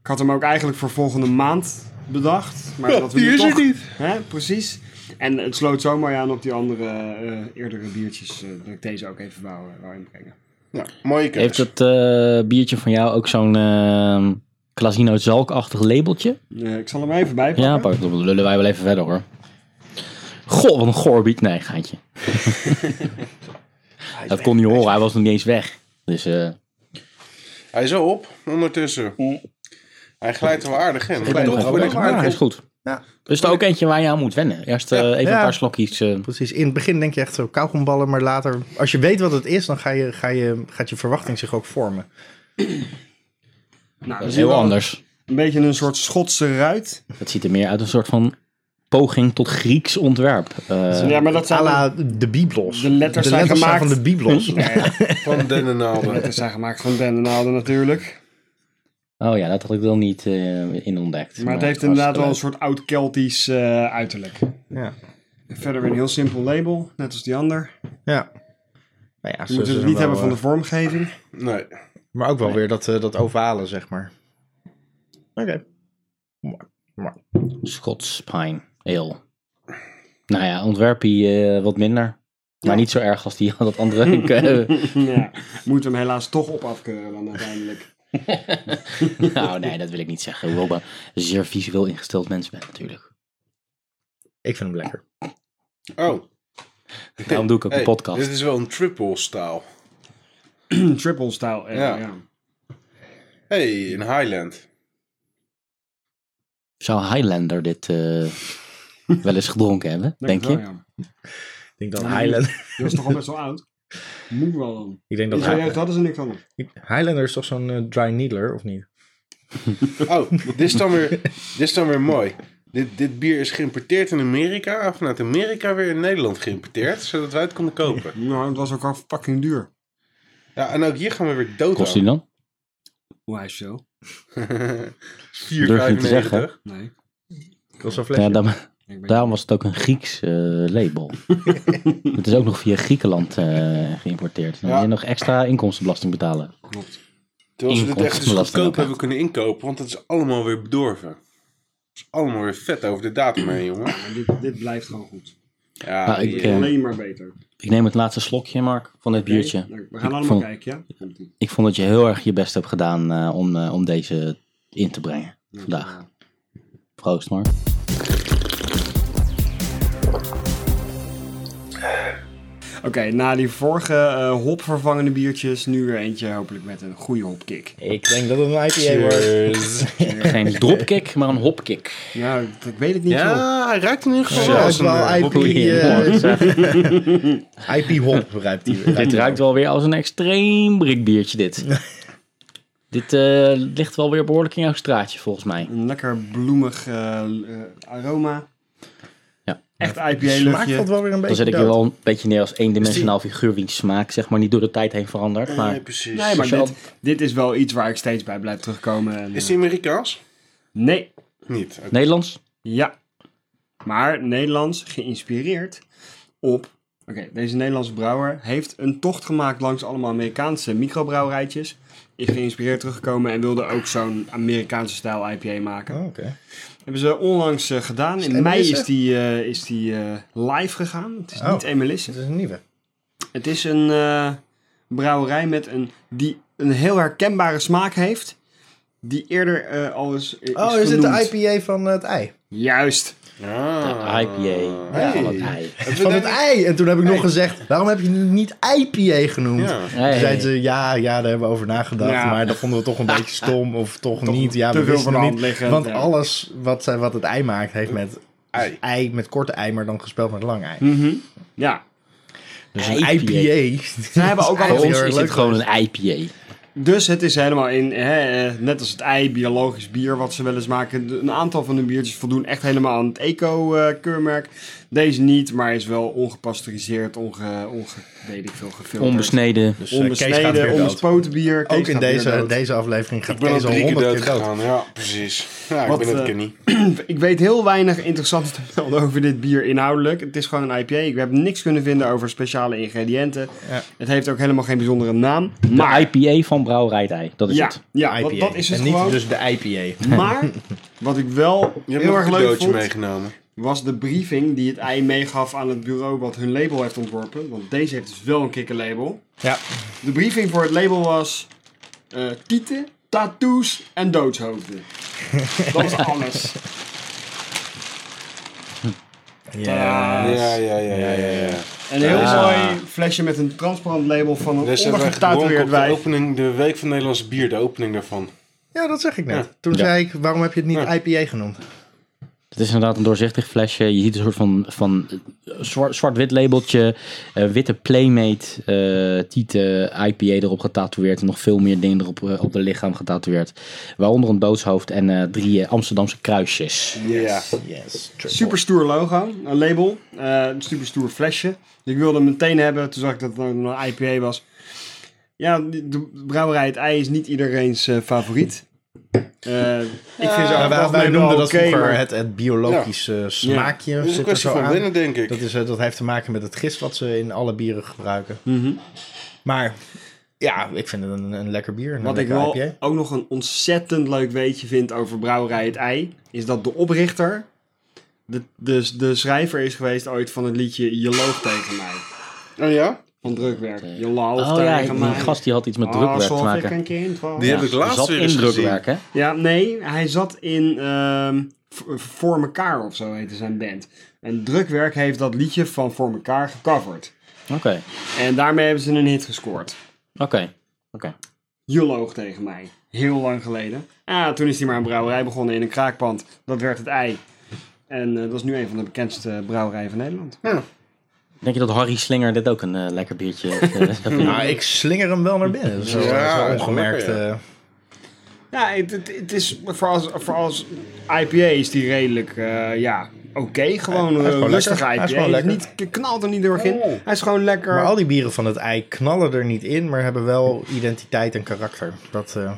Speaker 2: Ik had hem ook eigenlijk voor volgende maand bedacht. Maar dat we
Speaker 4: die
Speaker 2: nu
Speaker 4: is er
Speaker 2: toch-
Speaker 4: niet.
Speaker 2: Hè, precies. En het sloot zo mooi aan op die andere eh, eerdere biertjes. eh, dat ik deze ook even wou, eh, wou inbrengen.
Speaker 4: Ja, mooie keus.
Speaker 1: Heeft dat eh, biertje van jou ook zo'n eh Casino Zalk-achtig labeltje?
Speaker 2: Eh, ik zal hem even bijpakken. Nou,
Speaker 1: Ja, pak het op. Dan lullen wij wel even verder hoor. Goh, wat een goorbiet. Nee,
Speaker 3: [laughs]
Speaker 1: gaantje. dat kon niet horen, hij was nog niet eens weg. Dus eh,
Speaker 4: Hij is al op, ondertussen. Hij glijdt wel aardig in.
Speaker 1: ik ben nog
Speaker 4: Toch
Speaker 1: even
Speaker 4: ben ik
Speaker 1: bezig. Ja,
Speaker 4: aardig
Speaker 1: hij is
Speaker 4: in.
Speaker 1: goed.
Speaker 3: Ja.
Speaker 1: Dus er ook eentje waar je aan moet wennen. Eerst eh, even
Speaker 3: Ja.
Speaker 1: een paar slokjes. eh,
Speaker 3: Precies, in het begin denk je echt zo kauwgomballen, maar later, als je weet wat het is, dan ga je, ga je, gaat je verwachting zich ook vormen.
Speaker 2: Nou,
Speaker 1: dat is
Speaker 2: we zien
Speaker 1: heel
Speaker 2: wel
Speaker 1: anders.
Speaker 2: Een beetje een soort Schotse ruit.
Speaker 1: Het ziet er meer uit een soort van poging tot Grieks ontwerp. Eh,
Speaker 2: ja, maar dat zijn
Speaker 3: à la de Biblos.
Speaker 2: de letters zijn gemaakt.
Speaker 3: van de Biblos.
Speaker 4: Van [laughs] dennennaalden.
Speaker 2: Het zijn gemaakt van dennennaalden natuurlijk.
Speaker 1: Oh ja, dat had ik wel niet eh, in ontdekt.
Speaker 2: Maar het heeft
Speaker 1: was
Speaker 2: inderdaad wel een
Speaker 1: leuk.
Speaker 2: soort oud-Keltisch eh, uiterlijk.
Speaker 3: ja.
Speaker 2: Verder weer een heel simpel label, net als die ander.
Speaker 3: ja. Nou ja,
Speaker 2: We
Speaker 3: zo
Speaker 2: moeten
Speaker 3: is
Speaker 2: het
Speaker 3: er
Speaker 2: niet
Speaker 3: wel,
Speaker 2: hebben van de
Speaker 3: eh,
Speaker 2: vormgeving.
Speaker 4: Nee.
Speaker 3: Maar ook wel weer dat, eh, dat ovale, zeg maar. Oké.
Speaker 1: Scots Pine Ale. Nou ja, ontwerpie eh, wat minder. Maar niet zo erg als die [laughs] dat
Speaker 2: [laughs]
Speaker 1: andere. Ik, eh,
Speaker 2: Ja, moeten we hem helaas toch op afkeuren dan uiteindelijk.
Speaker 1: nou nee, dat wil ik niet zeggen. Hoewel ik een zeer visueel ingesteld mens ben
Speaker 2: [laughs]
Speaker 1: natuurlijk.
Speaker 3: Ik vind hem lekker.
Speaker 4: Oh.
Speaker 1: Daarom doe ik ook een
Speaker 4: Hey,
Speaker 1: podcast.
Speaker 4: Dit is wel een triple staal.
Speaker 2: Triple style. eh,
Speaker 4: Ja.
Speaker 2: ja.
Speaker 4: Hey, een Highland.
Speaker 1: Zou Highlander dit eh,
Speaker 2: [laughs]
Speaker 1: wel eens gedronken hebben, denk,
Speaker 2: het
Speaker 1: je?
Speaker 2: wel, ja.
Speaker 3: Ik denk dat Highland...
Speaker 2: Dat is toch al best wel oud? Moet wel dan.
Speaker 3: [laughs] Ik denk
Speaker 2: In
Speaker 3: dat
Speaker 2: zijn
Speaker 3: Hi-
Speaker 2: jeugd hadden ze niks anders.
Speaker 3: Highlander is toch zo'n eh, dry needler, of niet?
Speaker 4: Oh, dit is dan weer, dit is dan weer mooi. Dit, dit bier is geïmporteerd in Amerika. En vanuit Amerika weer in Nederland geïmporteerd. Zodat wij het konden kopen.
Speaker 2: Nou, het was ook al fucking duur.
Speaker 4: Ja, en ook hier gaan we weer dood
Speaker 1: Kost die
Speaker 4: aan.
Speaker 1: dan?
Speaker 2: Hoe hij is zo.
Speaker 4: 4,95.
Speaker 1: Durf je niet te zeggen.
Speaker 2: Nee.
Speaker 3: Dat is een
Speaker 1: Ja,
Speaker 3: flesje.
Speaker 1: daarom,
Speaker 2: Ik ben...
Speaker 1: daarom was het ook een Grieks eh,
Speaker 2: [laughs]
Speaker 1: label. het is ook nog via Griekenland eh, geïmporteerd. Dan
Speaker 4: Ja.
Speaker 1: moet je nog extra inkomstenbelasting betalen.
Speaker 4: Terwijl ze dit echt dus
Speaker 1: Inkomstenbelasting
Speaker 4: goedkoop
Speaker 1: ook, hè?
Speaker 4: hebben kunnen inkopen. Want het is allemaal weer bedorven. Het is allemaal weer vet over de datum heen, jongen.
Speaker 2: Maar dit, dit blijft gewoon goed.
Speaker 4: Ja,
Speaker 1: Nou,
Speaker 4: die,
Speaker 1: ik,
Speaker 4: eh,
Speaker 1: eh,
Speaker 2: Alleen maar beter.
Speaker 1: Ik neem het laatste slokje, Mark, van dit biertje.
Speaker 2: Nee, We gaan
Speaker 1: Ik
Speaker 2: allemaal
Speaker 1: vond-
Speaker 2: kijken, ja? Komt-ie.
Speaker 1: Ik vond dat je heel erg je best hebt gedaan eh, om, eh, om deze in te brengen vandaag. Proost, Mark.
Speaker 2: Oké, na die vorige eh, hopvervangende biertjes, nu weer eentje hopelijk met een goede hopkick.
Speaker 3: Ik denk dat het een IPA wordt.
Speaker 4: Cheers.
Speaker 1: Geen dropkick, maar een hopkick.
Speaker 2: Ja, ik- ik weet het niet zo.
Speaker 4: Ja, hij ruikt in ieder geval
Speaker 3: Ja,
Speaker 4: wel
Speaker 3: het is
Speaker 4: als een, eh,
Speaker 3: wel IP... eh, IP hop ruikt hij weer.
Speaker 1: Dit ruikt wel weer als een extreem brikbiertje,
Speaker 3: [laughs]
Speaker 1: dit. dit eh, ligt wel weer behoorlijk in jouw straatje, volgens mij.
Speaker 2: Een lekker bloemig eh, eh, aroma.
Speaker 1: Ja.
Speaker 2: Echt
Speaker 3: Smaak valt
Speaker 2: IPA-luchtje.
Speaker 3: wel weer een beetje
Speaker 1: Dan zet ik je
Speaker 3: dood.
Speaker 1: wel een beetje neer als eendimensionaal figuur wiens smaak, zeg maar, niet door de tijd heen verandert. Maar
Speaker 4: eh, Nee, precies.
Speaker 2: Nee, maar
Speaker 1: Speciaal.
Speaker 2: dit, dit is wel iets waar ik steeds bij blijf terugkomen. En,
Speaker 4: Is
Speaker 2: eh,
Speaker 4: die Amerikaans?
Speaker 2: Nee,
Speaker 4: Niet. Oké.
Speaker 1: Nederlands?
Speaker 2: ja. Maar Nederlands geïnspireerd op... Oké, deze Nederlandse brouwer heeft een tocht gemaakt langs allemaal Amerikaanse microbrouwerijtjes. geïnspireerd teruggekomen en wilden ook zo'n Amerikaanse stijl IPA maken.
Speaker 3: Oh, Oké.
Speaker 2: Hebben ze onlangs eh, gedaan.
Speaker 3: het
Speaker 2: In mei
Speaker 3: Emelisse?
Speaker 2: is die, eh, is die eh, live gegaan. Het is
Speaker 3: Oh.
Speaker 2: niet Emelisse.
Speaker 3: Dit is een nieuwe.
Speaker 2: Het is een eh, brouwerij met een, die een heel herkenbare smaak heeft. Die eerder eh, al is, is
Speaker 3: Oh, is dit
Speaker 2: genoemd.
Speaker 3: de IPA van het ei?
Speaker 2: Juist.
Speaker 3: Ah,
Speaker 1: De IPA van het ei.
Speaker 3: Van het ei. En toen heb ik nog gezegd, waarom heb je het niet IPA genoemd?
Speaker 4: Ja.
Speaker 1: Hey.
Speaker 3: Toen zeiden ze, ja, ja, daar hebben we over nagedacht.
Speaker 2: Ja.
Speaker 3: Maar dat vonden we toch een beetje stom. Of toch,
Speaker 2: Toch
Speaker 3: niet. Ja,
Speaker 2: te
Speaker 3: we
Speaker 2: veel
Speaker 3: wisten
Speaker 2: van de
Speaker 3: het
Speaker 2: hand
Speaker 3: niet.
Speaker 2: liggend,
Speaker 3: Want
Speaker 2: ja.
Speaker 3: alles wat, zij- wat het ei maakt, heeft met
Speaker 4: Ei.
Speaker 3: ei, met korte ei, maar dan gespeeld met lang ei.
Speaker 2: Mhm. Ja.
Speaker 3: Dus een
Speaker 1: IPA.
Speaker 3: IPA.
Speaker 2: Ze
Speaker 3: [laughs]
Speaker 2: hebben ook
Speaker 1: Voor
Speaker 2: al
Speaker 3: Heel
Speaker 1: ons
Speaker 3: erg
Speaker 1: is
Speaker 3: leuk
Speaker 1: het gewoon een IPA.
Speaker 2: Dus het is helemaal in, hè, eh, net als het ei, biologisch bier wat ze wel eens maken. De- Een aantal van hun biertjes voldoen echt helemaal aan het eco-keurmerk. Deze niet, maar is wel ongepasteuriseerd, onge, onge, weet ik veel, gefilterd.
Speaker 1: Onbesneden.
Speaker 3: Dus, eh, Kees gaat weer
Speaker 2: Onbesneden,
Speaker 3: dood.
Speaker 2: onbespoten bier. Kees
Speaker 3: Ook in
Speaker 2: gaat weer
Speaker 3: deze,
Speaker 2: dood.
Speaker 3: deze aflevering gaat
Speaker 4: Ik ben al
Speaker 3: Kees al
Speaker 4: drie keer
Speaker 3: honderd
Speaker 4: dood
Speaker 3: keer dood.
Speaker 4: gegaan. Ja, precies. Ja,
Speaker 2: Wat,
Speaker 4: ik ben het
Speaker 2: eh,
Speaker 4: Kenny.
Speaker 2: Ik weet heel weinig interessants te melden over dit bier inhoudelijk. Het is gewoon een IPA. Ik heb niks kunnen vinden over speciale ingrediënten.
Speaker 3: Ja.
Speaker 2: Het heeft ook helemaal geen bijzondere naam.
Speaker 1: De IPA van Brouwerij het Ei. Dat
Speaker 3: Dus
Speaker 1: is
Speaker 2: Ja,
Speaker 1: het.
Speaker 2: ja
Speaker 3: IPA.
Speaker 2: dat, dat is het
Speaker 3: en niet
Speaker 2: gewoon.
Speaker 3: dus de IPA.
Speaker 2: Maar wat ik wel
Speaker 4: Je hebt
Speaker 2: heel
Speaker 4: nog
Speaker 2: erg
Speaker 4: een
Speaker 2: leuk
Speaker 4: cadeautje
Speaker 2: vond,
Speaker 4: meegenomen.
Speaker 2: was de briefing die het ei meegaf aan het bureau wat hun label heeft ontworpen. Want deze heeft dus wel een kikkerlabel.
Speaker 3: Ja.
Speaker 2: De briefing voor het label was eh tieten, tattoos en
Speaker 4: [laughs]
Speaker 2: doodshoofden. Dat is alles.
Speaker 3: Ja.
Speaker 4: Ja, ja, ja, ja, ja. ja.
Speaker 2: Ah. Een heel
Speaker 1: Ah.
Speaker 2: mooi flesje met een transparant label van een
Speaker 4: Dus hebben wij gedronken
Speaker 2: ondergetatoeëerd
Speaker 4: op de,
Speaker 2: wijf.
Speaker 4: opening, de Week van Nederlands Bier, de opening daarvan.
Speaker 3: ja, dat zeg ik net.
Speaker 4: Ja.
Speaker 3: Toen
Speaker 1: Ja.
Speaker 3: zei ik, waarom heb je het niet
Speaker 4: Ja.
Speaker 3: IPA genoemd?
Speaker 1: Het is inderdaad een doorzichtig flesje. Je ziet een soort van, van zwart- zwart-wit labeltje. eh, witte Playmate eh tieten IPA erop getatoeëerd. En nog veel meer dingen erop eh, op de lichaam getatoeëerd. Waaronder een doodshoofd en eh, drie eh, Amsterdamse kruisjes.
Speaker 4: Ja.
Speaker 3: Yes.
Speaker 2: Super stoer logo, een label, eh, een super stoer flesje. Ik wilde hem meteen hebben, toen zag ik dat het een IPA was. Ja, de brouwerij Het Ei is niet iedereen's eh, favoriet. Eh, ik vind ze over
Speaker 3: Ja,
Speaker 2: het
Speaker 3: wij, wij
Speaker 2: algemeen wel
Speaker 3: noemden dat
Speaker 2: oké,
Speaker 3: vroeger
Speaker 2: maar-
Speaker 3: het, het biologische smaakje.
Speaker 4: Dat is een
Speaker 3: zit er
Speaker 4: kwestie
Speaker 3: zo
Speaker 4: van
Speaker 3: aan.
Speaker 4: winnen, denk ik.
Speaker 3: Dat, is, eh, dat heeft te maken met het gist wat ze in alle bieren gebruiken.
Speaker 2: Mhm.
Speaker 3: Maar ja, ik vind het een, een lekker bier. Een
Speaker 2: Wat ik
Speaker 3: lekker
Speaker 2: wel
Speaker 3: IPA.
Speaker 2: ook nog een ontzettend leuk weetje vind over Brouwerij Het Ei, is dat de oprichter de, de, de schrijver is geweest ooit van het liedje Je looft tegen mij.
Speaker 4: Oh ja?
Speaker 2: Van drukwerk. Je looft
Speaker 1: Oh ja,
Speaker 2: tegen
Speaker 1: die
Speaker 2: mij. Oh,
Speaker 1: gast die had iets met
Speaker 4: Oh,
Speaker 1: drukwerk te
Speaker 2: Alsof ik
Speaker 1: maken.
Speaker 2: een kind was.
Speaker 4: Die heb ik laatst
Speaker 1: zat
Speaker 4: weer
Speaker 1: in
Speaker 4: eens
Speaker 1: drukwerk, hè?
Speaker 2: Ja, nee, hij zat in ehm, V- Voor Mekaar of zo heette zijn band. En Drukwerk heeft dat liedje van Voor Mekaar gecoverd.
Speaker 1: Oké,
Speaker 2: En daarmee hebben ze een hit gescoord.
Speaker 1: oké. oké.
Speaker 2: Je loog tegen mij. Heel lang geleden. Ah, toen is hij maar een brouwerij begonnen in een kraakpand. Dat werd het ei. En eh, dat is nu een van de bekendste brouwerijen van Nederland.
Speaker 1: Denk je dat Harry Slinger dit ook een eh, lekker biertje [laughs] heeft? eh,
Speaker 3: Nou, ik slinger hem wel naar binnen. Zo,
Speaker 4: Ja,
Speaker 3: zo
Speaker 4: dat is
Speaker 3: ongemerkt.
Speaker 4: lekker,
Speaker 3: eh,
Speaker 2: Ja, het, het, het is voor als, voor als IPA is die redelijk, eh, ja, oké. Gewoon
Speaker 3: Hij is
Speaker 2: een
Speaker 3: gewoon
Speaker 2: rustige
Speaker 3: lekker. Hij
Speaker 2: IPA.
Speaker 3: is gewoon
Speaker 2: Hij is
Speaker 3: lekker. Oh.
Speaker 2: niet, knalt er niet door in. Hij is gewoon lekker.
Speaker 3: maar al die bieren van het ei knallen er niet in, maar hebben wel identiteit en karakter. Dat, eh,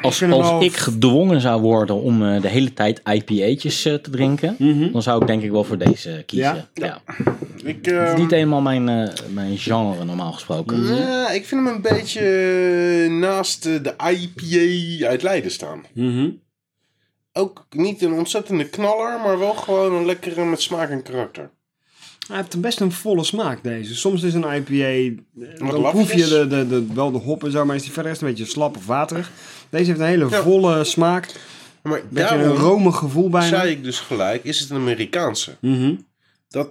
Speaker 1: Als,
Speaker 2: vind hem
Speaker 1: als
Speaker 2: wel-
Speaker 1: ik gedwongen zou worden om eh, de hele tijd IPA'tjes eh, te drinken, dan zou ik denk ik wel voor deze kiezen. Ja.
Speaker 4: Ik,
Speaker 1: Het
Speaker 4: ehm,
Speaker 1: is niet helemaal mijn, eh, mijn genre normaal gesproken.
Speaker 4: nou, ik vind hem een beetje eh, naast eh, de IPA uit Leiden staan.
Speaker 2: Mhm.
Speaker 4: Ook niet een ontzettende knaller, maar wel gewoon een lekkere met smaak en karakter.
Speaker 2: Hij heeft best een volle smaak deze. Soms is een IPA, eh,
Speaker 4: Wat
Speaker 2: dan
Speaker 4: lapjes.
Speaker 2: proef je de, de, de, wel de hop en zo, maar is die verder is een beetje slap of waterig. Deze heeft een hele volle smaak.
Speaker 4: Maar
Speaker 2: Beetje een
Speaker 4: daarom
Speaker 2: romig gevoel bijna.
Speaker 4: zei ik dus gelijk, is het een Amerikaanse?
Speaker 2: Mhm.
Speaker 4: Dat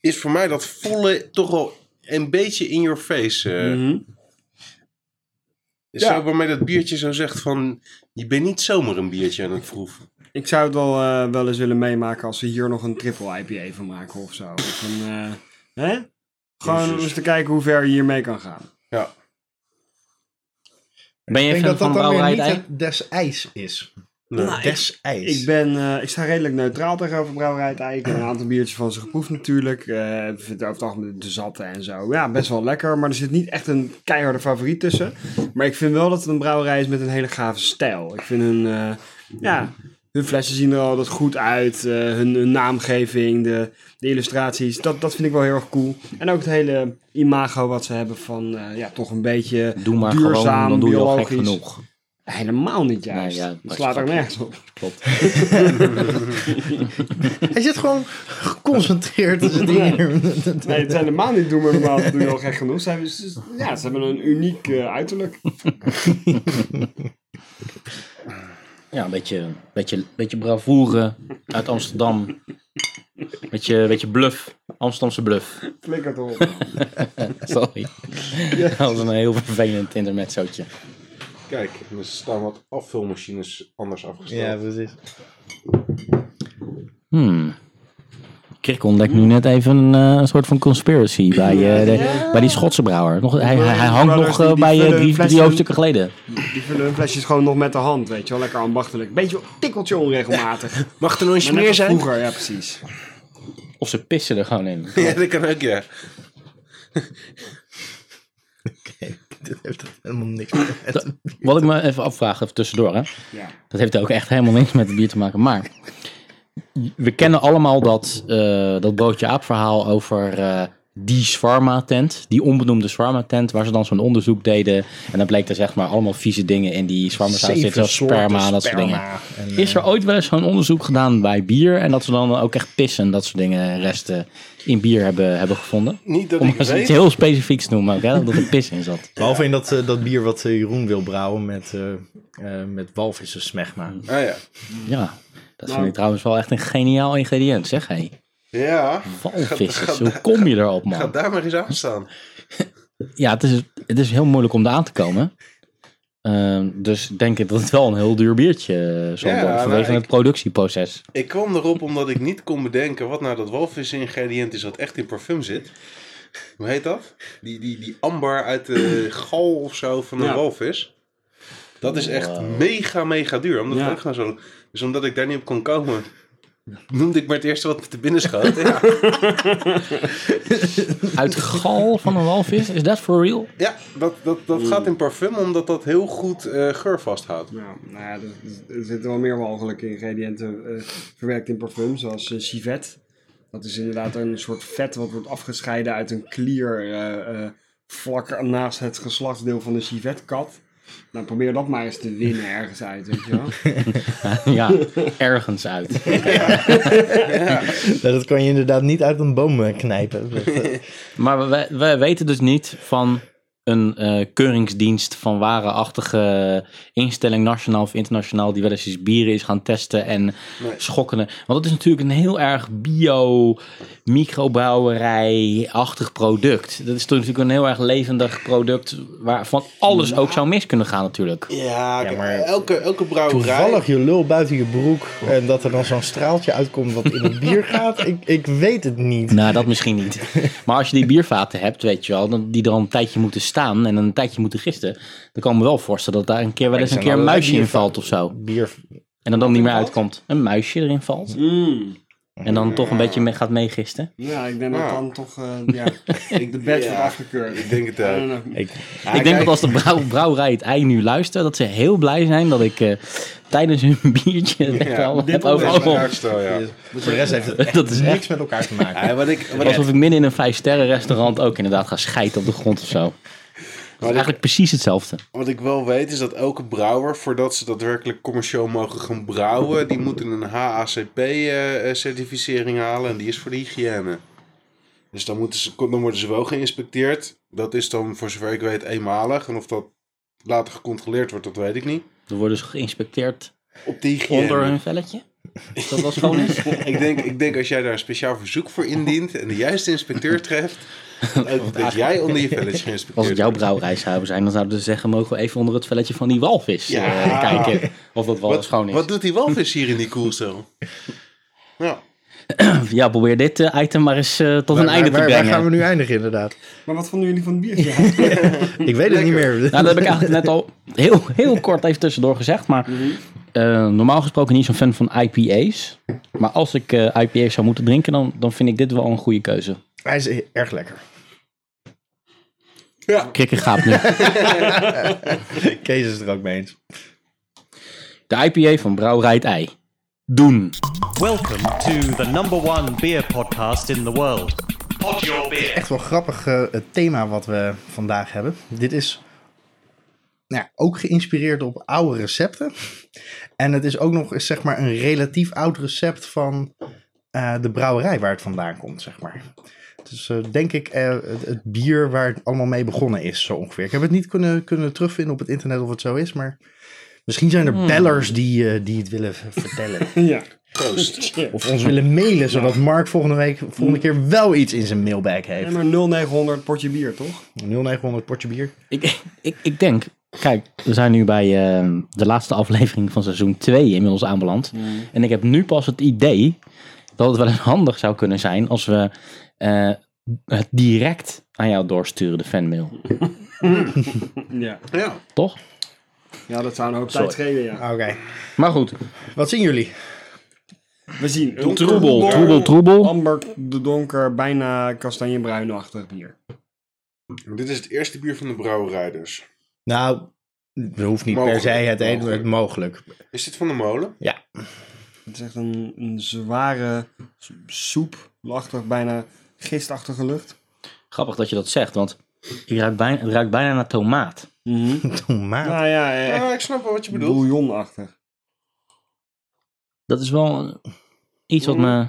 Speaker 4: is voor mij dat volle toch wel een beetje in your face. eh,
Speaker 2: Mhm.
Speaker 4: Is
Speaker 2: Ja.
Speaker 4: ook waarmee dat biertje zo zegt van... Je bent niet zomaar een biertje aan het proeven.
Speaker 2: Ik zou het wel, eh, wel eens willen meemaken als ze hier nog een triple IPA van maken of zo. Of een, eh, hè? Gewoon om
Speaker 4: Jezus.
Speaker 2: eens te kijken hoe ver je hiermee kan gaan.
Speaker 4: Ja.
Speaker 1: Ben
Speaker 3: ik
Speaker 1: je fan
Speaker 3: denk dat
Speaker 1: van
Speaker 3: dat dan weer
Speaker 1: Brouwerij Nou, het
Speaker 3: niet
Speaker 1: Ei?
Speaker 3: het des ijs is.
Speaker 4: Nee.
Speaker 2: Nou.
Speaker 3: des ijs.
Speaker 2: Ik, ben, eh, ik sta redelijk neutraal tegenover Brouwerij het Ei.
Speaker 1: [clears throat]
Speaker 2: Ik heb een aantal biertjes van ze geproefd natuurlijk. Eh, Ik vind het over het algemeen de zatte en zo. Ja, best wel lekker. Maar er zit niet echt een keiharde favoriet tussen. Maar ik vind wel dat het een brouwerij is met een hele gave stijl. Ik vind hun... eh, ja, Hun flessen zien er altijd goed uit. eh, hun, hun naamgeving, de, de illustraties. Dat, dat vind ik wel heel erg cool. En ook het hele imago wat ze hebben van eh, ja, toch een beetje
Speaker 1: Doe maar
Speaker 2: eh, duurzaam,
Speaker 1: gewoon, dan doe je al gek
Speaker 2: biologisch.
Speaker 1: genoeg.
Speaker 2: Helemaal niet juist.
Speaker 1: Nee, ja,
Speaker 2: dat slaat er
Speaker 1: grapje.
Speaker 2: nergens op.
Speaker 1: Klopt.
Speaker 3: Hij zit gewoon
Speaker 1: [laughs]
Speaker 3: geconcentreerd in zijn
Speaker 2: Nee.
Speaker 3: dingen.
Speaker 2: Nee, het is helemaal niet doen maar normaal. Dat doe je al gek genoeg. Ze hebben, ze- ja, ze hebben een uniek eh, uiterlijk.
Speaker 1: Ja, een beetje, beetje, beetje bravoure uit Amsterdam. Beetje, beetje bluff. Amsterdamse bluff.
Speaker 2: Flikkert op.
Speaker 1: Sorry. [laughs] Dat was een heel vervelend internetzootje.
Speaker 4: Kijk, er staan wat afvulmachines anders
Speaker 3: [laughs]
Speaker 4: afgesteld.
Speaker 3: Ja, precies.
Speaker 1: Hmm. Kirk ontdekt nu net even een eh, soort van conspiracy bij, eh, de- bij die Schotse brouwer. Nog, hij, hij, hij hangt nog eh, bij eh, drie, drie hoofdstukken geleden.
Speaker 2: Die vullen hun flesjes gewoon nog met de hand, weet je wel. Lekker ambachtelijk. Beetje tikkeltje [laughs] onregelmatig. Maar
Speaker 4: Mag er nog eens
Speaker 2: net
Speaker 4: meer
Speaker 2: als
Speaker 4: zijn?
Speaker 2: Vroeger, ja precies.
Speaker 1: Of ze pissen er gewoon in.
Speaker 4: [laughs] Ja, dat kan ook, ja.
Speaker 3: Oké, dit heeft helemaal niks meer met-
Speaker 1: Wat ik me even afvraag, even tussendoor. Hè.
Speaker 2: Ja.
Speaker 1: Dat heeft ook echt helemaal niks met het bier te maken. Maar we kennen allemaal dat, eh, dat broodje aap verhaal over eh, die Swarma tent. Die onbenoemde Swarma tent waar ze dan zo'n onderzoek deden. En dan bleek er zeg maar allemaal vieze dingen in die Swarma zaten zitten. Zoals sperma, dat soort dingen.
Speaker 3: En, eh,
Speaker 1: Is er ooit wel eens zo'n onderzoek gedaan bij bier? En dat ze dan ook echt pissen en dat soort dingen resten in bier hebben, hebben gevonden?
Speaker 4: Niet dat
Speaker 1: Om
Speaker 4: ik
Speaker 1: eens
Speaker 4: weet.
Speaker 1: iets heel specifieks te noemen ook, hè? Dat er pis in zat.
Speaker 3: Behalve in dat, eh, dat bier wat eh, Jeroen wil brouwen met, eh eh, met walvissen smegma.
Speaker 1: Mm.
Speaker 4: Ah ja.
Speaker 1: Ja, dat
Speaker 4: Nou.
Speaker 1: vind ik trouwens wel echt een geniaal ingrediënt, zeg hé.
Speaker 4: Ja.
Speaker 1: Walvissers, hoe kom je erop,
Speaker 4: Ga
Speaker 1: man?
Speaker 4: daar maar eens aan staan.
Speaker 1: Ja, het is, het is heel moeilijk om eraan te komen. Ehm, dus denk ik dat het wel een heel duur biertje eh, zal
Speaker 4: Ja,
Speaker 1: worden
Speaker 4: maar
Speaker 1: vanwege
Speaker 4: ik-
Speaker 1: het productieproces.
Speaker 4: Ik kwam erop omdat ik niet kon bedenken wat nou dat walvis-ingrediënt is dat echt in parfum zit. Hoe heet dat? Die, die, die amber uit [clears throat] de gal of zo van een
Speaker 2: Ja.
Speaker 4: walvis. Dat is echt mega, mega duur. Omdat
Speaker 2: Ja.
Speaker 4: het ook nou zo, dus omdat ik daar niet op kon komen, noemde ik maar het eerste wat me te binnen [laughs] schoot. Ja,
Speaker 1: Uit gal van een walvis, is dat for real?
Speaker 4: ja dat, dat, dat gaat in parfum omdat dat heel goed eh, geur vasthoudt.
Speaker 2: Nou, nou ja, er- er zitten wel meer walgelijke ingrediënten eh, verwerkt in parfum, zoals eh, civet. Dat is inderdaad een soort vet wat wordt afgescheiden uit een klier eh, eh, vlak naast het geslachtsdeel van de civetkat. Nou, probeer dat maar eens te winnen ergens uit, weet je wel.
Speaker 1: ja,
Speaker 4: [laughs]
Speaker 1: ergens uit.
Speaker 3: Nou, dat kan je inderdaad niet uit een boom eh, knijpen. Dat, [laughs] eh,
Speaker 1: Maar we, we weten dus niet van een eh, keuringsdienst van warenachtige instelling, nationaal of internationaal, die wel eens eens bieren is gaan testen en schokkende. Want het is natuurlijk een heel erg bio-microbrouwerij-achtig product. Dat is toch natuurlijk een heel erg levendig product waarvan alles ook zou mis kunnen gaan natuurlijk.
Speaker 4: Ja,
Speaker 3: kijk, maar-
Speaker 4: elke, elke brouwerij...
Speaker 3: toevallig je lul buiten je broek en dat er dan zo'n straaltje uitkomt wat in het
Speaker 1: [laughs]
Speaker 3: bier gaat. Ik, ik weet het niet.
Speaker 1: Nou, dat misschien niet. Maar als je die biervaten hebt, weet je wel, dan- die er al een tijdje moeten staan en een tijdje moeten gisten, dan kan ik me wel voorstellen dat daar een keer wel eens een
Speaker 3: zijn
Speaker 1: keer een
Speaker 3: allerlei
Speaker 1: muisje in
Speaker 3: biervaten.
Speaker 1: valt of zo.
Speaker 3: Bier,
Speaker 1: En dan dan niet meer uitkomt. Een muisje erin valt.
Speaker 4: Mm.
Speaker 1: En dan toch een beetje mee gaat meegisten.
Speaker 2: Ja, ik denk dat
Speaker 4: Ja.
Speaker 2: dan toch eh, ja, de bed
Speaker 4: Ja.
Speaker 2: wordt afgekeurd.
Speaker 4: Ik denk het
Speaker 2: I
Speaker 4: ook.
Speaker 2: don't know.
Speaker 3: ik,
Speaker 1: ik denk dat als de brouw, brouwerij het ei nu luistert, dat ze heel blij zijn dat ik eh, tijdens hun [laughs] biertje het echt wel heb
Speaker 4: Dat is
Speaker 1: over.
Speaker 4: mijn
Speaker 1: over-
Speaker 4: uitstel, ja.
Speaker 3: voor de rest heeft het echt
Speaker 1: [laughs] Dat is
Speaker 3: niks
Speaker 1: echt-
Speaker 3: met elkaar te maken.
Speaker 4: Ja, wat ik, wat ik-
Speaker 1: Alsof ik midden in een vijfsterren restaurant ook inderdaad ga scheiden op de grond of zo. Dat is eigenlijk precies hetzelfde.
Speaker 4: Wat ik wel weet is dat elke brouwer, voordat ze daadwerkelijk commercieel mogen gaan brouwen, die moeten een HACP-certificering eh, halen en die is voor de hygiëne. Dus dan, moeten ze, dan worden ze wel geïnspecteerd. Dat is dan, voor zover ik weet, eenmalig. En of dat later gecontroleerd wordt, dat weet ik niet.
Speaker 1: Er worden ze geïnspecteerd
Speaker 4: Op de hygiëne.
Speaker 1: onder hun velletje. Is dat wel schoon is?
Speaker 4: [laughs] ik, denk, ik denk als jij daar een speciaal verzoek voor indient en de juiste inspecteur treft, ook dat jij onder je velletje geïnspecteerd
Speaker 1: Als het jouw
Speaker 4: wordt.
Speaker 1: brouwerij zou zijn, dan zouden ze zeggen, mogen we even onder het velletje van die walvis
Speaker 4: Ja.
Speaker 1: eh, kijken. Of dat wel
Speaker 4: Wat,
Speaker 1: schoon is.
Speaker 4: wat doet die walvis hier in die koelcel? Ja.
Speaker 1: Ja, probeer dit eh, item maar eens eh, tot een
Speaker 3: Waar-
Speaker 1: einde te
Speaker 3: waar, waar
Speaker 1: brengen.
Speaker 3: gaan we nu eindigen inderdaad?
Speaker 2: Maar wat vonden jullie van het biertje?
Speaker 3: Ik weet het niet meer.
Speaker 1: Nou, dat heb ik eigenlijk net al heel, heel kort even tussendoor gezegd. Maar
Speaker 3: Mhm.
Speaker 1: eh, normaal gesproken niet zo'n fan van IPA's. Maar als ik eh, IPA's zou moeten drinken, dan, dan vind ik dit wel een goede keuze.
Speaker 3: Hij is erg lekker.
Speaker 1: Krikken gaat
Speaker 3: [laughs]
Speaker 1: nu.
Speaker 3: Kees is het er ook mee eens.
Speaker 1: De IPA van Brouwerij het Ei. doen.
Speaker 5: Welcome to the number one beer podcast in the world. Pod your beer.
Speaker 3: Echt wel grappig eh, het thema wat we vandaag hebben. Dit is nou ja, ook geïnspireerd op oude recepten. En het is ook nog eens zeg maar een relatief oud recept van eh, de brouwerij waar het vandaan komt, zeg maar. Het is eh, denk ik eh, het, het bier waar het allemaal mee begonnen is, zo ongeveer. Ik heb het niet kunnen, kunnen terugvinden op het internet of het zo is, maar misschien zijn er bellers die, eh, die het willen v- vertellen.
Speaker 2: Ja.
Speaker 4: Proost.
Speaker 3: Of ons willen mailen, zodat Mark volgende week volgende keer wel iets in zijn mailbag heeft.
Speaker 2: En maar 0900 potje bier, toch?
Speaker 3: 0900 potje bier.
Speaker 1: Ik, [laughs] ik, ik denk, kijk, we zijn nu bij eh, de laatste aflevering van seizoen 2 inmiddels aanbeland. En ik heb nu pas het idee dat het wel eens handig zou kunnen zijn als we eh, het direct aan jou doorsturen, de fanmail.
Speaker 2: Ja.
Speaker 4: Ja.
Speaker 1: Toch?
Speaker 2: Ja, dat zou een hoop tijd schelen, ja.
Speaker 3: Oké.
Speaker 1: Maar goed,
Speaker 3: Wat zien jullie?
Speaker 2: We zien een
Speaker 1: troebel, troebel, troebel.
Speaker 2: Amber de donker, bijna kastanjebruinachtig bier.
Speaker 4: Dit is het eerste bier van de brouwerij dus.
Speaker 3: Nou, het hoeft niet
Speaker 4: Mogelijk,
Speaker 3: per se het een,
Speaker 4: mogelijk.
Speaker 3: het mogelijk. [laughs]
Speaker 4: Is dit van de molen?
Speaker 3: Ja.
Speaker 2: Het is echt een, een zware soepachtig, bijna gistachtige lucht.
Speaker 1: Grappig dat je dat zegt, want ik ruik bijna, het ruikt bijna naar tomaat.
Speaker 3: Tomaat.
Speaker 2: Nou ja, echt
Speaker 4: Ah, ik snap wel wat je bedoelt.
Speaker 2: bouillonachtig.
Speaker 1: Dat is wel eh, iets wat me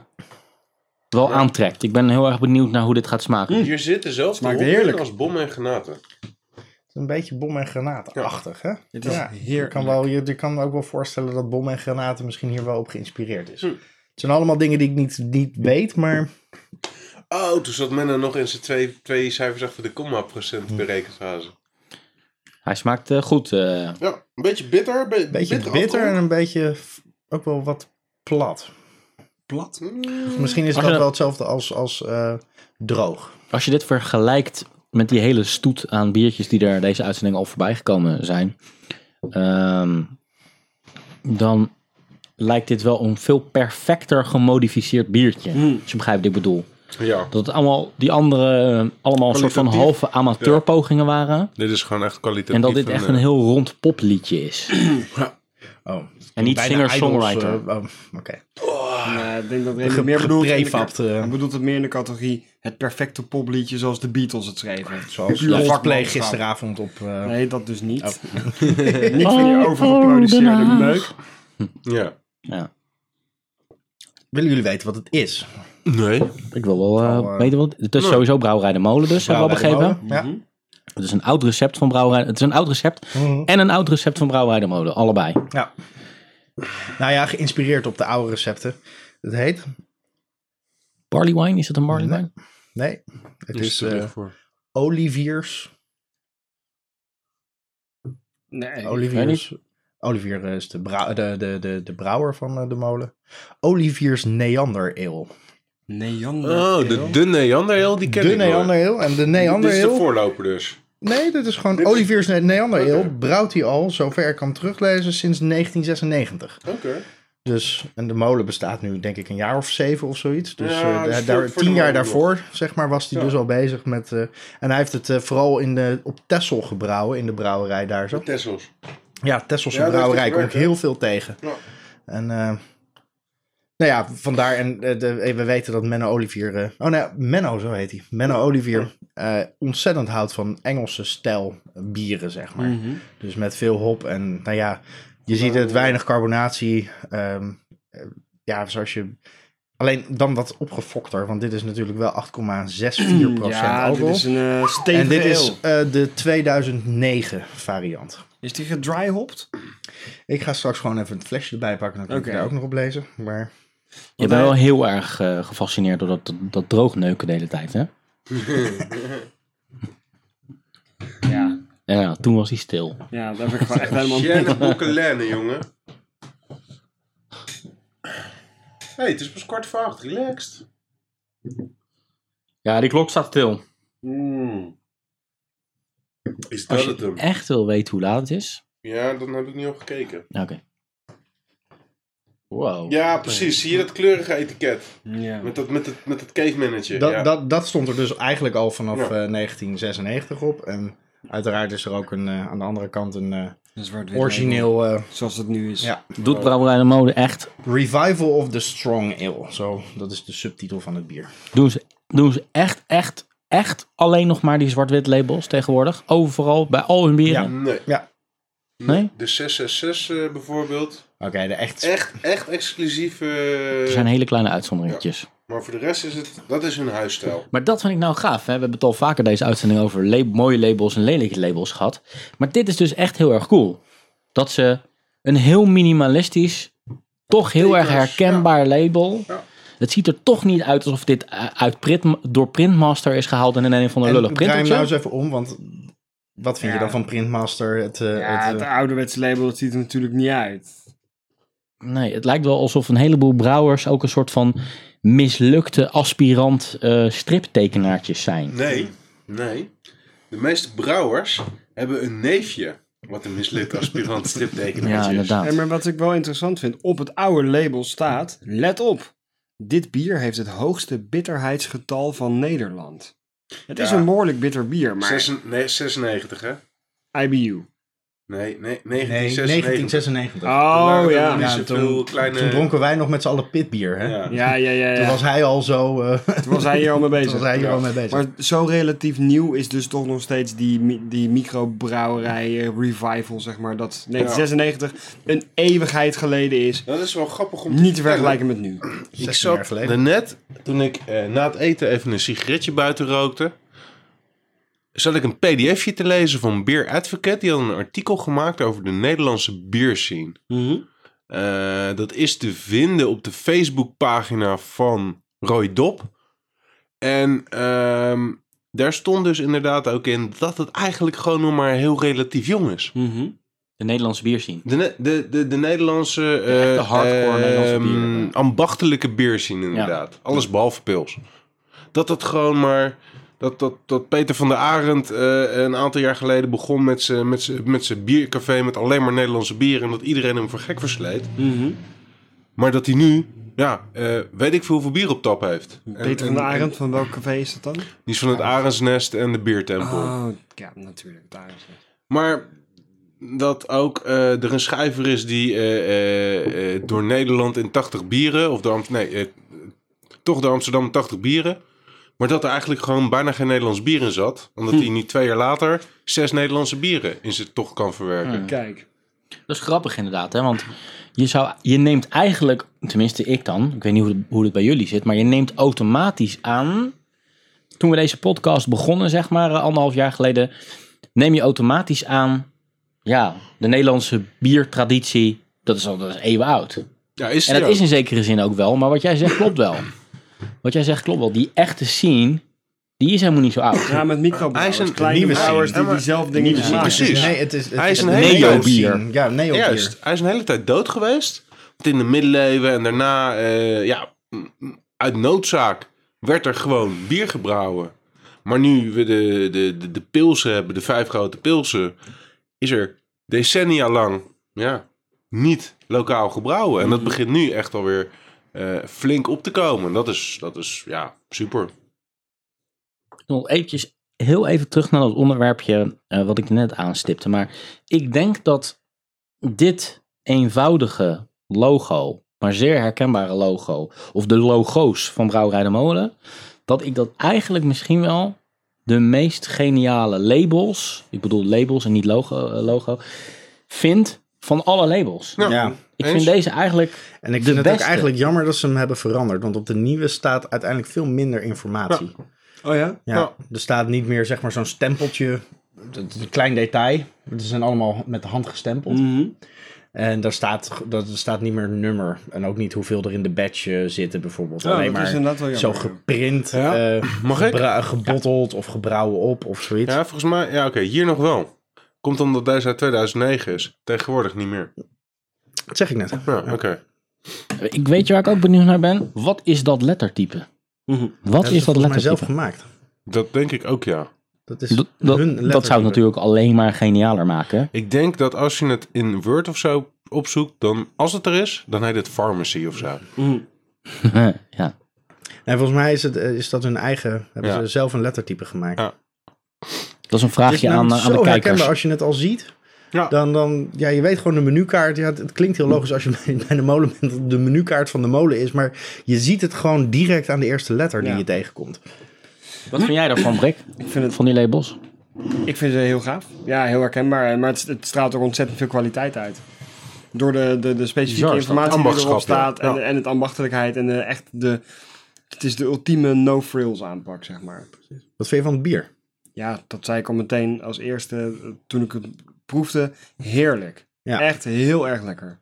Speaker 1: wel aantrekt. Ik ben heel erg benieuwd naar hoe dit gaat smaken.
Speaker 4: Hier zit dezelfde
Speaker 2: Smaakt
Speaker 4: hop in
Speaker 2: heerlijk.
Speaker 4: als bom en granaten.
Speaker 3: Een beetje bom- en granatenachtig, hè?
Speaker 2: Het is
Speaker 3: ja, je
Speaker 2: heerlijk.
Speaker 3: kan, wel, je, je kan me ook wel voorstellen dat bom en granaten misschien hier wel op geïnspireerd
Speaker 4: Hm.
Speaker 3: is. Het zijn allemaal dingen die ik niet, niet weet, maar
Speaker 4: Oh, toen zat men er nog in zijn twee, twee cijfers achter de komma
Speaker 1: Hm.
Speaker 4: procent berekenfase.
Speaker 1: Hij smaakt eh, goed. eh.
Speaker 4: Ja, een beetje bitter. Een
Speaker 3: een beetje bitter, en een beetje f- ook wel wat plat.
Speaker 2: Plat.
Speaker 4: Hm.
Speaker 3: Dus misschien
Speaker 1: Als
Speaker 3: is dat
Speaker 1: je
Speaker 3: wel
Speaker 1: dat-
Speaker 3: hetzelfde als, als eh, droog.
Speaker 1: Als je dit vergelijkt met die hele stoet aan biertjes die er deze uitzending al voorbij gekomen zijn, ehm, dan lijkt dit wel een veel perfecter gemodificeerd biertje. Als je begrijpt wat ik bedoel.
Speaker 4: Ja,
Speaker 1: Dat het allemaal, die andere eh, allemaal een soort van
Speaker 4: Kwalitatief.
Speaker 1: halve amateurpogingen waren.
Speaker 4: dit is gewoon echt kwalitatief. eh,
Speaker 1: En dat dit echt een heel rond popliedje is.
Speaker 3: Oh,
Speaker 1: En niet
Speaker 3: bijna
Speaker 1: singer-songwriter.
Speaker 3: idols, eh, oh, Oké.
Speaker 2: Nee, eh, ik denk dat Remy
Speaker 3: Ge-
Speaker 2: meer bedoelt in de,
Speaker 3: geprefapt, eh.
Speaker 2: hij bedoelt het meer in de categorie het perfecte popliedje zoals de Beatles het schreven.
Speaker 3: Zoals
Speaker 2: Puur
Speaker 3: Lost Play
Speaker 2: vakmanschap.
Speaker 3: gisteravond op... eh,
Speaker 2: Nee, dat dus niet. [laughs] niet van die overgeproduceerde meuk.
Speaker 4: Ja.
Speaker 1: ja.
Speaker 3: Willen jullie weten wat het is?
Speaker 4: Nee.
Speaker 1: Ik wil wel eh,
Speaker 3: Al, eh,
Speaker 1: weten wat. Het is sowieso Brouwerij de Molen, dus hebben we al
Speaker 3: Brouwerij de
Speaker 1: begrepen.
Speaker 3: Molen. Ja.
Speaker 4: Mhm.
Speaker 1: Het is een oud recept van Brouwerij. Het is een oud recept en een oud recept van Brouwerij de Molen, allebei.
Speaker 3: Ja. Nou ja, geïnspireerd op de oude recepten. Het heet.
Speaker 1: Barley wine, is het een barley wine?
Speaker 3: Nee, het is eh,
Speaker 4: voor.
Speaker 3: Oliviers.
Speaker 2: Nee.
Speaker 3: Oliviers. Olivier eh, is de, brou- de, de, de, de brouwer van eh, de molen. Oliviers Neander Ale.
Speaker 2: Neander.
Speaker 4: Oh, de, de Neander Ale, die ken
Speaker 3: De
Speaker 4: ik wel.
Speaker 3: Neander Ale. En de
Speaker 4: Dit
Speaker 3: Neander
Speaker 4: is de
Speaker 3: Ale.
Speaker 4: voorloper dus.
Speaker 3: Nee, dit is gewoon Oliviers Ne- Neander Ale. Brouwt hij al, zover ik kan teruglezen, sinds 1996.
Speaker 4: Oké.
Speaker 3: Dus, en de molen bestaat nu denk ik een jaar of zeven of zoiets. Dus
Speaker 4: Ja,
Speaker 3: eh,
Speaker 4: dat
Speaker 3: daar-
Speaker 4: is voor-
Speaker 3: daar,
Speaker 4: voor de
Speaker 3: tien jaar
Speaker 4: molen nog.
Speaker 3: daarvoor, zeg maar, was hij dus al bezig met... eh, en hij heeft het eh, vooral in de, op Tessel gebrouwen, in de brouwerij daar zo.
Speaker 4: Tessels.
Speaker 3: Ja, Tesselse
Speaker 4: Ja, dat
Speaker 3: brouwerij
Speaker 4: heeft
Speaker 3: kom
Speaker 4: hij
Speaker 3: ik
Speaker 4: gewerkt,
Speaker 3: heel veel tegen.
Speaker 4: Ja.
Speaker 3: En eh, nou ja, vandaar. En eh, de- eh, we weten dat Menno Olivier. eh, oh nee, Menno, zo heet hij. Menno Olivier eh, ontzettend houdt van Engelse stijl bieren, zeg maar.
Speaker 4: Mhm.
Speaker 3: Dus met veel hop en nou ja, je ziet het weinig carbonatie. ehm, eh, ja, zoals je. Alleen dan wat opgefokter, want dit is natuurlijk wel 8,64%
Speaker 2: Ja, dit
Speaker 3: alcohol.
Speaker 2: is een eh stevige
Speaker 3: en dit is
Speaker 2: ale.
Speaker 3: eh, de 2009 variant.
Speaker 2: Is die gedryhopt?
Speaker 3: Ik ga straks gewoon even het flesje erbij pakken. Dan kan
Speaker 2: Oké.
Speaker 3: ik daar ook nog op lezen. Maar
Speaker 1: Ik ben wel heel erg eh, gefascineerd door dat, dat, dat droogneuken de hele tijd, hè?
Speaker 2: Ja.
Speaker 1: En ja, toen was hij stil.
Speaker 2: Ja, daar heb ik gewoon echt helemaal...
Speaker 4: Jelle Boekelene, [laughs] jongen. Hé, hey, het is pas kwart voor acht. Relaxed.
Speaker 1: Ja, die klok staat stil.
Speaker 4: Mm. Is
Speaker 1: Als
Speaker 4: dat het
Speaker 1: je
Speaker 4: hem?
Speaker 1: echt wil weten hoe laat het is.
Speaker 4: Ja, dan heb ik niet op gekeken.
Speaker 1: Oké. Wow.
Speaker 4: Ja, precies. Zie je dat kleurige etiket?
Speaker 2: Ja.
Speaker 4: Met dat, met het, met het cavemanetje.
Speaker 3: dat,
Speaker 4: ja.
Speaker 3: dat, dat stond er dus eigenlijk al vanaf
Speaker 4: Ja.
Speaker 3: eh, 1996 op. En uiteraard is er ook een, eh, aan de andere kant een eh,
Speaker 2: Dus wordt weer
Speaker 3: Origineel eh,
Speaker 2: label, [laughs] Zoals het nu is.
Speaker 3: ja.
Speaker 1: Doet Brouwerij de Mode echt.
Speaker 3: Revival of the Strong Ale. Zo, dat is de subtitel van het bier.
Speaker 1: Doen ze, doen ze echt, echt, echt alleen nog maar die zwart-wit labels tegenwoordig. Overal, bij al hun bieren.
Speaker 4: Nee.
Speaker 3: Ja.
Speaker 1: Nee?
Speaker 4: De 666 eh, bijvoorbeeld.
Speaker 3: Oké, de echt.
Speaker 4: Echt, echt exclusief. eh,
Speaker 1: Er zijn hele kleine uitzonderingetjes.
Speaker 4: Maar voor de rest is het, dat is hun huisstijl.
Speaker 1: Maar dat vind ik nou gaaf. Hè? We hebben het al vaker deze uitzending over lab- mooie labels en lelijke labels gehad. Maar dit is dus echt heel erg cool. Dat ze een heel minimalistisch, toch heel erg
Speaker 4: Tekens,
Speaker 1: herkenbaar label.
Speaker 4: Ja.
Speaker 1: Het ziet er toch niet uit alsof dit eh, uit print, door Printmaster is gehaald en in een van de
Speaker 3: En
Speaker 1: lullig
Speaker 3: draai hem
Speaker 1: printertje.
Speaker 3: nou eens even om, want wat vind je
Speaker 2: Ja.
Speaker 3: dan van Printmaster? Het, eh,
Speaker 2: Ja,
Speaker 3: het,
Speaker 2: het
Speaker 3: eh,
Speaker 2: ouderwetse label dat ziet er natuurlijk niet uit.
Speaker 1: Nee, het lijkt wel alsof een heleboel brouwers ook een soort van mislukte aspirant eh, striptekenaartjes zijn.
Speaker 4: Nee, nee. De meeste brouwers hebben een neefje. Wat een mislukt aspirant striptekenaar
Speaker 1: Ja, inderdaad.
Speaker 2: Hey, maar wat ik wel interessant vind, op het oude label staat, let op, dit bier heeft het hoogste bitterheidsgetal van Nederland. Het is
Speaker 4: Ja.
Speaker 2: een behoorlijk bitter bier, maar
Speaker 4: 96, hè?
Speaker 2: IBU.
Speaker 4: Nee, nee,
Speaker 3: nee,
Speaker 4: 1996.
Speaker 3: 1996.
Speaker 2: Oh
Speaker 4: Toen
Speaker 2: ja.
Speaker 4: is
Speaker 3: Ja,
Speaker 4: er
Speaker 3: toen-
Speaker 4: veel kleine...
Speaker 3: Toen dronken wij nog met z'n allen pitbier, hè?
Speaker 4: eh, Ja.
Speaker 2: Ja, ja, ja.
Speaker 3: Toen
Speaker 2: ja.
Speaker 3: was hij al zo... eh,
Speaker 2: Toen was hij hier al mee bezig.
Speaker 3: [laughs] toen was hij hier al mee bezig.
Speaker 2: Maar zo relatief nieuw is dus toch nog steeds die, mi- die microbrouwerij eh, revival, zeg maar. Dat 1996 een eeuwigheid geleden is.
Speaker 4: Dat is wel grappig om
Speaker 2: Niet te
Speaker 4: vertellen.
Speaker 2: vergelijken met nu.
Speaker 4: Ik
Speaker 3: 16 jaar
Speaker 4: zat
Speaker 3: geleden.
Speaker 4: daarnet, toen ik eh, na het eten even een sigaretje buiten rookte, zat ik een pdfje te lezen van Beer Advocate. Die had een artikel gemaakt over de Nederlandse bierscene.
Speaker 5: Mm-hmm,
Speaker 4: Eh, dat is te vinden op de Facebookpagina van Roy Dop. En ehm, daar stond dus inderdaad ook in dat het eigenlijk gewoon nog maar heel relatief jong is.
Speaker 1: Mhm. De Nederlandse bier zien.
Speaker 4: De, ne- de, de, de Nederlandse... eh,
Speaker 1: echte hardcore
Speaker 4: ehm,
Speaker 1: Nederlandse bieren, ja.
Speaker 4: Ambachtelijke bier zien inderdaad. Alles behalve pils. Dat dat gewoon maar... Dat, dat, dat Peter van der Arend eh, een aantal jaar geleden begon met zijn met z'n- met z'n biercafé met alleen maar Nederlandse bier. En dat iedereen hem voor gek versleed.
Speaker 1: Mhm.
Speaker 4: Maar dat hij nu, ja, eh, weet ik veel hoeveel bier op tap heeft. En-
Speaker 2: Peter van
Speaker 4: en-
Speaker 2: de Arend, van welk café is dat dan?
Speaker 4: en Die is van het Arendsnest en de
Speaker 1: Ah,
Speaker 4: Biertempel.
Speaker 2: Oh, ja, natuurlijk. Daar is het.
Speaker 4: Maar dat ook eh, er een schrijver is die eh, eh, eh, door Nederland in 80 bieren, of door Amst- nee, eh, toch door Amsterdam in 80 bieren. Maar dat er eigenlijk gewoon bijna geen Nederlands bier in zat. Omdat
Speaker 1: Hm.
Speaker 4: hij nu twee jaar later zes Nederlandse bieren in zijn toch kan verwerken.
Speaker 1: Hm.
Speaker 2: Kijk.
Speaker 1: Dat is grappig inderdaad, hè? want je, zou, je neemt eigenlijk, tenminste ik dan, ik weet niet hoe het, hoe het bij jullie zit, maar je neemt automatisch aan, toen we deze podcast begonnen, zeg maar eh, anderhalf jaar geleden, neem je automatisch aan, ja, de Nederlandse biertraditie, dat is al dat is eeuwen oud.
Speaker 4: Ja, is
Speaker 1: En
Speaker 4: het
Speaker 1: dat is in zekere zin ook wel, maar wat jij zegt klopt wel. Wat jij zegt klopt wel, die echte scene, die is helemaal niet zo oud.
Speaker 2: Ja, met
Speaker 4: Hij is
Speaker 2: microbrouwers.
Speaker 4: een
Speaker 2: Kleine
Speaker 3: nieuwe
Speaker 2: brouwers
Speaker 4: scene.
Speaker 2: die
Speaker 4: Ja, maar-
Speaker 2: diezelfde dingen
Speaker 4: Ja,
Speaker 2: maken.
Speaker 4: precies.
Speaker 3: Nee, het is, het
Speaker 4: Hij is een
Speaker 3: het
Speaker 4: hele
Speaker 1: neo-bier.
Speaker 3: neo-scene. Ja, neo-bier.
Speaker 4: Juist, hij is een hele tijd dood geweest. Want in de middeleeuwen en daarna, eh, ja, m- m- uit noodzaak werd er gewoon bier gebrouwen. Maar nu we de, de, de, de pilsen hebben, de vijf grote pilsen, is er decennia lang ja, niet lokaal gebrouwen. En dat begint nu echt alweer eh, flink op te komen. En Dat is, dat is ja, super.
Speaker 1: nog eventjes heel even terug naar dat onderwerpje eh, wat ik net aanstipte. Maar ik denk dat dit eenvoudige logo, maar zeer herkenbare logo, of de logo's van Brouwerij de Molen, dat ik dat eigenlijk misschien wel de meest geniale labels, ik bedoel labels en niet logo, eh, logo vind van alle labels.
Speaker 4: Nou,
Speaker 3: Ja.
Speaker 1: ik
Speaker 4: eens.
Speaker 1: vind deze eigenlijk
Speaker 3: En ik
Speaker 1: de
Speaker 3: vind het ook
Speaker 1: beste.
Speaker 3: eigenlijk jammer dat ze hem hebben veranderd. Want op de nieuwe staat uiteindelijk veel minder informatie.
Speaker 2: Oh ja?
Speaker 3: Ja, er staat niet meer zeg maar zo'n stempeltje. Dat is een klein detail. Ze zijn allemaal met de hand gestempeld. En daar staat, dat, er staat niet meer een nummer. En ook niet hoeveel er in de badge eh, zitten bijvoorbeeld.
Speaker 2: Ja,
Speaker 3: Alleen
Speaker 2: dat is
Speaker 3: maar
Speaker 2: inderdaad wel
Speaker 3: zo
Speaker 2: jammer.
Speaker 3: geprint,
Speaker 2: Ja.
Speaker 3: eh,
Speaker 4: Mag ik?
Speaker 3: gebra- gebotteld of gebrouwen op of zoiets.
Speaker 4: Ja, volgens mij, ja, oké, hier nog wel. Komt omdat deze uit 2009 is. Tegenwoordig niet meer.
Speaker 3: Dat zeg ik net.
Speaker 4: Ja, oké.
Speaker 1: ik weet je waar ik ook benieuwd naar ben. Wat is dat lettertype? Wat
Speaker 3: Dat
Speaker 1: is dat
Speaker 3: volgens mij
Speaker 1: lettertype?
Speaker 3: zelf gemaakt.
Speaker 4: Dat denk ik ook, ja.
Speaker 3: Dat, is
Speaker 1: Dat, dat,
Speaker 3: hun
Speaker 1: dat zou
Speaker 3: lettertype.
Speaker 1: het natuurlijk alleen maar genialer maken.
Speaker 4: Ik denk dat als je het in Word of zo opzoekt, dan als het er is, dan heet het pharmacy of zo.
Speaker 1: [laughs] ja.
Speaker 3: Nee, volgens mij is, het, eh, is dat hun eigen... Hebben
Speaker 4: Ja.
Speaker 3: ze zelf een lettertype gemaakt.
Speaker 4: Ja.
Speaker 1: Dat is een
Speaker 3: Het is
Speaker 1: vraagje aan,
Speaker 3: namelijk
Speaker 1: eh, aan
Speaker 3: zo
Speaker 1: de kijkers.
Speaker 3: herkenbaar als je het al ziet.
Speaker 2: Ja.
Speaker 3: Dan, dan, ja, je weet gewoon de menukaart. Ja, het, het klinkt heel logisch als je [laughs] bij, bij de molen bent dat het de menukaart van de molen is. Maar je ziet het gewoon direct aan de eerste letter die
Speaker 2: Ja.
Speaker 3: je tegenkomt.
Speaker 1: Wat vind jij daarvan, Brik?
Speaker 2: Ik vind, het,
Speaker 1: Van die labels?
Speaker 2: ik vind het heel gaaf. Ja, heel herkenbaar. eh, Maar het, het straalt ook ontzettend veel kwaliteit uit. Door de, de, de specifieke
Speaker 1: Bizar,
Speaker 2: informatie die erop
Speaker 4: ambachtschap, ja.
Speaker 2: staat. En, en het ambachtelijkheid. En de, echt de... Het is de ultieme no-frills aanpak, zeg maar.
Speaker 3: Wat vind je van het bier?
Speaker 2: Ja, dat zei ik al meteen als eerste eh, toen ik het proefde. Heerlijk.
Speaker 3: Ja.
Speaker 2: Echt heel erg lekker.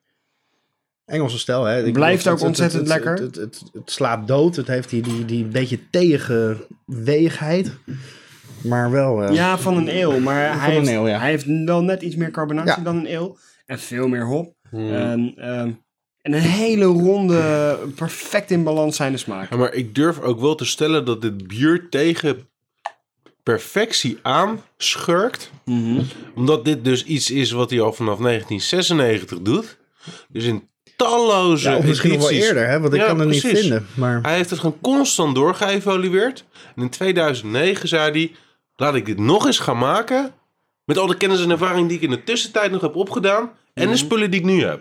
Speaker 3: Engelse stijl, hè? Ik
Speaker 2: Blijft
Speaker 3: bedoel,
Speaker 2: ook ontzettend
Speaker 3: het- het-
Speaker 2: lekker.
Speaker 3: Het, het, het- het slaapt dood. Het heeft die, die, die beetje tegenweegheid. Maar wel... eh,
Speaker 2: Ja, van een eeuw. Maar hij,
Speaker 3: een
Speaker 2: heeft,
Speaker 3: eeuw, ja.
Speaker 2: hij heeft wel net iets meer carbonatie
Speaker 3: Ja.
Speaker 2: dan een eeuw. En veel meer hop. En, ehm, en een hele ronde, perfect in balans zijnde smaak.
Speaker 4: Ja, maar ik durf ook wel te stellen dat dit bier tegen perfectie aanschurkt. Omdat dit dus iets is wat hij al vanaf 1996 doet. Dus in talloze
Speaker 3: Ja, of misschien nog wel
Speaker 4: edities.
Speaker 3: eerder, hè? Want ik
Speaker 4: Ja,
Speaker 3: kan het niet
Speaker 4: precies.
Speaker 3: vinden. Maar...
Speaker 4: Hij heeft het gewoon constant doorgeëvalueerd. En in 2009 zei hij, laat ik dit nog eens gaan maken. Met al de kennis en ervaring die ik in de tussentijd nog heb opgedaan. En de spullen die ik nu heb.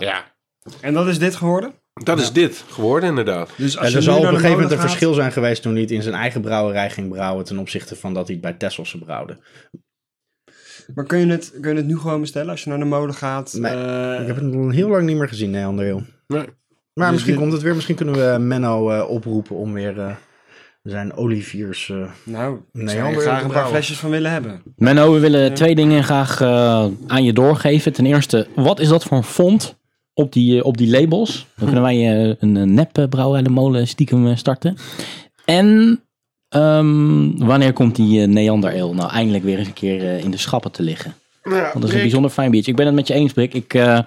Speaker 4: Ja.
Speaker 2: En dat is dit geworden.
Speaker 4: dat is dit geworden inderdaad.
Speaker 2: Dus
Speaker 3: Ja,
Speaker 2: als
Speaker 3: er
Speaker 2: je
Speaker 3: zal
Speaker 2: nu naar
Speaker 3: op een
Speaker 2: de
Speaker 3: gegeven moment
Speaker 2: molen
Speaker 3: een
Speaker 2: gaat-
Speaker 3: verschil zijn geweest toen hij het in zijn eigen brouwerij ging brouwen ten opzichte van dat hij het bij Tesselse brouwde.
Speaker 2: Maar kun je, het, kun je het nu gewoon bestellen als je naar de molen gaat?
Speaker 3: Nee,
Speaker 2: Eh,
Speaker 3: Ik heb het al heel lang niet meer gezien, nee, André.
Speaker 4: Nee.
Speaker 3: Maar
Speaker 2: Dus
Speaker 3: misschien
Speaker 2: dit-
Speaker 3: komt het weer. Misschien kunnen we Menno eh, oproepen om weer eh, zijn oliviers... eh,
Speaker 2: Nou, ik
Speaker 3: Nee,
Speaker 2: zou
Speaker 3: Ander,
Speaker 2: er graag een paar
Speaker 3: brouwen.
Speaker 2: flesjes van willen hebben.
Speaker 1: Menno, we willen twee dingen graag eh, aan je doorgeven. Ten eerste, wat is dat voor een font op die, eh, op die labels? Dan kunnen wij eh, een eh, nep eh, brouwerij de molen stiekem eh, starten. En ehm, wanneer komt die eh, Neander Ale nou eindelijk weer eens een keer eh, in de schappen te liggen?
Speaker 4: Ja,
Speaker 1: Want dat is een
Speaker 4: Rick,
Speaker 1: bijzonder fijn biertje. Ik ben het met je eens, Brik. Ik, eh,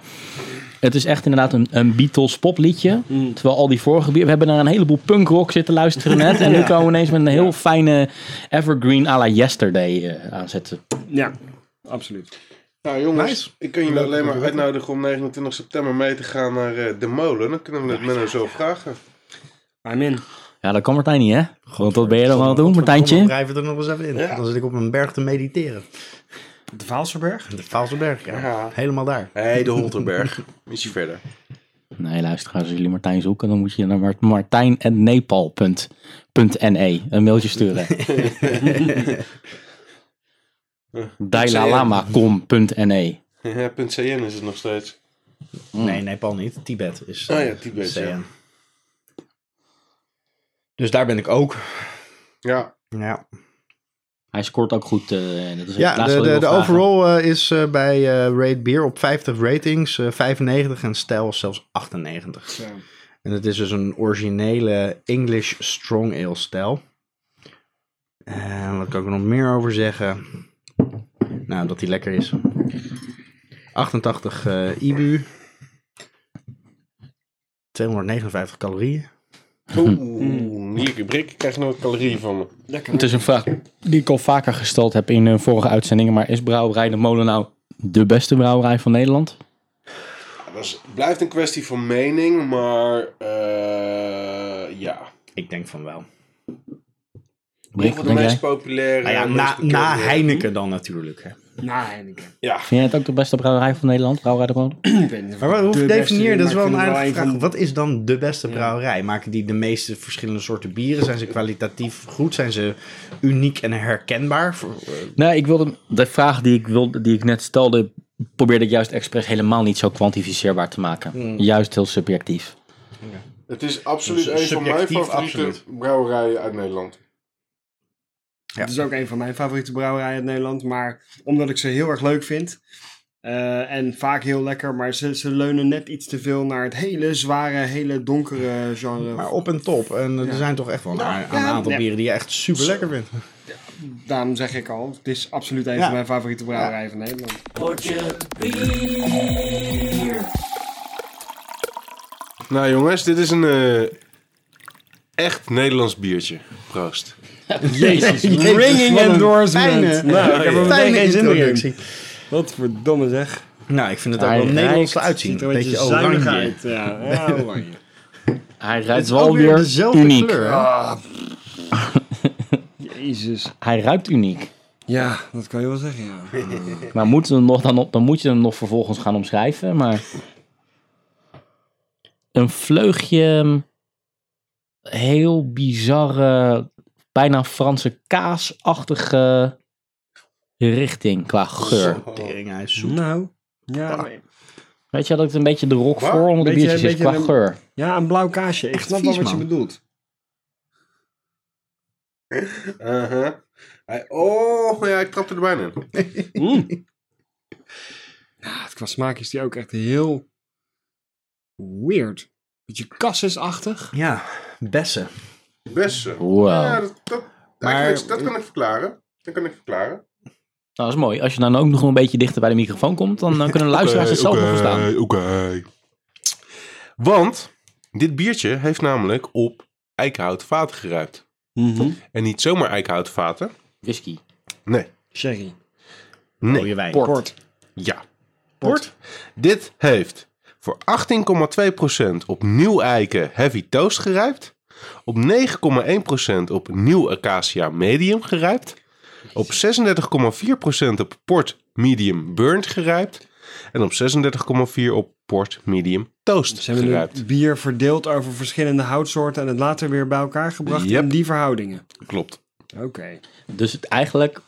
Speaker 1: het is echt inderdaad een, een Beatles popliedje. Terwijl al die vorige bier... We hebben naar een heleboel punkrock zitten luisteren net. En nu komen we ineens met een heel fijne evergreen à la yesterday eh, aanzetten.
Speaker 2: Ja, absoluut.
Speaker 4: Nou jongens, ik kan jullie alleen maar uitnodigen om 29 september mee te gaan naar eh, De Molen. Dan kunnen we het Menno zo vragen.
Speaker 2: I'm in.
Speaker 1: Ja, dat kan Martijn niet, hè? Want wat ben je dan aan het doen,
Speaker 3: Dan
Speaker 1: Martijntje?
Speaker 3: drijven we er nog eens even in. Dan zit ik op een berg te mediteren.
Speaker 2: De Vaalserberg?
Speaker 3: De Vaalserberg, ja.
Speaker 4: Ja.
Speaker 3: Helemaal daar.
Speaker 4: Hé, hey, de Holterberg. [laughs] Ietsje verder.
Speaker 1: Nee, luisteraars, als jullie Martijn zoeken, dan moet je naar Mart- martijn.nepal.ne E een mailtje [laughs] sturen. Dailalama.com.ne
Speaker 4: Ja, punt .cn is het nog steeds.
Speaker 3: Nee, Nepal niet. Tibet is.
Speaker 4: Ah ja,
Speaker 3: eh,
Speaker 4: Tibet,
Speaker 3: CN.
Speaker 4: ja.
Speaker 3: Dus daar ben ik ook.
Speaker 4: Ja.
Speaker 3: Ja,
Speaker 1: Hij scoort ook goed. eh, dat is het
Speaker 3: ja
Speaker 1: laatste
Speaker 3: de,
Speaker 1: wat ik wil
Speaker 3: de, de
Speaker 1: vragen.
Speaker 3: overall eh, is eh, bij eh, Raid Beer op 50 ratings, eh, 95 en stijl is zelfs 98. En het is dus een originele English Strong Ale stijl. En wat kan ik er nog meer over zeggen? Nou, dat die lekker is. 88 eh, IBU. 259 calorieën.
Speaker 4: Oeh, hier, Brik, ik krijg nooit calorieën van me.
Speaker 1: Het is een vraag die ik al vaker gesteld heb in eh, vorige uitzendingen. Maar is Brouwerij de Molen nou de beste brouwerij van Nederland?
Speaker 4: Ja, dat is- blijft een kwestie van mening, maar eh, ja.
Speaker 3: Ik denk van wel.
Speaker 1: Brik,
Speaker 4: Van
Speaker 1: wat
Speaker 4: de
Speaker 1: denk
Speaker 4: meest
Speaker 1: jij?
Speaker 4: populaire.
Speaker 3: Nou ja,
Speaker 4: meest
Speaker 3: na,
Speaker 4: bekende.
Speaker 3: na Heineken dan natuurlijk. Hè.
Speaker 2: Nou, Heineken.
Speaker 4: Ja,
Speaker 1: Vind jij het ook de beste brouwerij van Nederland, Brouwerij de Molen?
Speaker 2: Ik weet niet of
Speaker 3: Maar wat, hoe
Speaker 2: de beste
Speaker 3: definieer je? Dat is
Speaker 2: maar
Speaker 3: wel
Speaker 2: ik
Speaker 3: een
Speaker 2: vind het
Speaker 3: aardige
Speaker 2: een
Speaker 3: vraag.
Speaker 2: van-
Speaker 3: Wat is dan de beste brouwerij? Maken die de meeste verschillende soorten bieren? Zijn ze kwalitatief goed? Zijn ze uniek en herkenbaar? Voor, eh,
Speaker 1: Nee, ik wilde, de vraag die ik, wilde, die ik net stelde, probeerde ik juist expres helemaal niet zo kwantificeerbaar te maken.
Speaker 2: Hmm.
Speaker 1: Juist heel subjectief.
Speaker 4: het is absoluut
Speaker 3: Dus
Speaker 4: een van mijn
Speaker 3: subjectief,
Speaker 4: favoriete
Speaker 3: absoluut.
Speaker 4: brouwerijen uit Nederland.
Speaker 3: Ja.
Speaker 2: Het is ook een van mijn favoriete brouwerijen uit Nederland. Maar omdat ik ze heel erg leuk vind. eh, en vaak heel lekker. Maar ze, ze leunen net iets te veel naar het hele zware, hele donkere genre.
Speaker 3: Maar op en top. En er zijn toch echt wel een, a- een aantal
Speaker 2: ja.
Speaker 3: bieren die je echt super lekker vindt.
Speaker 2: Daarom zeg ik al, het is absoluut een
Speaker 3: Ja.
Speaker 2: van mijn favoriete brouwerijen van Nederland.
Speaker 4: Nou jongens, dit is een eh, echt Nederlands biertje.
Speaker 2: [laughs]
Speaker 4: Proost.
Speaker 2: Jezus, dus
Speaker 3: ringing
Speaker 2: endorsement.
Speaker 3: Fijne,
Speaker 2: Nou, ik heb er meteen
Speaker 3: fijne
Speaker 2: geen zin meer in.
Speaker 3: introductie.
Speaker 2: Wat verdomme zeg.
Speaker 3: Nou, ik vind het ook
Speaker 1: Hij
Speaker 3: wel Nederlands
Speaker 1: ruikt-
Speaker 3: uitzien. Een beetje
Speaker 2: zuinig
Speaker 3: oranje.
Speaker 2: uit. eh. Ja, ja oranje.
Speaker 1: Hij ruikt
Speaker 3: Het is
Speaker 1: wel
Speaker 3: ook
Speaker 1: weer
Speaker 3: dezelfde
Speaker 2: Oh.
Speaker 1: uniek.
Speaker 3: kleur. hè?
Speaker 2: Jezus.
Speaker 1: Hij ruikt uniek.
Speaker 2: Ja, dat kan je wel zeggen, ja.
Speaker 1: [laughs] Maar moeten we hem nog, dan, op- dan moet je hem nog vervolgens gaan omschrijven. Maar een vleugje mm, heel bizarre, bijna Franse kaasachtige richting qua geur.
Speaker 3: Tering, hij is zoet.
Speaker 2: Nou,
Speaker 3: Ah.
Speaker 2: ja, maar-
Speaker 1: Weet je, had ik het een beetje de rok
Speaker 4: Wat?
Speaker 1: voor onder de
Speaker 2: Beetje-
Speaker 1: biertjes is
Speaker 2: beetje
Speaker 1: qua
Speaker 2: een-
Speaker 1: geur.
Speaker 2: ja, een blauw kaasje. Ik
Speaker 3: Echt
Speaker 2: snap wel
Speaker 3: vies,
Speaker 2: wat je
Speaker 3: man.
Speaker 2: bedoelt.
Speaker 4: Uh-huh. Hij- Oh, ja, ik trapte er bijna in.
Speaker 2: Ja, qua smaak is die ook echt heel weird. Beetje kassisachtig.
Speaker 3: Ja, bessen.
Speaker 4: Best zo.
Speaker 1: Wow.
Speaker 4: Ah, Ja, dat, dat,
Speaker 3: Maar-
Speaker 4: eigenlijk is- dat kan ik verklaren. Dat kan ik verklaren.
Speaker 1: Nou, dat is mooi. Als je dan ook nog een beetje dichter bij de microfoon komt, dan, eh, kunnen de luisteraars het zelf nog verstaan.
Speaker 4: Oké. eh, Want dit biertje heeft namelijk op eikenhoutvaten geruikt. En niet zomaar eikenhoutvaten.
Speaker 1: Whisky.
Speaker 4: Nee.
Speaker 2: Sherry.
Speaker 4: Nee.
Speaker 3: Mooie wijn.
Speaker 1: Port.
Speaker 4: Ja.
Speaker 3: Port.
Speaker 4: Dit heeft voor 18,2% op nieuw eiken heavy toast gerijpt. Op 9,1% op nieuw acacia medium gerijpt. Op 36,4% op port medium burnt gerijpt. En op 36,4% op port medium toast
Speaker 2: Ze hebben
Speaker 4: gerijpt.
Speaker 2: het bier verdeeld over verschillende houtsoorten en het later weer bij elkaar gebracht
Speaker 4: Yep.
Speaker 2: in die verhoudingen.
Speaker 4: Klopt.
Speaker 2: Oké.
Speaker 1: Dus het eigenlijk,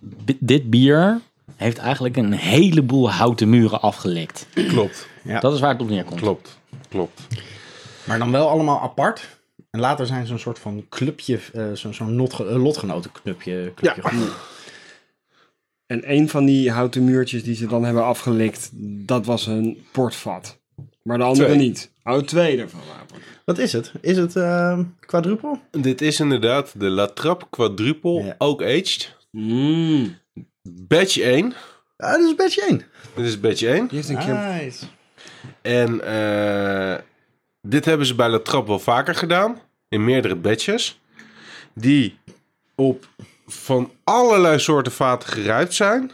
Speaker 1: bi- dit bier heeft eigenlijk een heleboel houten muren afgelikt.
Speaker 4: Klopt.
Speaker 3: Ja.
Speaker 1: Dat is waar het op neerkomt.
Speaker 4: Klopt. Klopt.
Speaker 3: Maar dan wel allemaal apart. En later zijn ze een soort van clubje, eh, zo- zo'n notge- eh, lotgenotenclubje. clubje geworden.
Speaker 2: En een van die houten muurtjes die ze dan hebben afgelikt, dat was een portvat. Maar de andere
Speaker 4: Twee.
Speaker 2: niet. Oh, twee ervan. waren.
Speaker 3: Wat is het? Is het eh, quadruple?
Speaker 4: Dit is inderdaad de La Trappe Quadruple
Speaker 3: Ja.
Speaker 4: Oak Aged.
Speaker 2: Mm.
Speaker 4: Batch 1.
Speaker 3: Ah, dat is een beetje één.
Speaker 4: Dit is batch 1.
Speaker 2: Die heeft een keer...
Speaker 3: Nice.
Speaker 4: En eh, dit hebben ze bij La Trappe wel vaker gedaan. In meerdere batches. Die op van allerlei soorten vaten geruimd zijn.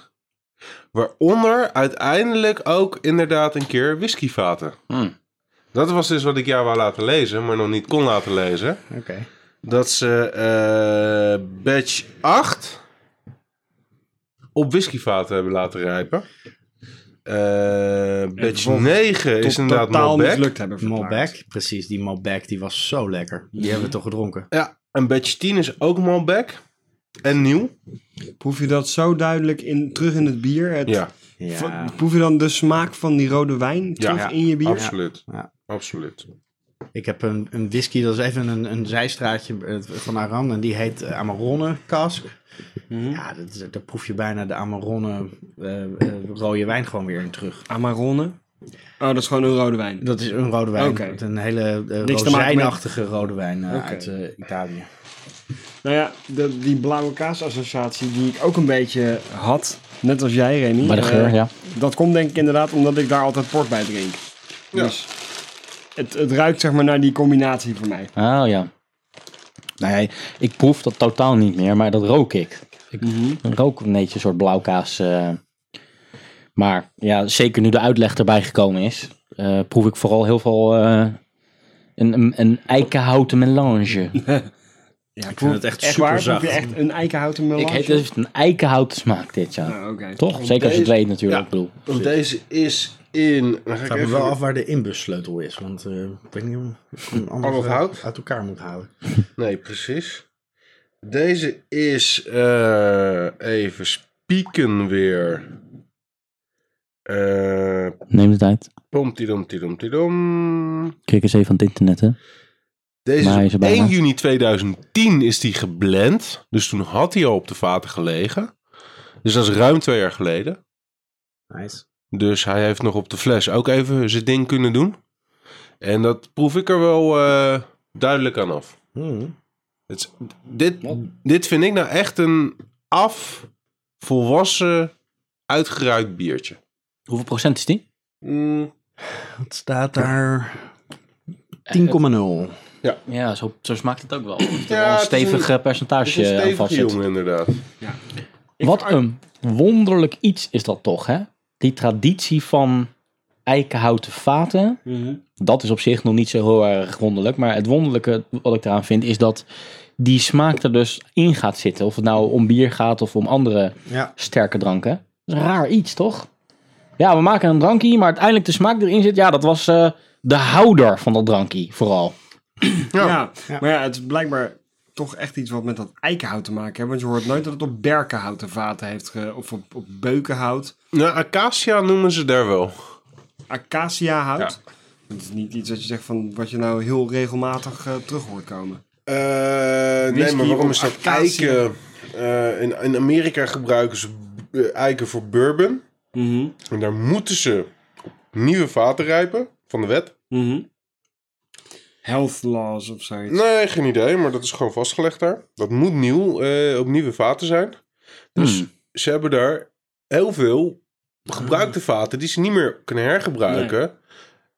Speaker 4: Waaronder uiteindelijk ook inderdaad een keer whiskyvaten.
Speaker 1: Hmm.
Speaker 4: Dat was dus wat ik jou wou laten lezen, maar nog niet kon laten lezen.
Speaker 3: Oké.
Speaker 4: Dat ze eh batch 8 op whiskyvaten hebben laten rijpen. Eh batch
Speaker 2: tot-
Speaker 4: 9 is
Speaker 2: tot
Speaker 4: inderdaad
Speaker 2: totaal
Speaker 4: Malbec.
Speaker 2: mislukt hebben verklaard.
Speaker 3: Malbec, precies. Die Malbec, die was zo lekker. Die hebben we toch gedronken.
Speaker 4: Ja, en batch 10 is ook Malbec. En nieuw.
Speaker 2: Proef je dat zo duidelijk in, terug in het bier? Het,
Speaker 4: Ja,
Speaker 3: Ja.
Speaker 2: v- Proef je dan de smaak van die rode wijn terug
Speaker 4: ja,
Speaker 2: in je bier?
Speaker 4: absoluut.
Speaker 3: Ja.
Speaker 4: Absoluut.
Speaker 3: Ik heb een, een whisky, dat is even een, een zijstraatje eh, van Aran. En die heet eh, Amarone Cask. Ja, dat, is- daar proef je bijna de Amarone eh, eh, rode wijn gewoon weer in terug.
Speaker 2: Amarone? Oh, dat is gewoon een rode wijn.
Speaker 3: Dat is een rode wijn.
Speaker 2: Oké.
Speaker 3: Een hele eh,
Speaker 2: Niks te maken met-
Speaker 3: rozijnachtige rode wijn eh,
Speaker 2: Oké.
Speaker 3: uit eh, Italië.
Speaker 2: Nou ja, de, die blauwe kaasassociatie die ik ook een beetje had, net als jij Remy.
Speaker 1: Bij de geur,
Speaker 2: eh,
Speaker 1: ja.
Speaker 2: Dat komt denk ik inderdaad omdat ik daar altijd port bij drink.
Speaker 4: Ja.
Speaker 2: Dus het, het ruikt zeg maar naar die combinatie voor mij.
Speaker 1: Oh ja. Nee, ik proef dat totaal niet meer, maar dat rook ik. Ik rook een beetje een soort blauwkaas. eh. maar ja, zeker nu de uitleg erbij gekomen is, eh, proef ik vooral heel veel eh, een, een, een eikenhouten melange.
Speaker 2: Ja, ik
Speaker 3: vind het echt
Speaker 2: echt waar,
Speaker 3: superzacht.
Speaker 2: proef je echt een eikenhouten melange?
Speaker 1: ik heet het heeft een eikenhouten smaak dit, ja.
Speaker 2: Ah, oké.
Speaker 1: Toch? Zeker als je het
Speaker 4: deze-
Speaker 1: weet natuurlijk.
Speaker 4: ja.
Speaker 1: Ik bedoel.
Speaker 4: Want deze is in... Dan ga
Speaker 3: Ik
Speaker 4: ik
Speaker 3: vraag me
Speaker 4: even...
Speaker 3: wel af waar de inbussleutel is. Want eh, ik weet niet hoe ik hem anders
Speaker 4: Al het
Speaker 3: eh,
Speaker 4: hout?
Speaker 3: uit elkaar moet halen.
Speaker 4: Nee, precies. Deze is... eh, even spieken weer. Eh...
Speaker 1: Neem de tijd.
Speaker 4: Pom, tidom, tidom, tidom.
Speaker 1: Kijk eens even aan het internet, hè.
Speaker 4: Deze
Speaker 1: Maar hij
Speaker 4: is
Speaker 1: is er
Speaker 4: op
Speaker 1: bijna.
Speaker 4: 1 juni 2010 is die geblend. Dus toen had hij al op de vaten gelegen. Dus dat is ruim twee jaar geleden.
Speaker 3: Nice.
Speaker 4: Dus hij heeft nog op de fles ook even zijn ding kunnen doen. En dat proef ik er wel eh, duidelijk aan af.
Speaker 3: Mm.
Speaker 4: Het is- dit, dit vind ik nou echt een af, volwassen, uitgeruikt biertje.
Speaker 1: Hoeveel procent is die?
Speaker 4: Mm,
Speaker 3: Wat staat daar? 10,0.
Speaker 1: Eh, Ja, zo, zo smaakt het ook wel. Het is
Speaker 4: Ja,
Speaker 1: wel een
Speaker 4: het is
Speaker 1: stevig
Speaker 4: een-
Speaker 1: eh,
Speaker 4: het is een
Speaker 1: percentage aan
Speaker 4: stevige
Speaker 1: vastzit.
Speaker 4: jongen inderdaad.
Speaker 1: Wat een wonderlijk iets is dat toch, hè? Die traditie van eikenhouten vaten,
Speaker 2: Mhm.
Speaker 1: dat is op zich nog niet zo heel erg wonderlijk. Maar het wonderlijke wat ik eraan vind, is dat die smaak er dus in gaat zitten. Of het nou om bier gaat of om andere
Speaker 3: Ja.
Speaker 1: sterke dranken. Dat is een raar iets, toch? Ja, we maken een drankje, maar uiteindelijk de smaak die erin zit, ja, dat was eh, de houder van dat drankje vooral.
Speaker 2: Ja. maar ja, het is blijkbaar toch echt iets wat met dat eikenhout te maken heeft. Want je hoort nooit dat het op berkenhouten vaten heeft, ge- of op, op beukenhout,
Speaker 7: Nou, acacia noemen ze daar wel.
Speaker 2: acaciahout. Het is niet iets wat je zegt van wat je nou heel regelmatig eh, terug hoort komen.
Speaker 4: Eh, nee,
Speaker 2: Whisky
Speaker 4: maar waarom
Speaker 2: of
Speaker 4: is dat
Speaker 2: acacia?
Speaker 4: eiken? eh, in, in Amerika gebruiken ze eh, eiken voor bourbon.
Speaker 5: mm-hmm,
Speaker 4: En daar moeten ze nieuwe vaten rijpen van de wet.
Speaker 5: mm-hmm.
Speaker 2: Health laws of zoiets.
Speaker 4: Nee, geen idee, maar dat is gewoon vastgelegd daar. Dat moet nieuw, eh, op nieuwe vaten zijn. Dus
Speaker 2: Hmm.
Speaker 4: ze hebben daar heel veel gebruikte vaten die ze niet meer kunnen hergebruiken.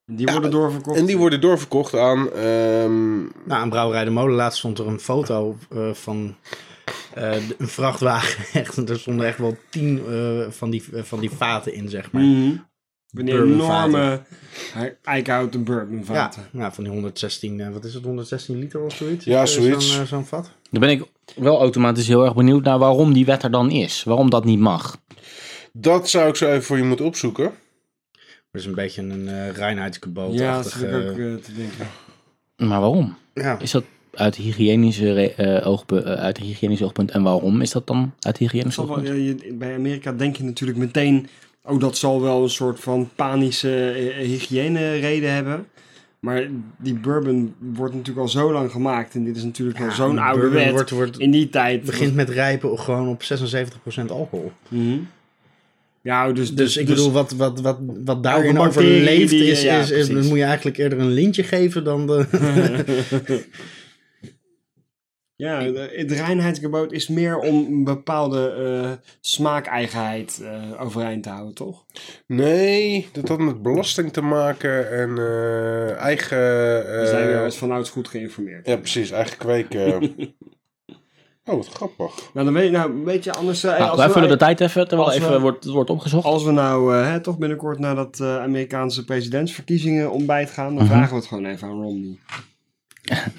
Speaker 2: Die worden doorverkocht.
Speaker 4: En die worden doorverkocht aan... ehm,
Speaker 3: Nou, aan Brouwerij de Molen laatst stond er een foto eh, van eh, de- een vrachtwagen. [laughs] Echt, en er stonden echt wel tien eh, van, die, eh, van die vaten in, zeg maar.
Speaker 2: Mhm. Een
Speaker 3: Bourbonvaten.
Speaker 2: enorme he- eikenhouten
Speaker 3: Ja,
Speaker 2: bourbonvaten.
Speaker 3: nou, van die 116, eh, wat is het, 116 liter of zoiets?
Speaker 4: Ja,
Speaker 3: Eh,
Speaker 4: zoiets.
Speaker 3: Zo'n eh, zo'n vat.
Speaker 1: Dan ben ik wel automatisch heel erg benieuwd naar waarom die wet er dan is. Waarom dat niet mag.
Speaker 4: dat zou ik zo even voor je moeten opzoeken.
Speaker 3: Dat is een beetje een eh reinheidsgebod.
Speaker 2: Ja, dat zit ik ook eh, te denken.
Speaker 1: Maar waarom?
Speaker 3: Ja.
Speaker 1: Is dat uit hygiënische, re- eh, oogpu- eh, uit hygiënisch oogpunt? En waarom is dat dan uit
Speaker 2: Het
Speaker 1: hygiënisch
Speaker 2: zal wel,
Speaker 1: oogpunt?
Speaker 2: ja, je- bij Amerika denk je natuurlijk meteen, oh dat zal wel een soort van panische eh, hygiëne reden hebben. Maar die bourbon wordt natuurlijk al zo lang gemaakt en dit is natuurlijk al zo'n oude
Speaker 3: bourbon
Speaker 2: wet.
Speaker 3: wordt- wordt-
Speaker 2: in die tijd.
Speaker 3: Het begint met rijpen gewoon op 76% alcohol.
Speaker 2: Mhm. Ja, dus, dus,
Speaker 3: Dus ik
Speaker 2: dus-
Speaker 3: bedoel, wat, wat, wat, wat daarin
Speaker 2: Elke bacterie
Speaker 3: overleeft
Speaker 2: die, eh,
Speaker 3: is,
Speaker 2: ja,
Speaker 3: is, is,
Speaker 2: precies.
Speaker 3: dan moet je eigenlijk eerder een lintje geven dan de...
Speaker 2: [laughs] ja, het reinheidsgebod is meer om een bepaalde eh, smaakeigenheid eh, overeind te houden, toch?
Speaker 4: Nee, dat had met belasting te maken en eh, eigen...
Speaker 2: We
Speaker 4: eh,
Speaker 2: zijn weer eens vanouds goed geïnformeerd.
Speaker 4: ja, precies, eigen kweken.
Speaker 3: [laughs]
Speaker 4: oh, wat grappig.
Speaker 2: Nou, dan weet, nou, weet je, anders... eh,
Speaker 1: Nou,
Speaker 2: als
Speaker 1: wij
Speaker 2: we-
Speaker 1: vullen de tijd even, terwijl
Speaker 2: als we-
Speaker 1: even wordt, wordt opgezocht.
Speaker 2: Als we nou eh, hè, toch binnenkort naar dat eh, Amerikaanse presidentsverkiezingen ontbijt gaan,
Speaker 1: Mhm.
Speaker 2: dan vragen we het gewoon even aan Romney.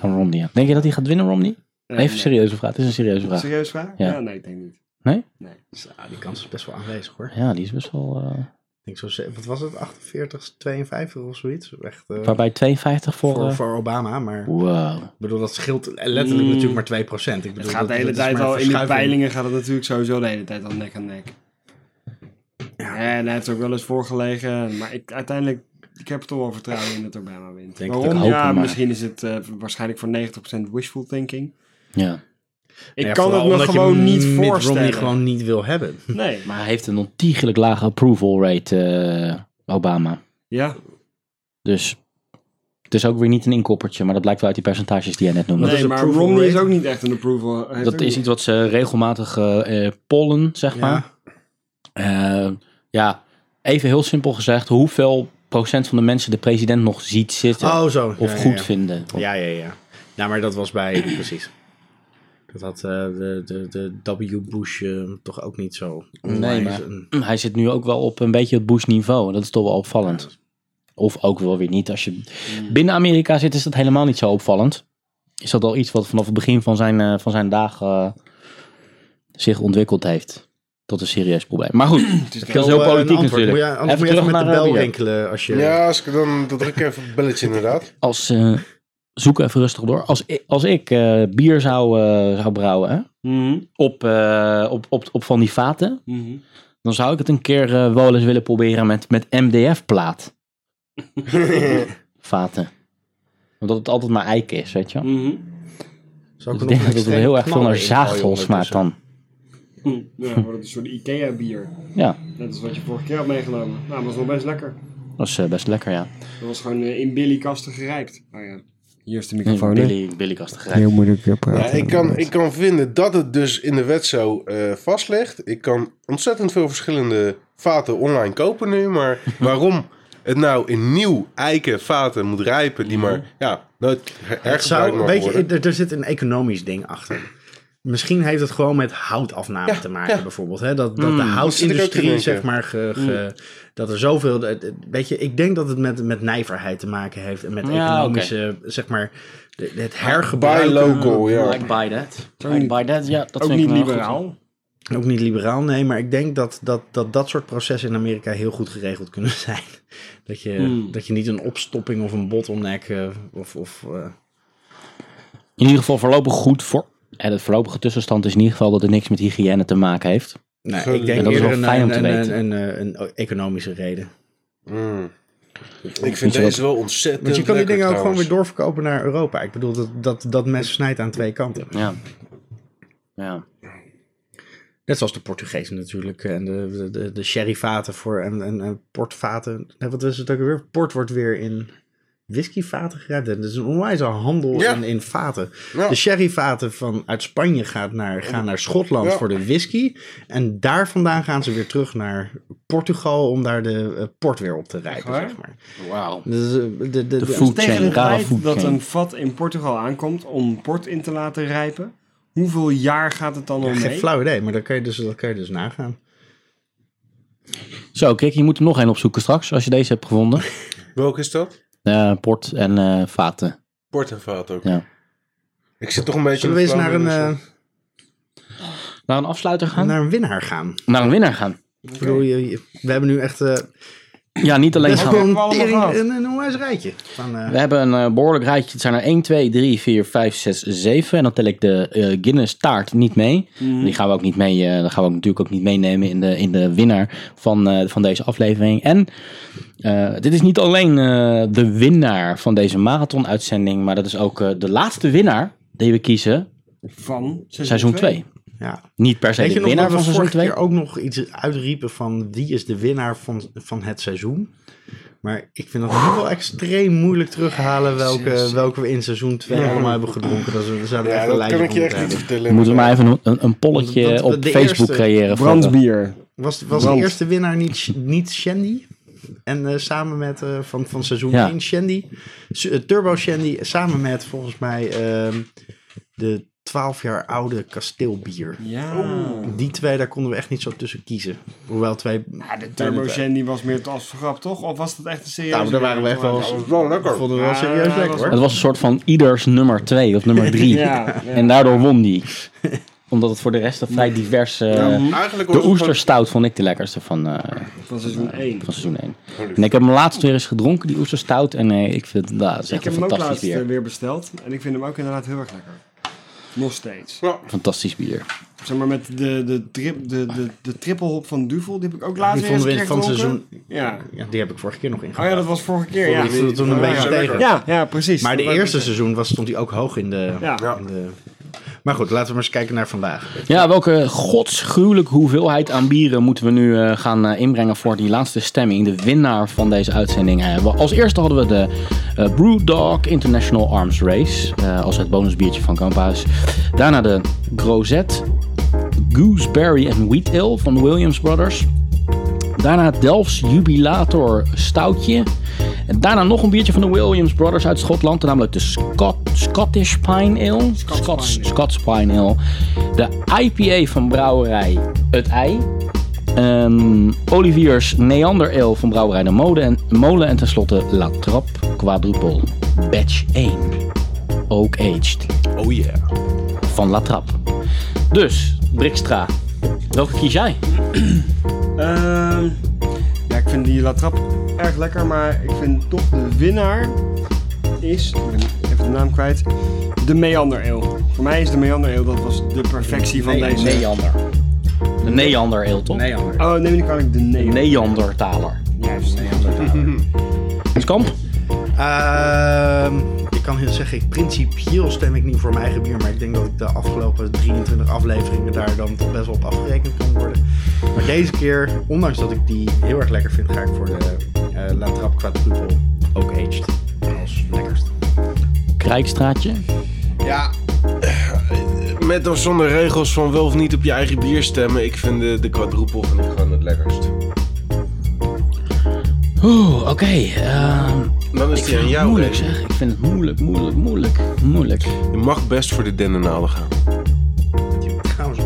Speaker 1: Aan Romney, ja. Denk je dat hij gaat winnen, Romney?
Speaker 2: Eh,
Speaker 1: Even
Speaker 2: nee.
Speaker 1: serieuze vraag. Het is een serieuze vraag.
Speaker 2: Serieus vraag?
Speaker 1: Ja.
Speaker 2: Ja. nee, ik denk niet.
Speaker 1: Nee?
Speaker 2: Nee.
Speaker 3: Ja, Dus, ah, die kans is best wel aanwezig hoor. Ik
Speaker 1: Ja, die is best wel... eh,
Speaker 3: denk zo, ze- wat was het, 48, 52 of zoiets? Echt, eh,
Speaker 1: waarbij 52 voor...
Speaker 3: voor,
Speaker 1: eh,
Speaker 3: voor Obama, maar...
Speaker 1: Wow.
Speaker 3: Ik bedoel, dat scheelt letterlijk
Speaker 2: Mm.
Speaker 3: natuurlijk maar 2%. Ik bedoel,
Speaker 2: Het gaat
Speaker 3: dat-
Speaker 2: de hele
Speaker 3: dat is
Speaker 2: tijd
Speaker 3: maar
Speaker 2: al, in de
Speaker 3: verschuiving.
Speaker 2: peilingen gaat het natuurlijk sowieso de hele tijd al nek aan nek. En hij heeft ook wel eens voorgelegen, maar ik, uiteindelijk, ik heb er toch wel vertrouwen in dat Obama wint.
Speaker 3: Denk het ook,
Speaker 2: Waarom?
Speaker 1: hopen
Speaker 2: ja,
Speaker 1: maar.
Speaker 2: misschien is het eh, waarschijnlijk voor 90% wishful thinking.
Speaker 1: Ja.
Speaker 2: Ik
Speaker 3: Ja,
Speaker 2: kan
Speaker 3: vooral
Speaker 2: het me
Speaker 3: omdat je
Speaker 2: gewoon niet
Speaker 3: Mitt Romney
Speaker 2: voorstellen.
Speaker 3: gewoon niet wil hebben.
Speaker 2: Nee.
Speaker 1: Maar hij heeft een ontiegelijk lage approval rate, eh, Obama.
Speaker 2: Ja,
Speaker 1: Dus het is ook weer niet een inkoppertje, maar dat blijkt wel uit die percentages die jij net noemde.
Speaker 3: is
Speaker 2: nee,
Speaker 3: de
Speaker 2: maar
Speaker 3: approval
Speaker 2: Romney is
Speaker 3: rate?
Speaker 2: ook niet echt een approval. Hij heeft
Speaker 1: dat
Speaker 2: ook
Speaker 1: is
Speaker 2: niet-
Speaker 1: iets wat ze regelmatig eh, eh, pollen, zeg maar. Eh, ja, even heel simpel gezegd, hoeveel procent van de mensen de president nog ziet zitten
Speaker 3: Oh, zo.
Speaker 1: of
Speaker 3: Ja, ja,
Speaker 1: goed
Speaker 3: ja.
Speaker 1: vinden?
Speaker 3: Ja, ja, ja. Nou, maar dat was bij... [clears throat] Precies. Dat had eh, de, de, de W. Bush eh, toch ook niet zo.
Speaker 1: Nee,
Speaker 3: onwijs
Speaker 1: maar
Speaker 3: een-
Speaker 1: Hm, hij zit nu ook wel op een beetje het Bush-niveau. Dat is toch wel opvallend. Of ook wel weer niet. Als je
Speaker 3: Hmm.
Speaker 1: binnen Amerika zit, is dat helemaal niet zo opvallend. Is dat al iets wat vanaf het begin van zijn, eh, van zijn dagen eh, zich ontwikkeld heeft? Tot een serieus probleem. Maar goed, dat is heel
Speaker 3: Oh, eh, een
Speaker 1: politiek
Speaker 3: antwoord.
Speaker 1: natuurlijk.
Speaker 3: Moet je, anders moet je even met de bel
Speaker 1: Arabië.
Speaker 3: rinkelen als je...
Speaker 4: Ja, als ik dan, dan druk ik even op het belletje
Speaker 3: [laughs]
Speaker 4: inderdaad.
Speaker 1: Als, eh, zoek even rustig door. Als, i- als ik eh, bier zou, eh, zou brouwen hè,
Speaker 2: Mhm,
Speaker 1: op, eh, op, op, op van die vaten,
Speaker 2: mhm.
Speaker 1: dan zou ik het een keer eh, wel eens willen proberen met, met [laughs] MDF-plaat. Vaten. Omdat het altijd maar eik is, weet je wel.
Speaker 2: Mhm.
Speaker 3: Zou
Speaker 1: Dus
Speaker 3: er
Speaker 1: ik denk
Speaker 3: nog een
Speaker 1: Mm, dat het
Speaker 3: extreem
Speaker 1: heel erg veel
Speaker 3: knal
Speaker 1: naar
Speaker 3: in
Speaker 1: zaagdhol
Speaker 3: gooien
Speaker 1: smaakt dan.
Speaker 2: Hm, Ja, wordt het een soort IKEA-bier.
Speaker 1: Ja,
Speaker 2: Net als wat je vorige keer had meegenomen. Nou, dat was nog best lekker.
Speaker 1: dat is eh, best lekker, ja.
Speaker 2: Dat was gewoon eh, in Billy-kasten gerijpt. Oh ja. Hier is de microfoon. hè?
Speaker 1: Billy, Billy Kastengrij.
Speaker 2: moeilijk weer praten.
Speaker 4: Ja, ik, kan, ik kan vinden dat het dus in de wet zo eh, vast ligt. Ik kan ontzettend veel verschillende vaten online kopen nu.
Speaker 3: [laughs]
Speaker 4: Maar waarom het nou in nieuw eiken vaten moet rijpen die maar ja, nooit her-
Speaker 3: Het
Speaker 4: hergebruikt
Speaker 3: zou,
Speaker 4: mag
Speaker 3: weet
Speaker 4: worden.
Speaker 3: je, er, er zit een economisch ding achter. Misschien heeft het gewoon met houtafname te maken, bijvoorbeeld. Hè? Dat, dat de
Speaker 8: Hmm, dat zit ik ook te
Speaker 3: houtindustrie,
Speaker 8: denken. Hmm.
Speaker 3: zeg maar, ge- ge- dat er zoveel... het- het- Weet je, ik denk dat het met, met nijverheid te maken heeft. En met
Speaker 1: Ja,
Speaker 3: economische, zeg maar, de- het
Speaker 8: Buy
Speaker 3: hergebruiken.
Speaker 8: local, ja.
Speaker 1: Like by that. Like by that, ja, dat
Speaker 2: Ook
Speaker 1: vind
Speaker 2: niet
Speaker 1: ik wel goed.
Speaker 2: liberaal.
Speaker 3: Ook niet liberaal, nee, maar ik denk dat dat, dat dat soort processen in Amerika heel goed geregeld kunnen [laughs] zijn. Dat je,
Speaker 8: Hmm.
Speaker 3: dat je niet een opstopping of een bottleneck eh, of... of eh,
Speaker 1: In ieder geval voorlopig goed voor. En het voorlopige tussenstand is in ieder geval dat het niks met hygiëne te maken heeft.
Speaker 3: nou, ik
Speaker 8: Gelukkig.
Speaker 3: denk
Speaker 1: Dat is wel
Speaker 3: eerder een,
Speaker 1: fijn om
Speaker 3: een,
Speaker 1: te
Speaker 3: een,
Speaker 1: weten.
Speaker 3: een, eh, een economische reden.
Speaker 8: Mm. Ik
Speaker 1: Niet
Speaker 8: vind
Speaker 1: zo
Speaker 8: deze wel ontzettend
Speaker 3: Want je kan die
Speaker 8: lekker
Speaker 3: dingen ook gewoon
Speaker 8: trouwens.
Speaker 3: weer doorverkopen naar Europa. Ik bedoel, dat, dat, dat mes snijdt aan twee kanten.
Speaker 1: Ja. Ja.
Speaker 3: Net zoals de Portugezen natuurlijk. eh, En de, de, de, de sherryvaten voor en, en, en portvaten. Nee, wat is het ook weer? Port wordt weer in whiskyvaten geruimd. Dat is een onwijze handel
Speaker 8: Ja.
Speaker 3: in, in vaten.
Speaker 8: Ja.
Speaker 3: De sherryvaten van uit Spanje gaat naar, gaan naar Schotland
Speaker 8: Ja.
Speaker 3: voor de whisky. En daar vandaan gaan ze weer terug naar Portugal om daar de eh, port weer op te rijpen,
Speaker 2: waar?
Speaker 3: zeg maar.
Speaker 1: Wauw.
Speaker 3: Dus, eh, de, de, de-
Speaker 1: food
Speaker 2: Tegen
Speaker 1: chain,
Speaker 2: de
Speaker 1: rare
Speaker 2: tijd
Speaker 1: food
Speaker 2: dat
Speaker 1: chain.
Speaker 2: een vat in Portugal aankomt om port in te laten rijpen, hoeveel jaar gaat het dan al
Speaker 3: Geen
Speaker 2: mee?
Speaker 3: flauw idee, maar dat kan je dus, dat kan je dus nagaan.
Speaker 1: Zo, kijk, je moet er nog één opzoeken straks, als je deze hebt gevonden.
Speaker 8: Welk is dat?
Speaker 1: Eh, port en eh, vaten.
Speaker 8: Port en vaat ook.
Speaker 1: Ja.
Speaker 8: Ik zit toch een beetje...
Speaker 3: Zullen we
Speaker 8: in
Speaker 3: eens
Speaker 8: de
Speaker 3: naar een,
Speaker 8: Vlaanderen,
Speaker 3: eh,
Speaker 1: Naar een afsluiter gaan?
Speaker 3: naar een winnaar gaan?
Speaker 1: Naar een winnaar gaan.
Speaker 3: Ik bedoel, je, je- we hebben nu echt... eh,
Speaker 1: Ja, niet alleen
Speaker 3: Best
Speaker 1: gaan.
Speaker 3: wel
Speaker 2: hebben we
Speaker 3: een
Speaker 2: allemaal
Speaker 3: tering,
Speaker 2: gehad.
Speaker 3: een, een onwijs rijtje. Van, eh,
Speaker 1: We hebben een eh, behoorlijk rijtje. Het zijn er 1, 2, 3, 4, 5, 6, 7. En dan tel ik de eh, Guinness taart niet mee. Die gaan we ook niet mee. eh, dat gaan we ook natuurlijk ook niet meenemen in de, in de winnaar van, eh, van deze aflevering. En eh, dit is niet alleen eh, de winnaar van deze marathon-uitzending. Maar dat is ook eh, de laatste winnaar die we kiezen.
Speaker 2: Van
Speaker 1: Seizoen 2.
Speaker 3: ja.
Speaker 1: Niet per se
Speaker 3: Weet je
Speaker 1: de
Speaker 3: nog
Speaker 1: winnaar
Speaker 3: dat
Speaker 1: van seizoen
Speaker 3: we vorige
Speaker 1: 2.
Speaker 3: keer ook nog iets uitriepen van wie is de winnaar van, van het seizoen? Maar ik vind dat nu wel extreem moeilijk terughalen welke, welke we in seizoen 2 allemaal hebben gedronken. Dat, is- daar zouden we
Speaker 8: Ja,
Speaker 3: echt een
Speaker 8: dat kan
Speaker 3: lijstje
Speaker 8: ik
Speaker 3: van
Speaker 8: je echt niet
Speaker 3: moeten hebben.
Speaker 8: vertellen.
Speaker 1: Moeten we maar even een, een, een polletje
Speaker 3: Want- want
Speaker 1: op
Speaker 3: de
Speaker 1: Facebook
Speaker 3: eerste-
Speaker 1: creëren. voor de-
Speaker 2: Brandbier.
Speaker 3: Was, was de
Speaker 2: Brand.
Speaker 3: eerste winnaar niet, Sh- niet Shandy? En eh, samen met eh, van, van seizoen
Speaker 1: Ja.
Speaker 3: 1 Shandy, S- eh, Turbo Shandy, samen met volgens mij ehm, de 12 jaar oude kasteelbier.
Speaker 2: Ja.
Speaker 3: Die twee, daar konden we echt niet zo tussen kiezen. Hoewel twee...
Speaker 2: Ja, de Turbogen die was meer het als grap, toch? Of was dat echt een serieuze...
Speaker 3: Nou, maar daar waren we echt wel...
Speaker 8: Dat was wel lekker.
Speaker 3: vonden we wel
Speaker 2: Ja,
Speaker 3: serieus
Speaker 2: dat
Speaker 3: lekker
Speaker 2: was-
Speaker 1: Het
Speaker 3: hoor.
Speaker 1: was een soort van ieders nummer 2 of
Speaker 2: [laughs]
Speaker 1: nummer 3.
Speaker 2: Ja, ja.
Speaker 1: En daardoor won die. Omdat het voor de rest een vrij divers... eh,
Speaker 8: Eigenlijk was
Speaker 1: de
Speaker 8: het
Speaker 1: oesterstout vond ik de lekkerste van, eh,
Speaker 2: van seizoen 1.
Speaker 1: van seizoen 1. En ik heb hem laatst weer eens gedronken, die oesterstout. En eh, ik vind het nou, dat is
Speaker 2: Ik
Speaker 1: echt
Speaker 2: heb
Speaker 1: een
Speaker 2: hem ook
Speaker 1: fantastisch
Speaker 2: laatst eh,
Speaker 1: bier.
Speaker 2: weer besteld. En ik vind hem ook inderdaad heel erg lekker. Nog steeds.
Speaker 1: Fantastisch bier.
Speaker 2: Zeg maar met de, de, trip, de, de, de trippelhop van Duvel, die heb ik ook laatst
Speaker 3: Die
Speaker 2: weer eens een
Speaker 3: vonden we
Speaker 2: keer
Speaker 3: in- van
Speaker 2: gedronken.
Speaker 3: seizoen...
Speaker 2: Ja.
Speaker 3: Ja, die heb ik vorige keer nog ingepakt.
Speaker 2: Oh ja, dat was vorige keer,
Speaker 3: ja,
Speaker 2: ja.
Speaker 3: ik voelde toen een
Speaker 2: Ja,
Speaker 3: beetje
Speaker 2: ja.
Speaker 3: tegen.
Speaker 2: Ja, ja, precies.
Speaker 3: Maar de
Speaker 2: Dat
Speaker 3: eerste
Speaker 2: was-
Speaker 3: seizoen was, stond hij ook hoog in de,
Speaker 2: Ja.
Speaker 8: Ja.
Speaker 3: in de... Maar goed, laten we maar eens kijken naar vandaag.
Speaker 1: Ja, welke godsgruwelijke hoeveelheid aan bieren moeten we nu eh, gaan eh, inbrengen voor die laatste stemming? De winnaar van deze uitzending hebben. Als eerste hadden we de eh, Brewdog International Arms Race. eh, als het bonusbiertje van Kamphuis. Daarna de Grozet Gooseberry en Wheat Ale van de Williams Brothers. Daarna het Delfts Jubilator Stoutje. En daarna nog een biertje van de Williams Brothers uit Schotland. Namelijk de Scot Scottish Pine Ale. Scots, Scots,
Speaker 2: Pine Ale.
Speaker 1: Pine Ale. De IPA van brouwerij Het Ei. Ehm, Oliviers Neander Ale van brouwerij De Mode en Molen. En tenslotte La Trappe Quadruple Batch 1. Oak Aged
Speaker 8: Oh yeah.
Speaker 1: van La Trappe. Dus, Brikstra, welke kies jij?
Speaker 2: Ehm, ja, ik vind die Latrap erg lekker, maar ik vind toch de winnaar is, oh, ik ben even de naam kwijt, de Meander Ale. Voor mij is de Meander Ale, dat was de perfectie van deze.
Speaker 1: Neander. De Neander eel, toch?
Speaker 2: Oh, neem me niet kwalijk, de Neander.
Speaker 1: Neandertaler.
Speaker 2: Juist, Neandertaler.
Speaker 1: [laughs] Kamp?
Speaker 3: Ehm, ik kan heel zeggen, ik, principieel stem ik niet voor mijn eigen bier, maar ik denk dat ik de afgelopen 23 afleveringen daar dan toch best wel op afgerekend kan worden. Maar deze keer, ondanks dat ik die heel erg lekker vind, ga ik voor de eh La Trappe Quadruple ook aged als lekkerste.
Speaker 1: Krijkstraatje.
Speaker 8: Ja, met of zonder regels van wel of niet op je eigen bier stemmen. Ik vind de, de quadruple vind ik gewoon het lekkerst.
Speaker 1: Oeh, oké. ehm,
Speaker 8: Dan is
Speaker 1: ik
Speaker 8: die
Speaker 1: vind
Speaker 8: aan
Speaker 1: het
Speaker 8: jou.
Speaker 1: moeilijk
Speaker 8: René.
Speaker 1: zeg. Ik vind het moeilijk, moeilijk, moeilijk, moeilijk.
Speaker 8: Je mag best voor de dennenaalden gaan.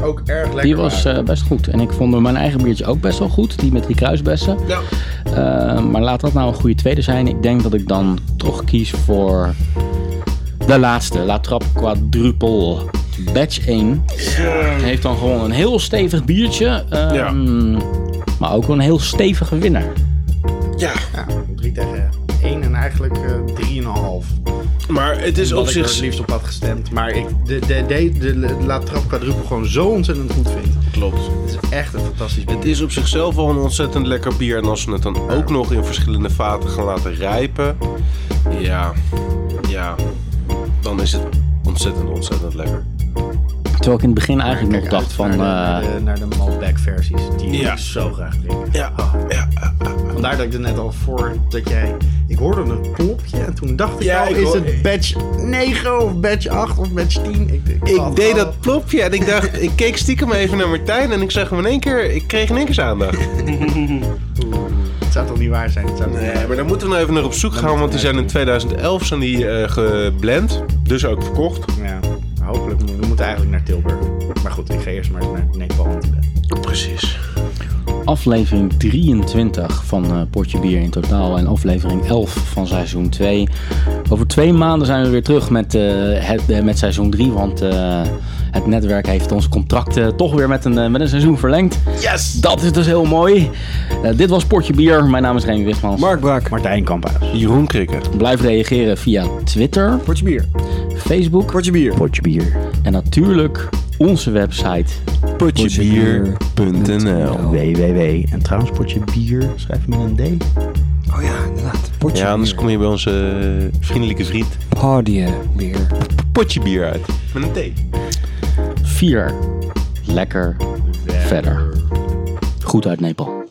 Speaker 4: Ook erg lekker.
Speaker 1: Die was
Speaker 4: waren.
Speaker 1: eh, best goed. En ik vond mijn eigen biertje ook best wel goed. Die met die kruisbessen.
Speaker 4: Ja.
Speaker 1: Eh, maar laat dat nou een goede tweede zijn. Ik denk dat ik dan toch kies voor de laatste. La Trap Quadruple. Batch 1 heeft dan gewoon een heel stevig biertje. ehm,
Speaker 4: Ja.
Speaker 1: Maar ook wel een heel stevige winnaar.
Speaker 4: ja,
Speaker 3: Ja, 3 tegen 1 en eigenlijk eh 3,5.
Speaker 4: maar het is op
Speaker 3: Omdat ik er
Speaker 4: zich...
Speaker 3: het liefst op had gestemd. Maar ik de, de, de, de, de La Trappe Quadruple gewoon zo ontzettend goed vind.
Speaker 4: Klopt.
Speaker 3: Het is echt een fantastisch bier.
Speaker 4: Het is op zichzelf al een ontzettend lekker bier. En als we het dan ook nog in verschillende vaten gaan laten rijpen. Ja, ja. Dan is het ontzettend, ontzettend lekker.
Speaker 1: Terwijl ik in het begin eigenlijk
Speaker 3: Kijk
Speaker 1: nog
Speaker 3: uit
Speaker 1: dacht van...
Speaker 3: Naar
Speaker 1: eh,
Speaker 3: de, naar de, naar de Malbec versies. Die wil
Speaker 4: Ja.
Speaker 3: ik zo graag drinken.
Speaker 4: Ja, ja.
Speaker 3: Vandaar dat ik er net al voor dat jij... Ik hoorde een klopje en toen dacht ik
Speaker 4: Ja,
Speaker 3: al,
Speaker 4: ik
Speaker 3: is
Speaker 4: hoor-
Speaker 3: het batch 9 of batch 8 of batch 10? Ik, denk,
Speaker 4: Ik
Speaker 3: wat
Speaker 4: deed
Speaker 3: nou?
Speaker 4: dat plopje en ik dacht, ik keek stiekem even naar Martijn en ik zag hem in één keer, ik kreeg in één keer zijn aandacht.
Speaker 3: Het zou toch niet waar zijn? Het zou toch niet waar
Speaker 4: Nee, maar daar moeten we nou even naar op zoek gaan, want die zijn in 2011 zijn die, eh, geblend, dus ook verkocht.
Speaker 3: Ja, hopelijk. moeten- We moeten eigenlijk naar Tilburg. Maar goed, ik ga eerst maar naar Nepal. en Tibet.
Speaker 4: Precies.
Speaker 1: aflevering 23 van eh, Potje Bier in totaal en aflevering 11 van seizoen 2. Over twee maanden zijn we weer terug met, eh, het, eh, met seizoen 3, want eh, het netwerk heeft ons contract eh, toch weer met een, eh, met een seizoen verlengd. Yes! Dat is dus heel mooi. Eh, dit was Potje Bier. Mijn naam is Remy Wismans.
Speaker 9: Mark Braak,
Speaker 3: Martijn Kamphuis.
Speaker 4: Jeroen Krikker.
Speaker 1: Blijf reageren via Twitter,
Speaker 9: potje bier.
Speaker 1: Facebook,
Speaker 9: Potje bier.
Speaker 1: Potje Bier en natuurlijk onze website
Speaker 4: potjebier.nl
Speaker 3: www. En trouwens, potje bier schrijf je met een D.
Speaker 9: Oh ja, inderdaad. Potje
Speaker 4: Ja, anders
Speaker 9: bier.
Speaker 4: kom je bij onze eh, vriendelijke vriend
Speaker 9: Party bier.
Speaker 4: Potje Bier uit. Met een thee.
Speaker 1: 4. Lekker verder. Goed uit Nepal.